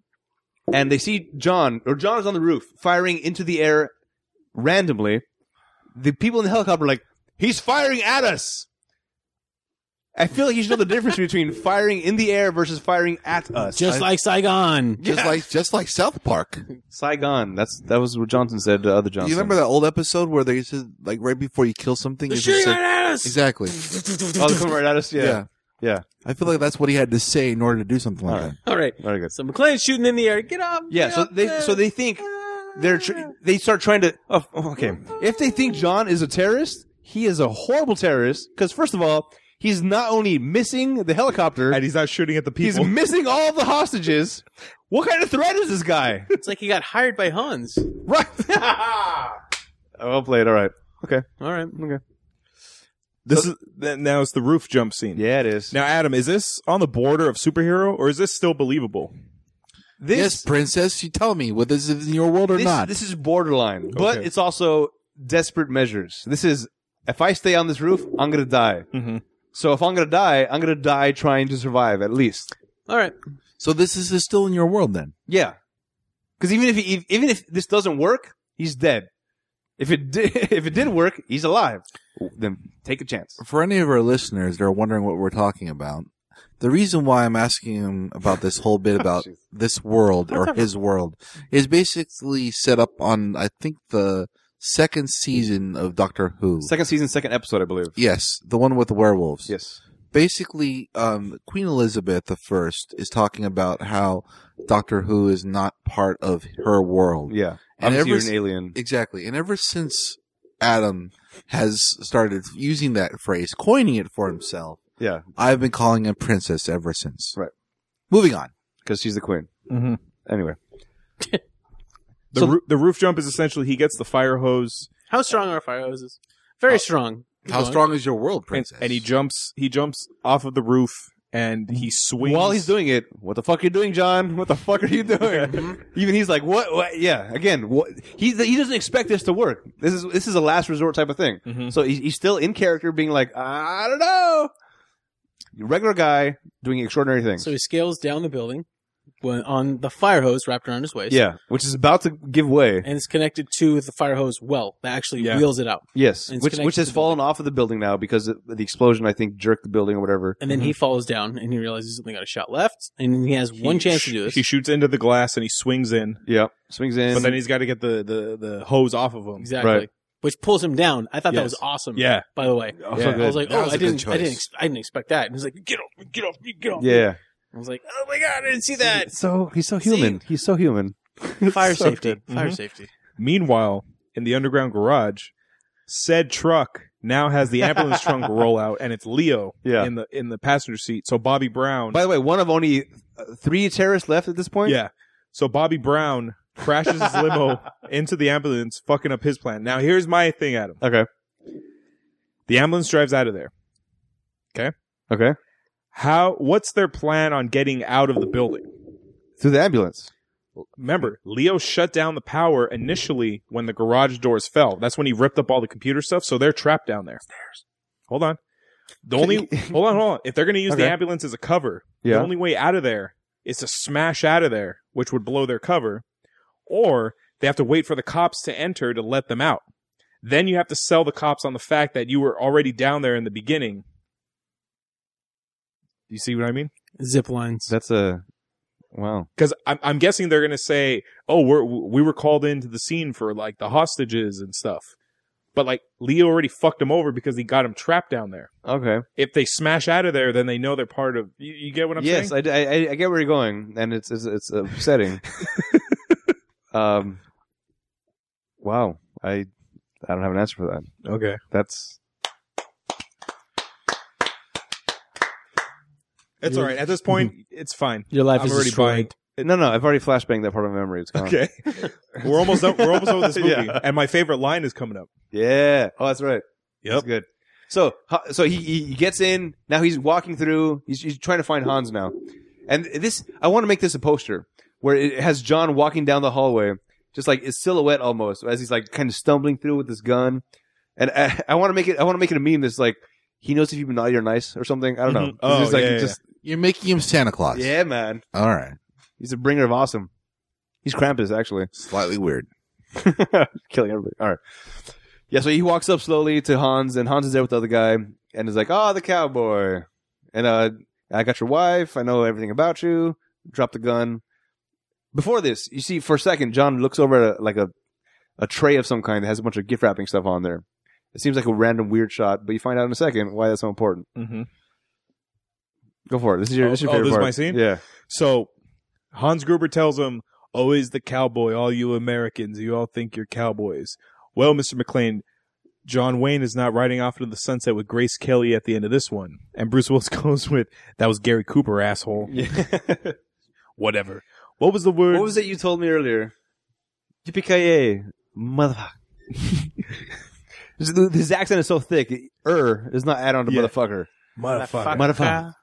and they see John or John is on the roof firing into the air randomly. The people in the helicopter are like, "He's firing at us." I feel like you should know the difference between firing in the air versus firing at us.
Just like Saigon.
Just like just like South Park.
Saigon. That's that was what Johnson said to other Johnson.
You remember that old episode where they said like right before you kill something you just say,
at us.
Exactly.
Oh, they're coming right at us. Yeah.
Yeah.
Yeah.
I feel like that's what he had to say in order to do something like
All right.
that.
All right.
Very good.
So McLean's shooting in the air. Get up.
Yeah.
get
So
up
they
there.
so they think they're tr- they start trying to. Oh, okay. If they think John is a terrorist, he is a horrible terrorist. Because first of all, he's not only missing the helicopter,
and he's not shooting at the
he's
people.
missing all the hostages. What kind of threat is this guy?
It's like he got hired by Hans.
right. well played. All right. Okay.
All right.
Okay.
this is th- now it's the roof jump scene.
Yeah, it is.
Now, Adam, is this on the border of superhero, or is this still believable?
this
yes, princess, you tell me whether this is in your world or
this,
not.
this is borderline, but
Okay.
it's also desperate measures. This is if I stay on this roof, I'm gonna die.
Mhm.
So if I'm gonna die, I'm gonna die trying to survive at least.
All right.
so this is, is still in your world then.
Yeah, because even if he, even if this doesn't work, he's dead. If it did, if it did work, he's alive. Then take a chance.
For any of our listeners that are wondering what we're talking about, the reason why I'm asking him about this whole bit about this world or his world is basically set up on I think the second season of Doctor Who.
Second season, second episode, I believe.
yes, the one with the werewolves.
Yes.
basically um, Queen Elizabeth the First is talking about how Doctor Who is not part of her world.
Yeah.
And
Obviously,
ever
you're an alien.
Exactly, and ever since Adam has started using that phrase, coining it for himself,
Yeah.
I've been calling him princess ever since.
Right.
Moving on.
Because she's the queen.
Mm-hmm.
Anyway.
The, roo- the roof jump is essentially he gets the fire hose
How strong are fire hoses? Very strong.
How strong is your world,
and,
princess?
and he jumps he jumps off of the roof and he swings
While he's doing it, what the fuck are you doing, John? What the fuck are you doing? Even he's like, what? what? Yeah. Again, what? He he doesn't expect this to work. This is this is a last resort type of thing.
Mhm.
So he's, he's still in character, being like, I don't know. Regular guy doing extraordinary things.
So he scales down the building when, on the fire hose wrapped around his waist.
yeah, which is about to give way.
And it's connected to the fire hose well that actually
Yeah.
wheels it out.
Yes,
And it's
which
connected
which has
to the
fallen off of the building now because of the explosion I think jerked the building or whatever.
And then he falls down and he realizes he's only got a shot left and he has
He
one chance
sh-
to do this.
He shoots into the glass and he swings in,
Mm-hmm. Yeah, swings in.
but then he's got to get the, the the hose off of him.
exactly.
Right.
Which pulls him down. I thought that
Yes.
was awesome.
Yeah,
By the way,
Oh,
Yeah.
so
I
good.
was like,
That
oh,
was
I
a good
didn't, I didn't,
choice.
ex- I didn't expect that. And he's like, get off me, get off me, get off me.
yeah,
I was like, oh my god, I didn't see that.
so he's so human. He's so human.
Fire
So
safety,
good. Mm-hmm.
fire
Mhm.
safety.
Meanwhile, in the underground garage, said truck now has the ambulance trunk roll out, and it's Leo
Yeah.
in the in the passenger seat. So Bobby Brown,
By the way, one of only uh, three terrorists left at this point.
yeah. So Bobby Brown crashes his limo into the ambulance, fucking up his plan. Now here's my thing, Adam.
Okay.
The ambulance drives out of there.
Okay.
How? What's their plan on getting out of the building?
Through the ambulance.
Remember, Leo shut down the power initially when the garage doors fell. That's when he ripped up all the computer stuff, so they're trapped down there. Hold on. The only hold on, hold on. If they're going to use the
Okay.
ambulance as a cover,
Yeah.
the only way out of there is to smash out of there, which would blow their cover, or they have to wait for the cops to enter to let them out. Then you have to sell the cops on the fact that you were already down there in the beginning. You see what I mean?
Zip lines.
That's a wow.
because I'm, I'm guessing they're going to say, "Oh, we're we were called into the scene for like the hostages and stuff," but like Leo already fucked him over because he got him trapped down there.
Okay.
If they smash out of there, then they know they're part of. You, you get what I'm
yes,
saying?
I, I I get where you're going, and it's it's, it's upsetting. um. Wow. I I don't have an answer for that.
okay.
That's
It's all right. At this point, it's fine.
Your life
I'm
is
already
destroyed.
no no. I've already flashbanged that part of my memory. It's gone.
Okay. we're almost done. We're almost done with this movie,
Yeah.
and my favorite line is coming up.
Yeah. Oh, that's right.
Yep.
That's good. So, Ha- so he, he he gets in. Now he's walking through. He's, he's trying to find Hans now. And this, I want to make this a poster where it has John walking down the hallway, just like his silhouette almost, as he's like kind of stumbling through with his gun. And I, I want to make it. I want to make it a meme that's like he knows if you've been naughty or nice or something. I don't know.
Mhm. Oh,
It's like
yeah, yeah,
just-
You're making him Santa Claus.
yeah, man.
All right.
He's a bringer of awesome. He's Krampus actually.
Slightly weird.
killing everybody. All right. Yeah, so he walks up slowly to Hans, and Hans is there with the other guy, and is like, "Ah, the cowboy." And uh, I got your wife. I know everything about you. Drop the gun. Before this, you see, for a second, John looks over at a, like a a tray of some kind that has a bunch of gift wrapping stuff on there. It seems like a random weird shot, but you find out in a second why that's so important.
Mm-hmm.
Go for it. This is your, this is your
Oh, oh,
favorite
this is
part.
my scene?
Yeah.
So Hans Gruber tells him, always the cowboy, all you Americans, you all think you're cowboys. Well, Mr. McLean, John Wayne is not riding off into the sunset with Grace Kelly at the end of this one. And Bruce Willis goes with, that was Gary Cooper, asshole.
yeah.
Whatever. What was the word?
what was it you told me earlier? Yippee motherfucker. the, his accent is so thick. Er is not add on to
Yeah.
motherfucker.
Motherfucker.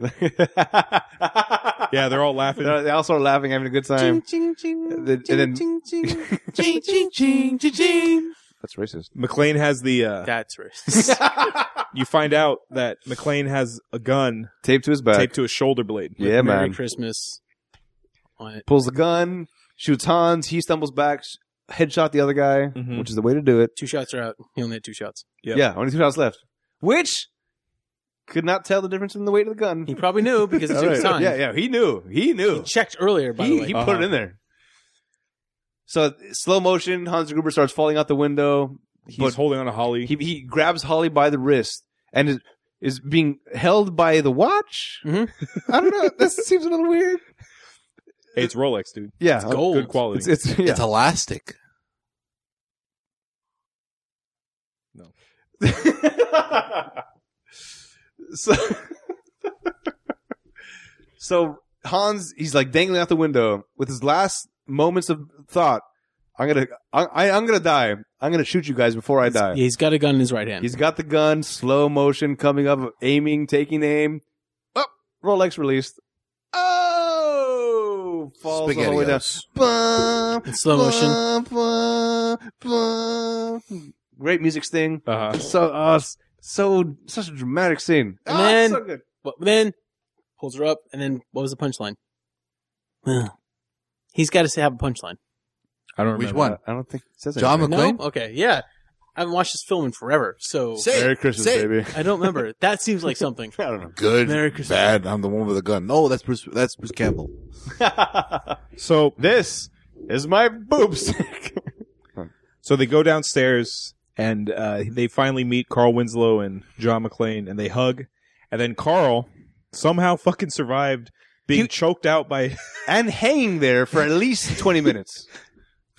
Motherfucker.
Yeah, they're all laughing.
They all start laughing, having a good time. Uh,
Ching, ching,
And then- and
ching, ching, ching.
Ching, ching, ching, ching, ching.
That's racist.
McLean has the, uh,
That's racist.
you find out that McLean has a gun
Taped to his back.
taped to his shoulder blade.
Yeah,
Merry
man.
Christmas. On it.
Pulls the gun, shoots Hans. He stumbles back, sh- headshot the other guy,
Mhm.
which is the way to do it.
Two shots are out. He only had two shots.
Yep.
Yeah, only two shots left. Which could not tell the difference in the weight of the gun.
He probably knew because it took
All right.
time.
Yeah, yeah, he knew. He knew. Uh-huh.
Checked earlier, by
he
the way.
he put it in there. So slow motion, Hans Gruber starts falling out the window.
He's
But-
holding on to Holly.
He he grabs Holly by the wrist and is is being held by the watch.
Mhm.
I don't know. That seems a little weird.
Hey, it's Rolex, dude.
Yeah,
It's gold.
Good quality.
It's, it's yeah.
It's elastic.
so, so Hans, he's like dangling out the window with his last moments of thought. I'm gonna, I, I, I'm gonna die. I'm gonna shoot you guys before I die.
Yeah, he's got a gun in his right hand.
He's got the gun, slow motion coming up, aiming, taking the aim. Oh, Rolex released. Oh, falls all the way down.
Spaghettios.
Bum,
in slow motion.
bum, bum, bum. Great music sting.
Uh-huh.
So uh, s- so such a dramatic scene.
And
Ah,
then-
so good.
But then pulls her up, and then what was the punchline? Well, he's got to have a punchline.
I don't remember.
Which one?
I don't think it says
John
anything.
McClane?
No, okay, yeah. I haven't watched this film in forever, so
Say
Merry
it.
Christmas,
Say it.
baby.
I don't remember. That seems like something.
I don't know.
Good.
Merry Christmas.
Bad. I'm the one with the gun. No, that's Bruce. That's Bruce Campbell.
So
this is my boobs.
so they go downstairs and uh, they finally meet Carl Winslow and John McClane and they hug. And then Carl somehow fucking survived being
He-
choked out by
and hanging there for at least twenty minutes.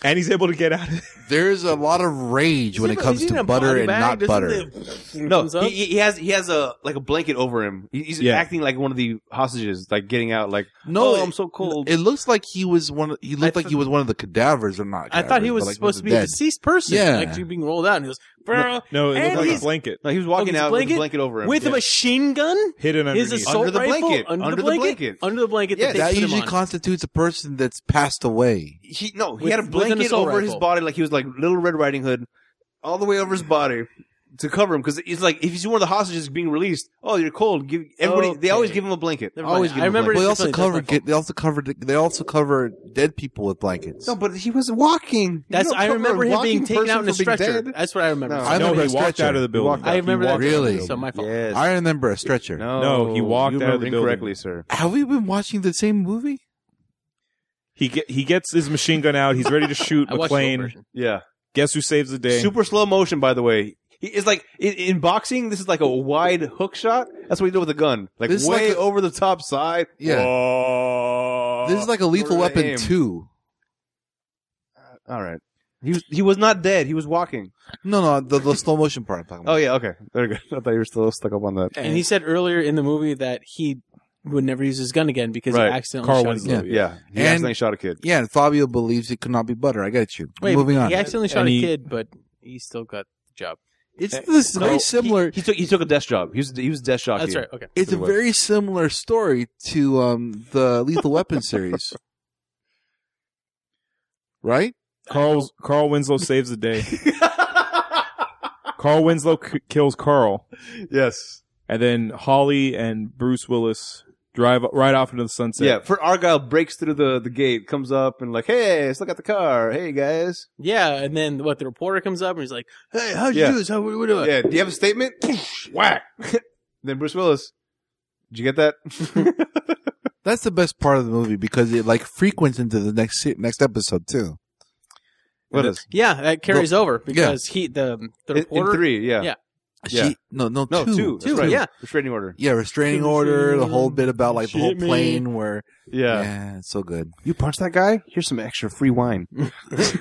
and he's able to get out of it.
There's a lot of rage when it comes to butter and not butter.
No, he, he- he has he has a like a blanket over him. He- He's
Yeah.
acting like one of the hostages, like getting out. Like
No,
oh, I'm so cold.
it looks like he was one. Of, he looked
I
like he was one of the cadavers or not.
I thought he
cadavers,
was
but like
supposed to be a
dead.
deceased person,
Yeah.
actually being rolled out. And he goes, bro,
No,
And
it looked like a
he's-
blanket
no, he was walking
his
out with a
blanket
blanket over him
with a
Yeah.
machine gun,
hidden
his
underneath.
assault
Under the
rifle,
blanket.
under,
Under
the
the
blanket,
blanket.
under the blanket.
Yes.
that,
That
they put him
usually
on.
constitutes a person that's passed away.
he no, he
With-
had a
with an
blanket
assault
over his
rifle.
body, like he was like Little Red Riding Hood, all the way over his body to cover him. Because it's like if he's one of the hostages being released, oh, you're cold. Give everybody. They always
Okay.
give him a blanket.
Never mind.
always. Give
I
him
remember
A blanket.
Well, they
it's
also
definitely-
covered.
that's my fault.
They also covered. They also cover dead people with blankets.
No, but he was walking. You
That's
don't
I
cover a
remember him
walking
being taken
person
out in a
from being
stretcher.
dead.
That's what I remember.
No.
I know he
remember a
walked
stretcher.
out of the building.
walked
I
He
remember that.
walked-
Really?
So my fault.
Yes.
I remember a stretcher.
No, he walked
you
out of
remember
the building.
incorrectly, sir.
Have we been watching the same movie?
He get he gets his machine gun out. He's ready to shoot
I watched the old
McClane.
version.
Yeah.
Guess who saves the day?
Super slow motion, by the way. He- It's like in, in boxing. This is like a wide hook shot. That's what he did with a gun, like
This is
way
like a-
over the top side.
Yeah.
Oh.
this is like a Lethal
order to
Weapon
aim.
two.
All right, he was he was not dead. He was walking.
No, no, the, the slow motion part. I'm talking
Oh
about.
yeah, okay, very good. I thought you were still stuck up on that.
And he said earlier in the movie that he would never use his gun again because
Right.
he accidentally
Carl
shot a
Winslow.
kid.
Oh, Yeah, he
And-
accidentally shot a kid.
yeah, and Fabio believes it could not be butter. I get you.
Wait,
Moving on.
He accidentally shot
And
a
he-
kid, but he still got the job.
It's this
No,
very similar.
He, he took he took a desk job. He was he was a desk jockey.
That's right. Okay.
it's a
Lethal
very similar story to um, the Lethal Weapon series, right?
Carl Carl Winslow saves the day. Carl Winslow c- kills Carl,
yes.
and then Holly and Bruce Willis drive right off into the sunset.
Yeah. For Argyle breaks through the, the gate, comes up and like, hey, let's look at the car. Hey guys.
Yeah, and then what? The reporter comes up and he's like, "Hey, how'd you
Yeah.
do this? How we we doing?"
Yeah. Do you have a statement? Whack. then Bruce Willis. Did you get that?
That's the best part of the movie because it like frequents into the next se- next episode too.
what is
Yeah, that carries over because he the the
in, in
reporter.
three? Yeah.
Yeah.
Yeah.
She, no, no,
No
two.
two. That's
Two,
right.
yeah.
Restraining order.
Yeah, restraining
Shit
order, the
me.
whole bit about like the whole
Shit me.
plane where
Yeah.
yeah, it's so good.
You punch that guy. Here's some extra free wine.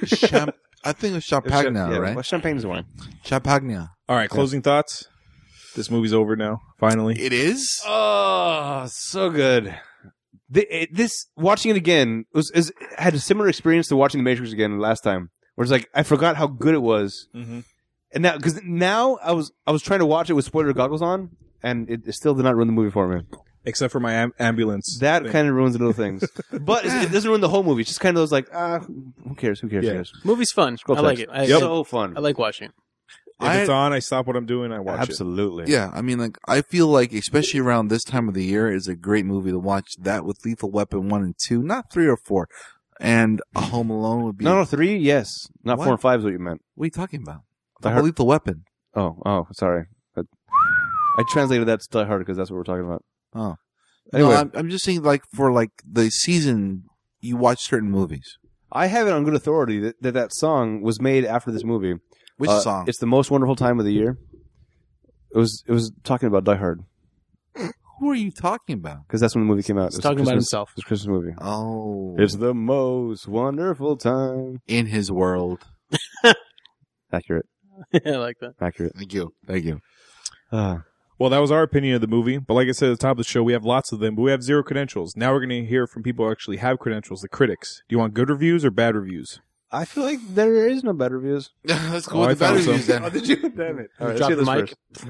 Champ- I think it's Champagne,
Yeah,
right?
well, Champagne's wine.
Champagne.
All right. Closing thoughts. This movie's over now. Finally.
It is.
Oh, so good. The, it, this watching it again was is, had a similar experience to watching The Matrix again last time, where it's like I forgot how good it was,
Mhm.
and now because now I was I was trying to watch it with spoiler goggles on, and it, it still did not ruin the movie for me.
Except for my am- ambulance.
That
thing.
kind of ruins little things, but it's, it doesn't ruin the whole movie. It's just kind of those like ah, who cares? Who cares?
Yeah.
Who cares?
Movie's fun.
Scroll
I like it.
text.
I, so-
So fun.
I like watching. it.
If
I-
it's on, I stop what I'm doing. I watch
Absolutely.
Yeah, I mean, like I feel like especially around this time of the year is a great movie to watch. That with Lethal Weapon one and two, not three or four, and Home Alone would be.
No, no, three. Yes, not
What?
four and five is what you meant.
what are you talking about?
I
I
heard-
Lethal Weapon.
Oh, oh, sorry. But I translated that to Die Hard because that's what we're talking about.
Oh.
Anyway,
No, I'm, I'm just saying, like for like the season, you watch certain movies.
I have it on good authority that that, that song was made after this movie.
Which
Uh,
song?
It's the most wonderful time of the year. It was it was talking about Die Hard
Who are you talking about?
because that's when the movie came out.
He's
It was
talking about
Christmas-
himself.
It was a Christmas movie.
Oh,
It's the most wonderful time.
in his world.
Accurate,
I like that.
accurate.
Thank you. Thank you.
Ah.
Well, that was our opinion of the movie. But like I said at the top of the show, we have lots of them, but we have zero credentials. Now we're going to hear from people who actually have credentials, the critics. Do you want good reviews or bad reviews?
I feel like there is no bad reviews.
Let's go
Oh, I
with the
found
better
some.
news then.
did you? Damn it! All right,
Drop
let's
the
hear
mic.
this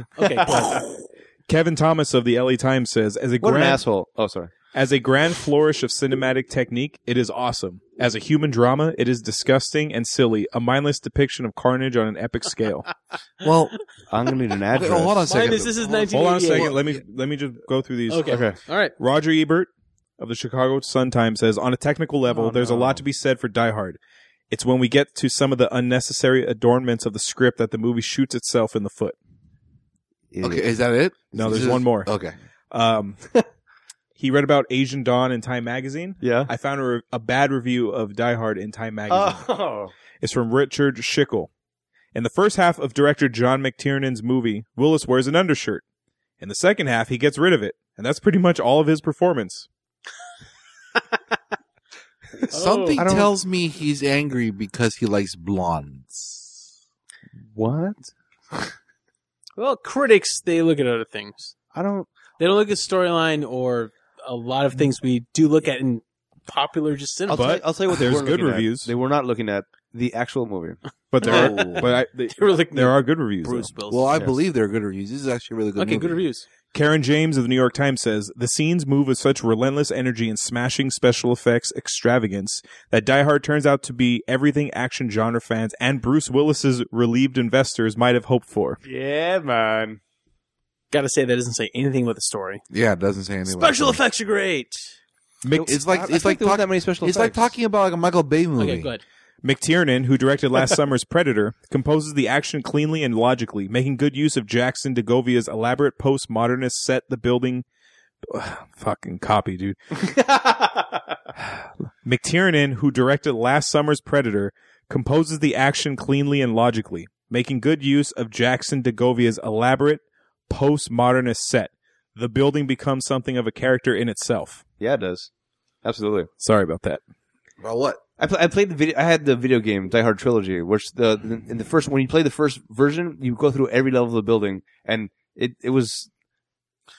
Okay.
Kevin Thomas of the LA Times says, as a
What an
grand
asshole! Oh, sorry.
As a grand flourish of cinematic technique, it is awesome. As a human drama, it is disgusting and silly, a mindless depiction of carnage on an epic scale.
Well,
I'm gonna need an address.
wait, oh, hold on a
Mine
second.
is, this is
Hold on a
1988.
second, let me let me just go through these.
Okay.
Okay.
All right.
Roger Ebert of the Chicago Sun Times says, on a technical level,
Oh,
there's a
no.
lot to be said for Die Hard. It's when we get to some of the unnecessary adornments of the script that the movie shoots itself in the foot.
Idiot.
okay, is that it?
No,
This
there's
is-
one more.
Okay.
Um, he read about Asian Dawn in Time Magazine.
Yeah.
I found a, re- a bad review of Die Hard in Time Magazine.
Oh.
is from Richard Schickel. In the first half of director John McTiernan's movie, Willis wears an undershirt. In the second half, he gets rid of it, and that's pretty much all of his performance.
Oh,
Something
I don't-
tells me he's angry because he likes blondes.
What?
Well, critics they look at other things.
I don't.
They don't look at storyline or a lot of things we do look at in popular just cinema.
I'll,
But
tell, you- I'll tell you what. they
there's
weren't
good
looking at.
reviews.
They were not looking at the actual movie.
But there, are,
Oh.
but I, they,
They were looking
there
at
are good reviews. though.
Bruce Willis.
Well, I
Yes.
believe they're good reviews. This is actually a really good.
okay,
movie.
good reviews.
Karen James of the New York Times says the scenes move with such relentless energy and smashing special effects extravagance that Die Hard turns out to be everything action genre fans and Bruce Willis's relieved investors might have hoped for.
Yeah, man.
Got to say that doesn't say anything about the story.
Yeah, it doesn't say anything. about
Special
that.
effects are great.
Mc-
It's like it's like
there weren't
talk,
that many special
it's like
effects.
talking about like a Michael Bay movie.
Okay, good.
McTiernan, who directed last summer's Predator, composes the action cleanly and logically, making good use of Jackson DeGovia's elaborate postmodernist set the building. Ugh, fucking copy, dude. McTiernan, who directed last summer's Predator, composes the action cleanly and logically, making good use of Jackson DeGovia's elaborate postmodernist set. The building becomes something of a character in itself.
Yeah, it does. Absolutely.
Sorry about that.
About what?
I, pl- I played the video. I had the video game Die Hard trilogy, which the in the first when you play the first version, you go through every level of the building, and it it was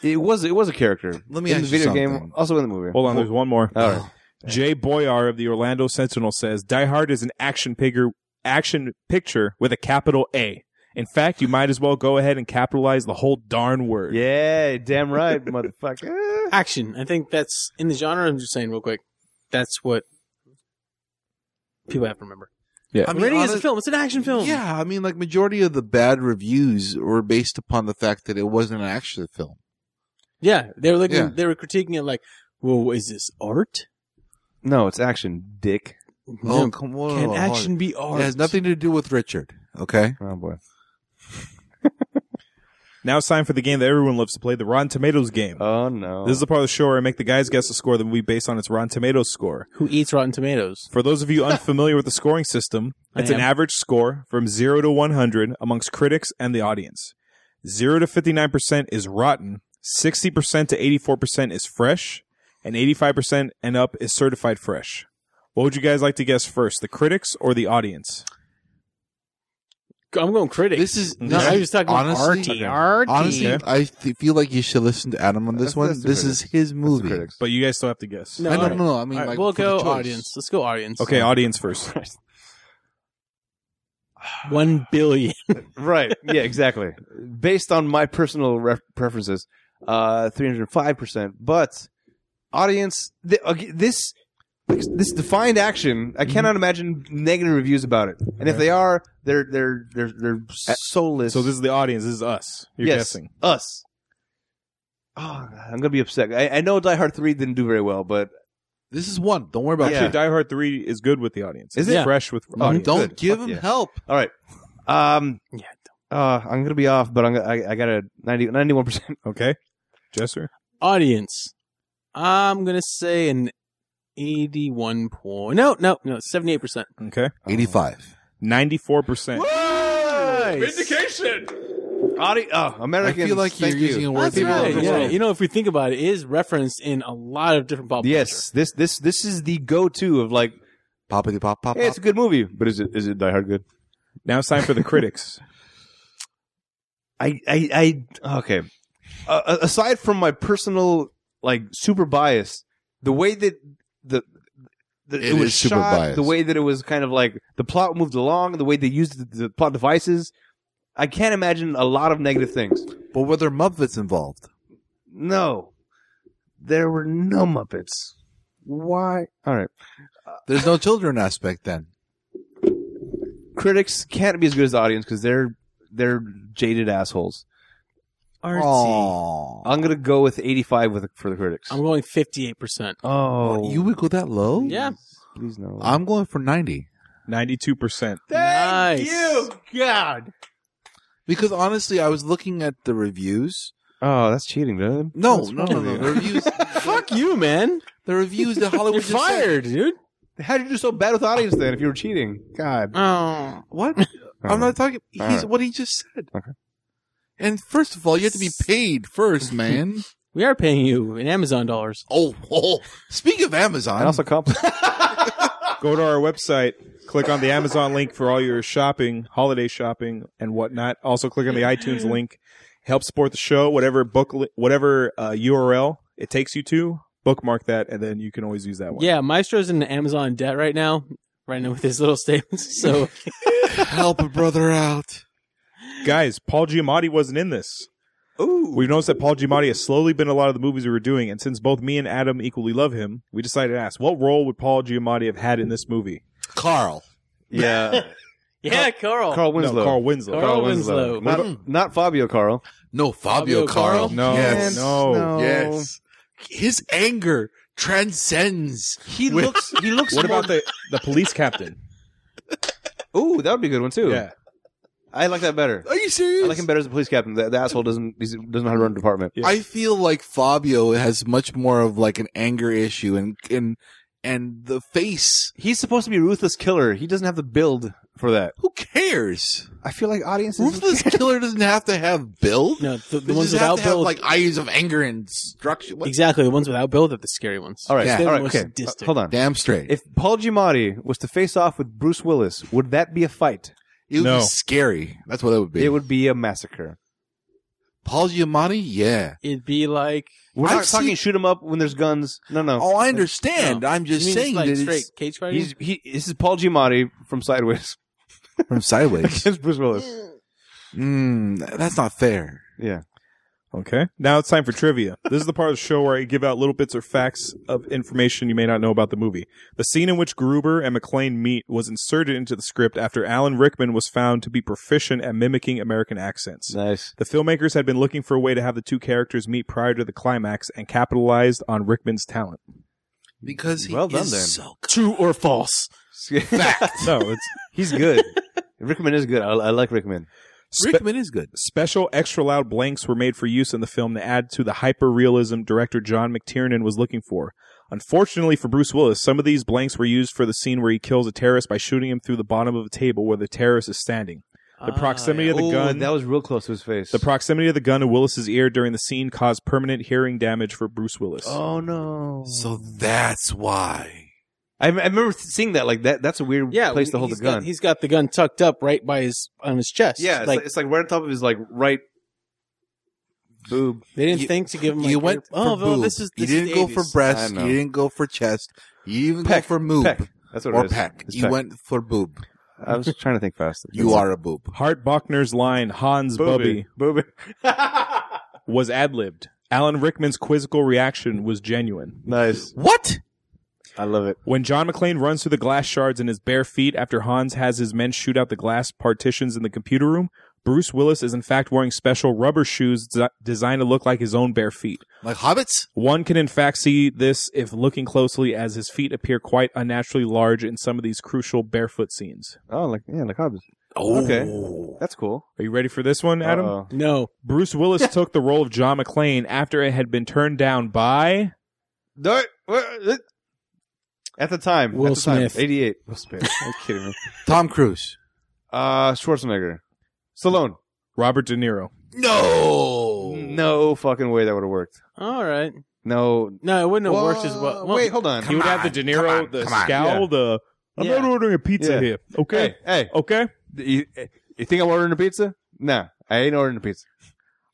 it was it was a character.
Let me
in
ask
the
you
video game,
something.
also in the movie.
Hold on, there's one more.
All right.
Jay Boyar of the Orlando Sentinel says Die Hard is an action figure action picture with a capital A. In fact, you might as well go ahead and capitalize the whole darn word.
Yeah, damn right, motherfucker.
Action. I think that's in the genre. I'm just saying real quick. That's what people have to remember.
I mean,
Rating is a
honest-
film. It's an action film.
Yeah, I mean, like majority of the bad reviews were based upon the fact that it wasn't an action film.
Yeah. They were looking.
Yeah.
They were critiquing it like, "Well, is this art?
No, it's action, dick.
Oh,
No,
come on!
can action be art?
It has nothing to do with Richard. Okay.
Oh boy.
Now it's time for the game that everyone loves to play, the Rotten Tomatoes game.
Oh no.
This is the part of the show where I make the guys guess the score of the movie based on its Rotten Tomatoes score.
Who eats Rotten Tomatoes?
For those of you unfamiliar with the scoring system,
I
it's an
am.
average score from 0 to 100 amongst critics and the audience. 0 to 59% is rotten, 60% to 84% is fresh, and 85% and up is certified fresh. What would you guys like to guess first, the critics or the audience?
I'm going critic.
This is
No,
no, I was talking
honestly,
about arty. Arty.
Honestly, I th- feel like you should listen to Adam on this
That's-
one.
that's the
this
critics.
is his
That's the
movie.
critics.
But you guys still have to guess.
No.
I
All
don't
right.
know. I mean,
All right,
like,
we'll
for the
go
choice.
audience. Let's go audience.
Okay, audience first.
One billion.
right. Yeah, exactly. Based on my personal ref- preferences, uh, 305%. But audience, th- okay, this this defined action,
Mm-hmm.
I cannot imagine negative reviews about it. And if they are, they're they're they're they're soulless.
So this is the audience, this is us. You're
yes,
guessing.
us. Oh, I'm gonna be upset. I, I know Die Hard three didn't do very well, but
This is one. Don't worry about
Yeah.
Actually, Die Hard 3 is good with the audience.
Is
it's
it?
fresh with
Oh,
it.
audience.
Don't
Good.
give
Fuck
him
yeah.
help.
all right. Um,
Yeah.
uh, I'm gonna be off, but I'm gonna, I, I got a 91 percent.
Okay. Jesser?
Audience. I'm gonna say an 81 point. No, no, no, 78%.
Okay.
85.
94%.
Vindication.
Audi- oh, Americans.
I feel like
thank
you're using a word
That's
people
right.
don't
Yeah.
know.
You know, if we think about it, it is referenced in a lot of different pop
Yes, this this this is the go-to of like,
Poppity pop pop
hey,
pop.
it's a good movie, but is it is it Die Hard good?
Now it's time for the critics.
I I, I okay. Uh, aside from my personal like super bias, the way that the, the it,
It
was
is super
shot,
biased.
the way that it was kind of like the plot moved along, the way they used the, the plot devices, I can't imagine a lot of negative things.
But were there Muppets involved?
No, there were no Muppets. Why? All right,
There's no children aspect then.
critics can't be as good as the audience because they're they're jaded assholes.
Artsy.
Aww.
I'm gonna go with 85 with for the critics.
I'm going 58%.
oh,
You would go that low?
Yeah.
please no.
I'm going for 90.
92%.
Thank nice.
God.
Because honestly, I was looking at the reviews.
Oh, that's cheating, dude.
No,
What's
no,
wrong
no,
with
no.
you?
The reviews,
Fuck you, man.
the reviews that Hollywood
You're
just sent.
fired, dude.
How did you do so bad with the audience then? If you were cheating, God.
Oh.
What? I'm not talking. He's
All right.
what he just said.
Okay.
And first of all, you have to be paid first, man.
We are paying you in Amazon dollars.
oh, oh, speaking of Amazon,
And also comp.
Go to our website, click on the Amazon link for all your shopping, holiday shopping, and whatnot. Also, click on the iTunes link. Help support the show. Whatever book, whatever uh, URL it takes you to, bookmark that, and then you can always use that one.
Yeah, Maestro's in Amazon debt right now, right now with his little statements. So
help a brother out.
guys, Paul Giamatti wasn't in this.
Ooh.
We've noticed that Paul Giamatti has slowly been in a lot of the movies we were doing, and since both me and Adam equally love him, we decided to ask, what role would Paul Giamatti have had in this movie?
Carl.
Yeah.
yeah, Carl.
Carl
No,
Winslow.
Carl Winslow.
Carl Winslow.
Not, not Fabio Carl.
No, Fabio,
Fabio
Carl.
Carl?
No,
Yes.
no.
Yes. His anger transcends.
He
Wait.
looks. He looks.
What
more-
about the, the police captain?
Ooh, that would be a good one too. I like that better.
Are you serious?
I like him better as a police captain. The, the asshole doesn't he's- doesn't know how to run a department.
Yeah.
I feel like Fabio has much more of like an anger issue and and and the face.
He's supposed to be a ruthless killer. He doesn't have the build for that.
Who cares?
I feel like audiences.
Ruthless killer doesn't have to have build.
No, the, the
They
ones
just have
without
to have
build.
like eyes of anger and destruction. What?
exactly, the ones without build are the scary ones.
All right.
Yeah.
They're
All
the
right.
most
Okay.
sadistic.
Uh, hold on.
Damn straight.
If Paul Giamatti was to face off with Bruce Willis, would that be a fight?
It would
No.
be scary. That's what it would be.
It would be a massacre.
Paul Giamatti, yeah.
It'd be like
We're not
I've
talking
seen-
shoot 'em up when there's guns. No, no.
Oh, I understand. I'm just
You mean it's
saying
like
that
straight
it's
cage fighting.
He's he. This is Paul Giamatti from Sideways
from sideways.
against Bruce Willis.
mm, that's not fair.
Yeah.
Okay. Now it's time for trivia. This is the part of the show where I give out little bits or facts of information you may not know about the movie. The scene in which Gruber and McLean meet was inserted into the script after Alan Rickman was found to be proficient at mimicking American accents.
Nice.
The filmmakers had been looking for a way to have the two characters meet prior to the climax and capitalized on Rickman's talent.
Because he
Well done,
is
then.
so good.
True or false?
No, it's
He's good. Rickman is good. I, I like Rickman.
spe-
Rickman is good.
Special extra loud blanks were made for use in the film to add to the hyper realism director John McTiernan was looking for. Unfortunately for Bruce Willis, some of these blanks were used for the scene where he kills a terrorist by shooting him through the bottom of a table where the terrorist is standing.
Ah,
The proximity of the
Oh,
gun,
that was real close to his face.
the proximity of the gun to Willis's ear during the scene caused permanent hearing damage for Bruce Willis.
oh no.
So that's why.
I, I remember seeing that. Like that. That's a weird
yeah,
place to hold the
he's
gun.
Got, he's got the gun tucked up right by his on his chest.
yeah. It's like,
like
it's like right on top of his like right boob.
they didn't
you-
think to give him. Like,
you went
ear- oh,
for
well,
boob.
this is
you
this is
didn't
the
go for
80s.
breast.
I know.
You didn't go for chest. You didn't
Peck.
go for moob
Peck. That's what
or
it is.
peck.
It's
You went for boob.
I was trying to think fast.
You are a boob.
Hart Bachner's line, Hans Bubby,
Booby.
was ad libbed. Alan Rickman's quizzical reaction was genuine.
nice.
What?
I love it.
When John McClane runs through the glass shards in his bare feet after Hans has his men shoot out the glass partitions in the computer room, Bruce Willis is in fact wearing special rubber shoes desi- designed to look like his own bare feet.
Like hobbits?
One can in fact see this if looking closely as his feet appear quite unnaturally large in some of these crucial barefoot scenes.
Oh, like yeah, like Hobbs.
Oh.
Okay. That's cool.
Are you ready for this one, Adam?
Uh-oh.
No,
Bruce Willis took the role of John McClane after it had been turned down by
Don't- what- At the time,
Will
at the time,
Smith.
eighty-eight. Will Smith. Are you kidding me?
Tom Cruise.
Uh, Schwarzenegger, Stallone.
Robert De Niro.
Oh.
No.
No fucking way that would have worked.
All right.
No.
No, it wouldn't have
Whoa,
worked as well. well
Uh, Wait, hold on.
he would have the De Niro, the scowl, the. I'm
Yeah.
not ordering a pizza
Yeah.
here.
Hey,
Okay.
hey.
Okay.
You, you think I'm ordering a pizza? Nah, I ain't ordering a pizza.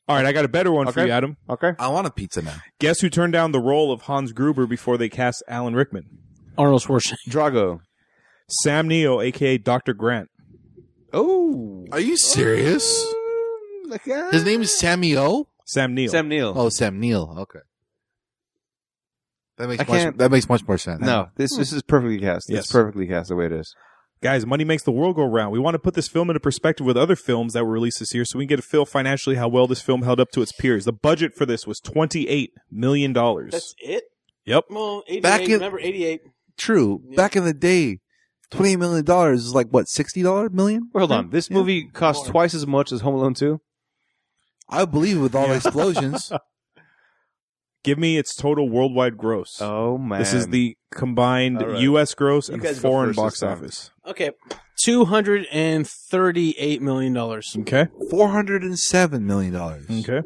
All right. I got a better one for
Okay.
you, Adam.
Okay.
I want a pizza now.
Guess who turned down the role of Hans Gruber before they cast Alan Rickman?
Arnold Schwarzenegger.
Drago.
Sam Neill, aka Dr. Grant.
Oh.
Are you serious?
ah.
His name is Sammy O.
Sam Neill.
Sam Neill.
Oh, Sam Neill. Okay. That
I
makes
can't-
much, that makes much more sense.
No, this this is perfectly cast.
Yes.
It's perfectly cast the way it is.
Guys, money makes the world go round. We want to put this film into perspective with other films that were released this year so we can get a feel financially how well this film held up to its peers. The budget for this was $28 million.
it.
Yep.
Well, 88,
Back in-
remember 88.
True.
Yeah.
Back in the day, twenty eight million dollars is like what sixty dollar million?
Well, hold on. This movie cost
More.
twice as much as Home Alone 2.
I believe with all the explosions.
Give me its total worldwide gross.
Oh man.
This is the combined
All right.
U.S. gross
You
and
guys go
foreign
first
box
this time.
office.
Okay. $238 million.
Okay.
Four hundred and seven million dollars.
Okay.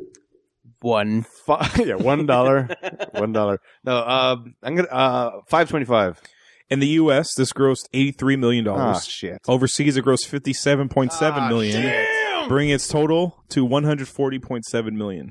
One.
Fi- yeah, one dollar, one dollar. No, uh, I'm gonna uh, five twenty-five.
In the U.S., this grossed $83 million.
Oh shit!
Overseas, it grossed fifty-seven point seven
Ah,
million, bringing its total to one hundred forty point seven million.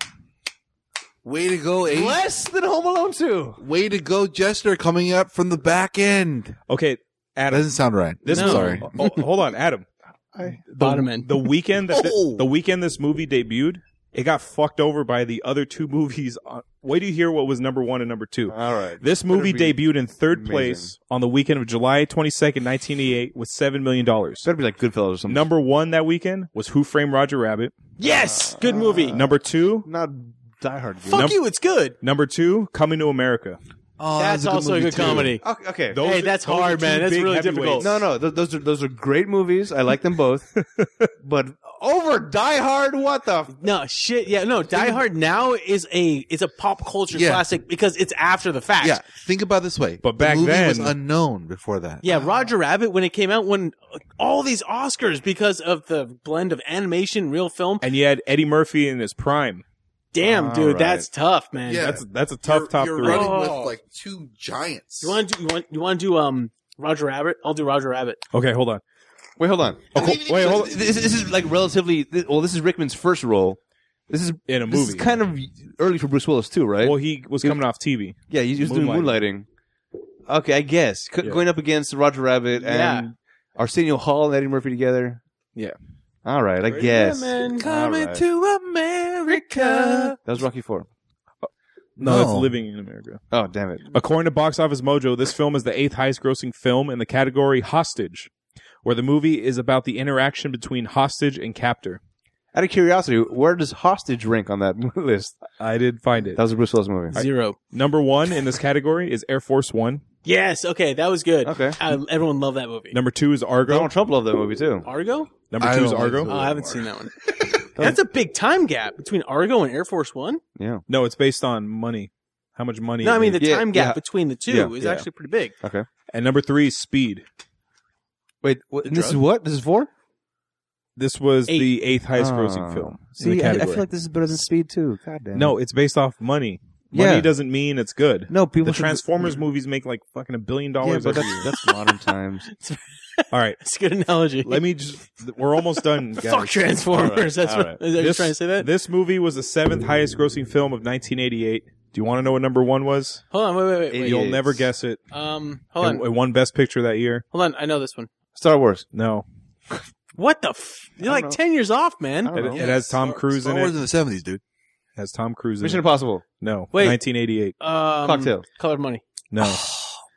Way to go, Ace.
Less than Home Alone Two.
Way to go, Jester coming up from the back end.
Okay,
That
Adam,
doesn't sound right.
this
No.
was
Sorry.
Oh, hold on, Adam. The,
Bottom end.
The weekend that thi-
Oh.
the weekend this movie debuted, it got fucked over by the other two movies. On, wait to hear what was number one and number two.
All right.
This movie
Uh, better be
debuted in third
amazing.
place on the weekend of July twenty second, nineteen eighty eight, with seven million dollars.
Better be like Goodfellas or something.
Number one that weekend was Who Framed Roger Rabbit.
Yes! Good movie.
Number two,
not Die Hard. dude.
Fuck
Num-
you, it's good.
number two, Coming to America.
Oh, that
That's
was
also a
movie
good
too.
comedy.
Okay. okay.
Those
Hey,
are-
that's
those are
hard,
two
man. That's
big
really difficult.
heavyweights.
No, no, th- those are those are great movies. I like them both, but over Die Hard, what the? F-
No shit. Yeah, no. Die Hard now is a is a pop culture
Yeah.
classic because it's after the fact.
Yeah, think about it this way.
But back
the movie
then-
was unknown before that.
Yeah, Roger Rabbit when it came out won all these Oscars because of the blend of animation, real film.
and you had Eddie Murphy in his prime.
Damn,
All
dude,
right.
that's tough, man.
Yeah.
That's that's a tough
You're-
top
you're
three.
running
Oh.
with like two giants.
You want to do you want you want to do um Roger Rabbit? I'll do Roger Rabbit.
Okay, hold on.
Wait, hold on.
Oh, co- wait, hold on.
This, this is like relatively. This, well, this is Rickman's first role. This is
In a
this
movie,
is kind of early for Bruce Willis too, right?
well, he was coming off TV.
Yeah, he was doing
Moonlighting.
moonlighting. Okay, I guess C-
Yeah.
going up against Roger Rabbit and Arsenio Hall and Eddie Murphy together.
Yeah.
All right, I guess.
Yeah, man.
Coming
to America.
That was Rocky Four.
No, that's
No.
Living in America.
Oh damn it!
According to Box Office Mojo, this film is the eighth highest-grossing film in the category Hostage, where the movie is about the interaction between hostage and captor.
Out of curiosity, where does Hostage rank on that list?
I did find it.
That was a Bruce Willis movie.
Zero.
Number one in this category is Air Force One.
Yes. Okay, that was good.
Okay.
I, everyone loved that movie.
Number two is Argo.
Donald Trump loved that movie too.
Argo?
Number
I
two is
don't like
Argo.
that.
Oh, I haven't seen that one. That's a big time gap between Argo and Air Force One.
No, it's based on money. How much money?
No,
it
I mean the
made.
Yeah,
time gap
yeah.
between the two
Yeah,
is
yeah.
actually pretty big.
and number three is Speed.
Wait, what, this is what? This is four?
This was
Eight.
the eighth highest-grossing
Oh.
film. in the
See, I, I
category.
feel like this is better than Speed too. God damn.
No, it's based off money. Money
Yeah.
doesn't mean it's good.
no, people
the
should-
Transformers movies make like fucking a billion
Yeah,
dollars
but
every year.
that's, that's modern times.
All right,
It's a good analogy.
let me just. We're almost done, guys.
Fuck Transformers. That's what, are you
This-
trying to say that?
This movie was the seventh highest grossing film of 1988. Do you want to know what number one was?
Hold on, wait, wait, wait. wait.
Idiot.
You'll never guess it.
Um, hold on,
It, it won Best Picture that year.
hold on. I know this one.
Star Wars.
No,
What the? F- You're like
know.
ten years off,
I
man.
it,
don't know.
it has Tom Cruise
Star
in
Wars
it.
in the seventies, dude.
It Has Tom Cruise in
Mission
it?
Impossible.
No,
Wait.
1988.
Um,
Cocktail.
Colored Money.
No,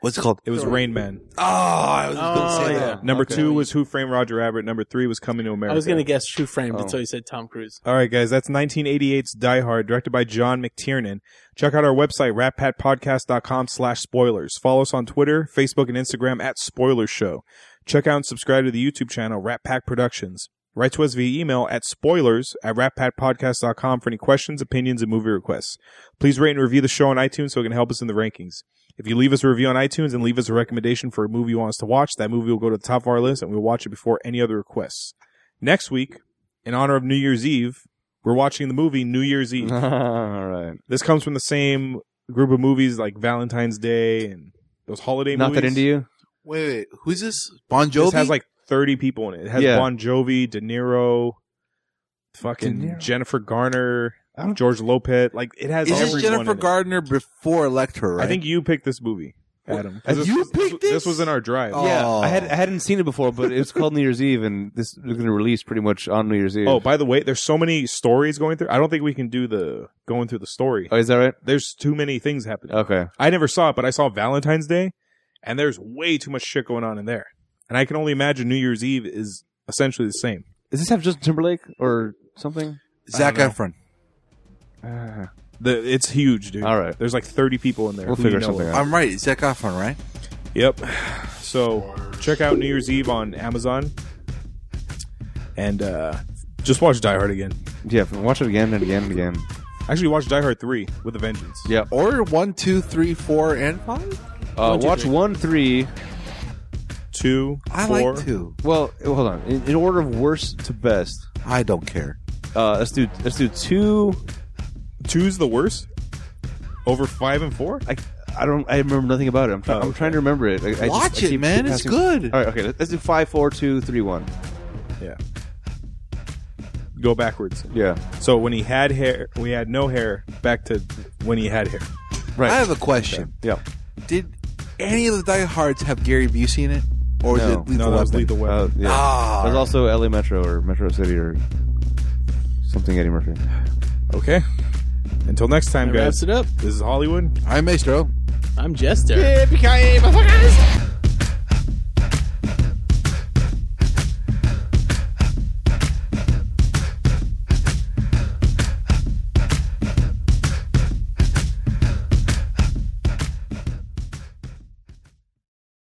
What's it called?
it was Rain Man.
Oh,
Ah,
I was going to
Oh,
say
yeah.
that.
Number
Um, Okay.
two was Who Framed Roger Rabbit. Number three was Coming to America.
I was gonna guess True Framed
Oh.
until you said Tom Cruise.
All right, guys, that's 1988's Die Hard, directed by John McTiernan. Check out our website, ratpatpodcast.com slash spoilers. Follow us on Twitter, Facebook, and Instagram at Spoiler Show. Check out and subscribe to the YouTube channel, Rat Pack Productions. Write to us via email at spoilers at ratpatpodcast.com for any questions, opinions, and movie requests. Please rate and review the show on iTunes so it can help us in the rankings. If you leave us a review on iTunes and leave us a recommendation for a movie you want us to watch, that movie will go to the top of our list and we'll watch it before any other requests. Next week, in honor of New Year's Eve, we're watching the movie New Year's Eve.
All right.
This comes from the same group of movies like Valentine's Day and those holiday
Not
movies.
that into you.
Wait, wait, who's this? Bon Jovi.
This has like 30 people in it. It has
Yeah.
Bon Jovi, De Niro, fucking
De Niro.
Jennifer Garner, George Lopez. Like it has
is
everyone
this Jennifer
in it.
Gardner before Elect Her? Right?
I think you picked this movie, Adam. 'Cause
You
was-
picked
this?
this?
was in our drive.
Oh.
Yeah, I had I hadn't seen it before, but it's called New Year's Eve, and this is going to release pretty much on New Year's Eve.
Oh, by the way, there's so many stories going through. I don't think we can do the going through the story.
oh is that right?
There's too many things happening.
Okay.
I never saw it, but I saw Valentine's Day, and there's way too much shit going on in there. And I can only imagine New Year's Eve is essentially the same.
Does this have Justin Timberlake or something?
Zach Efron. Ah.
Uh,
The it's huge, dude.
All right.
there's like 30 people in there.
we'll
who you
figure
know
something
of.
out.
I'm right. It's Zac Efron, right?
Yep. So check out New Year's Eve on Amazon, and uh, just watch Die Hard again.
Yeah, watch it again and again and again.
Actually, watch Die Hard three with a vengeance.
Yeah.
Or one, two, three, four, and five.
Uh, watch one, three.
Two,
I
four.
like two.
Well, hold on. In, in order of worst to best,
I don't care.
uh, let's do let's do two.
Two's the worst. Over five and four.
I, I don't. I remember nothing about it. I'm, try-
Oh,
I'm trying to remember it. I, I just- I
Watch it,
keep
man. It's
passing-
good.
All right. Okay. Let's do five, four, two, three, one.
Yeah. Go backwards.
Yeah.
So when he had hair, we had no hair. Back to when he had hair.
Right.
I have a question.
yeah.
Did any of the Die Hards have Gary Busey in it, or
No.
is it Lethal
No, that was
Weapon?
lethal weapon.
Uh, yeah.
Ah,
There's also LA Metro or Metro City or something. Eddie Murphy.
okay. Until next time,
That wraps
guys.
it up.
This is Hollywood.
I'm Maestro.
I'm Jester.
Yippee-ki-yay, motherfuckers!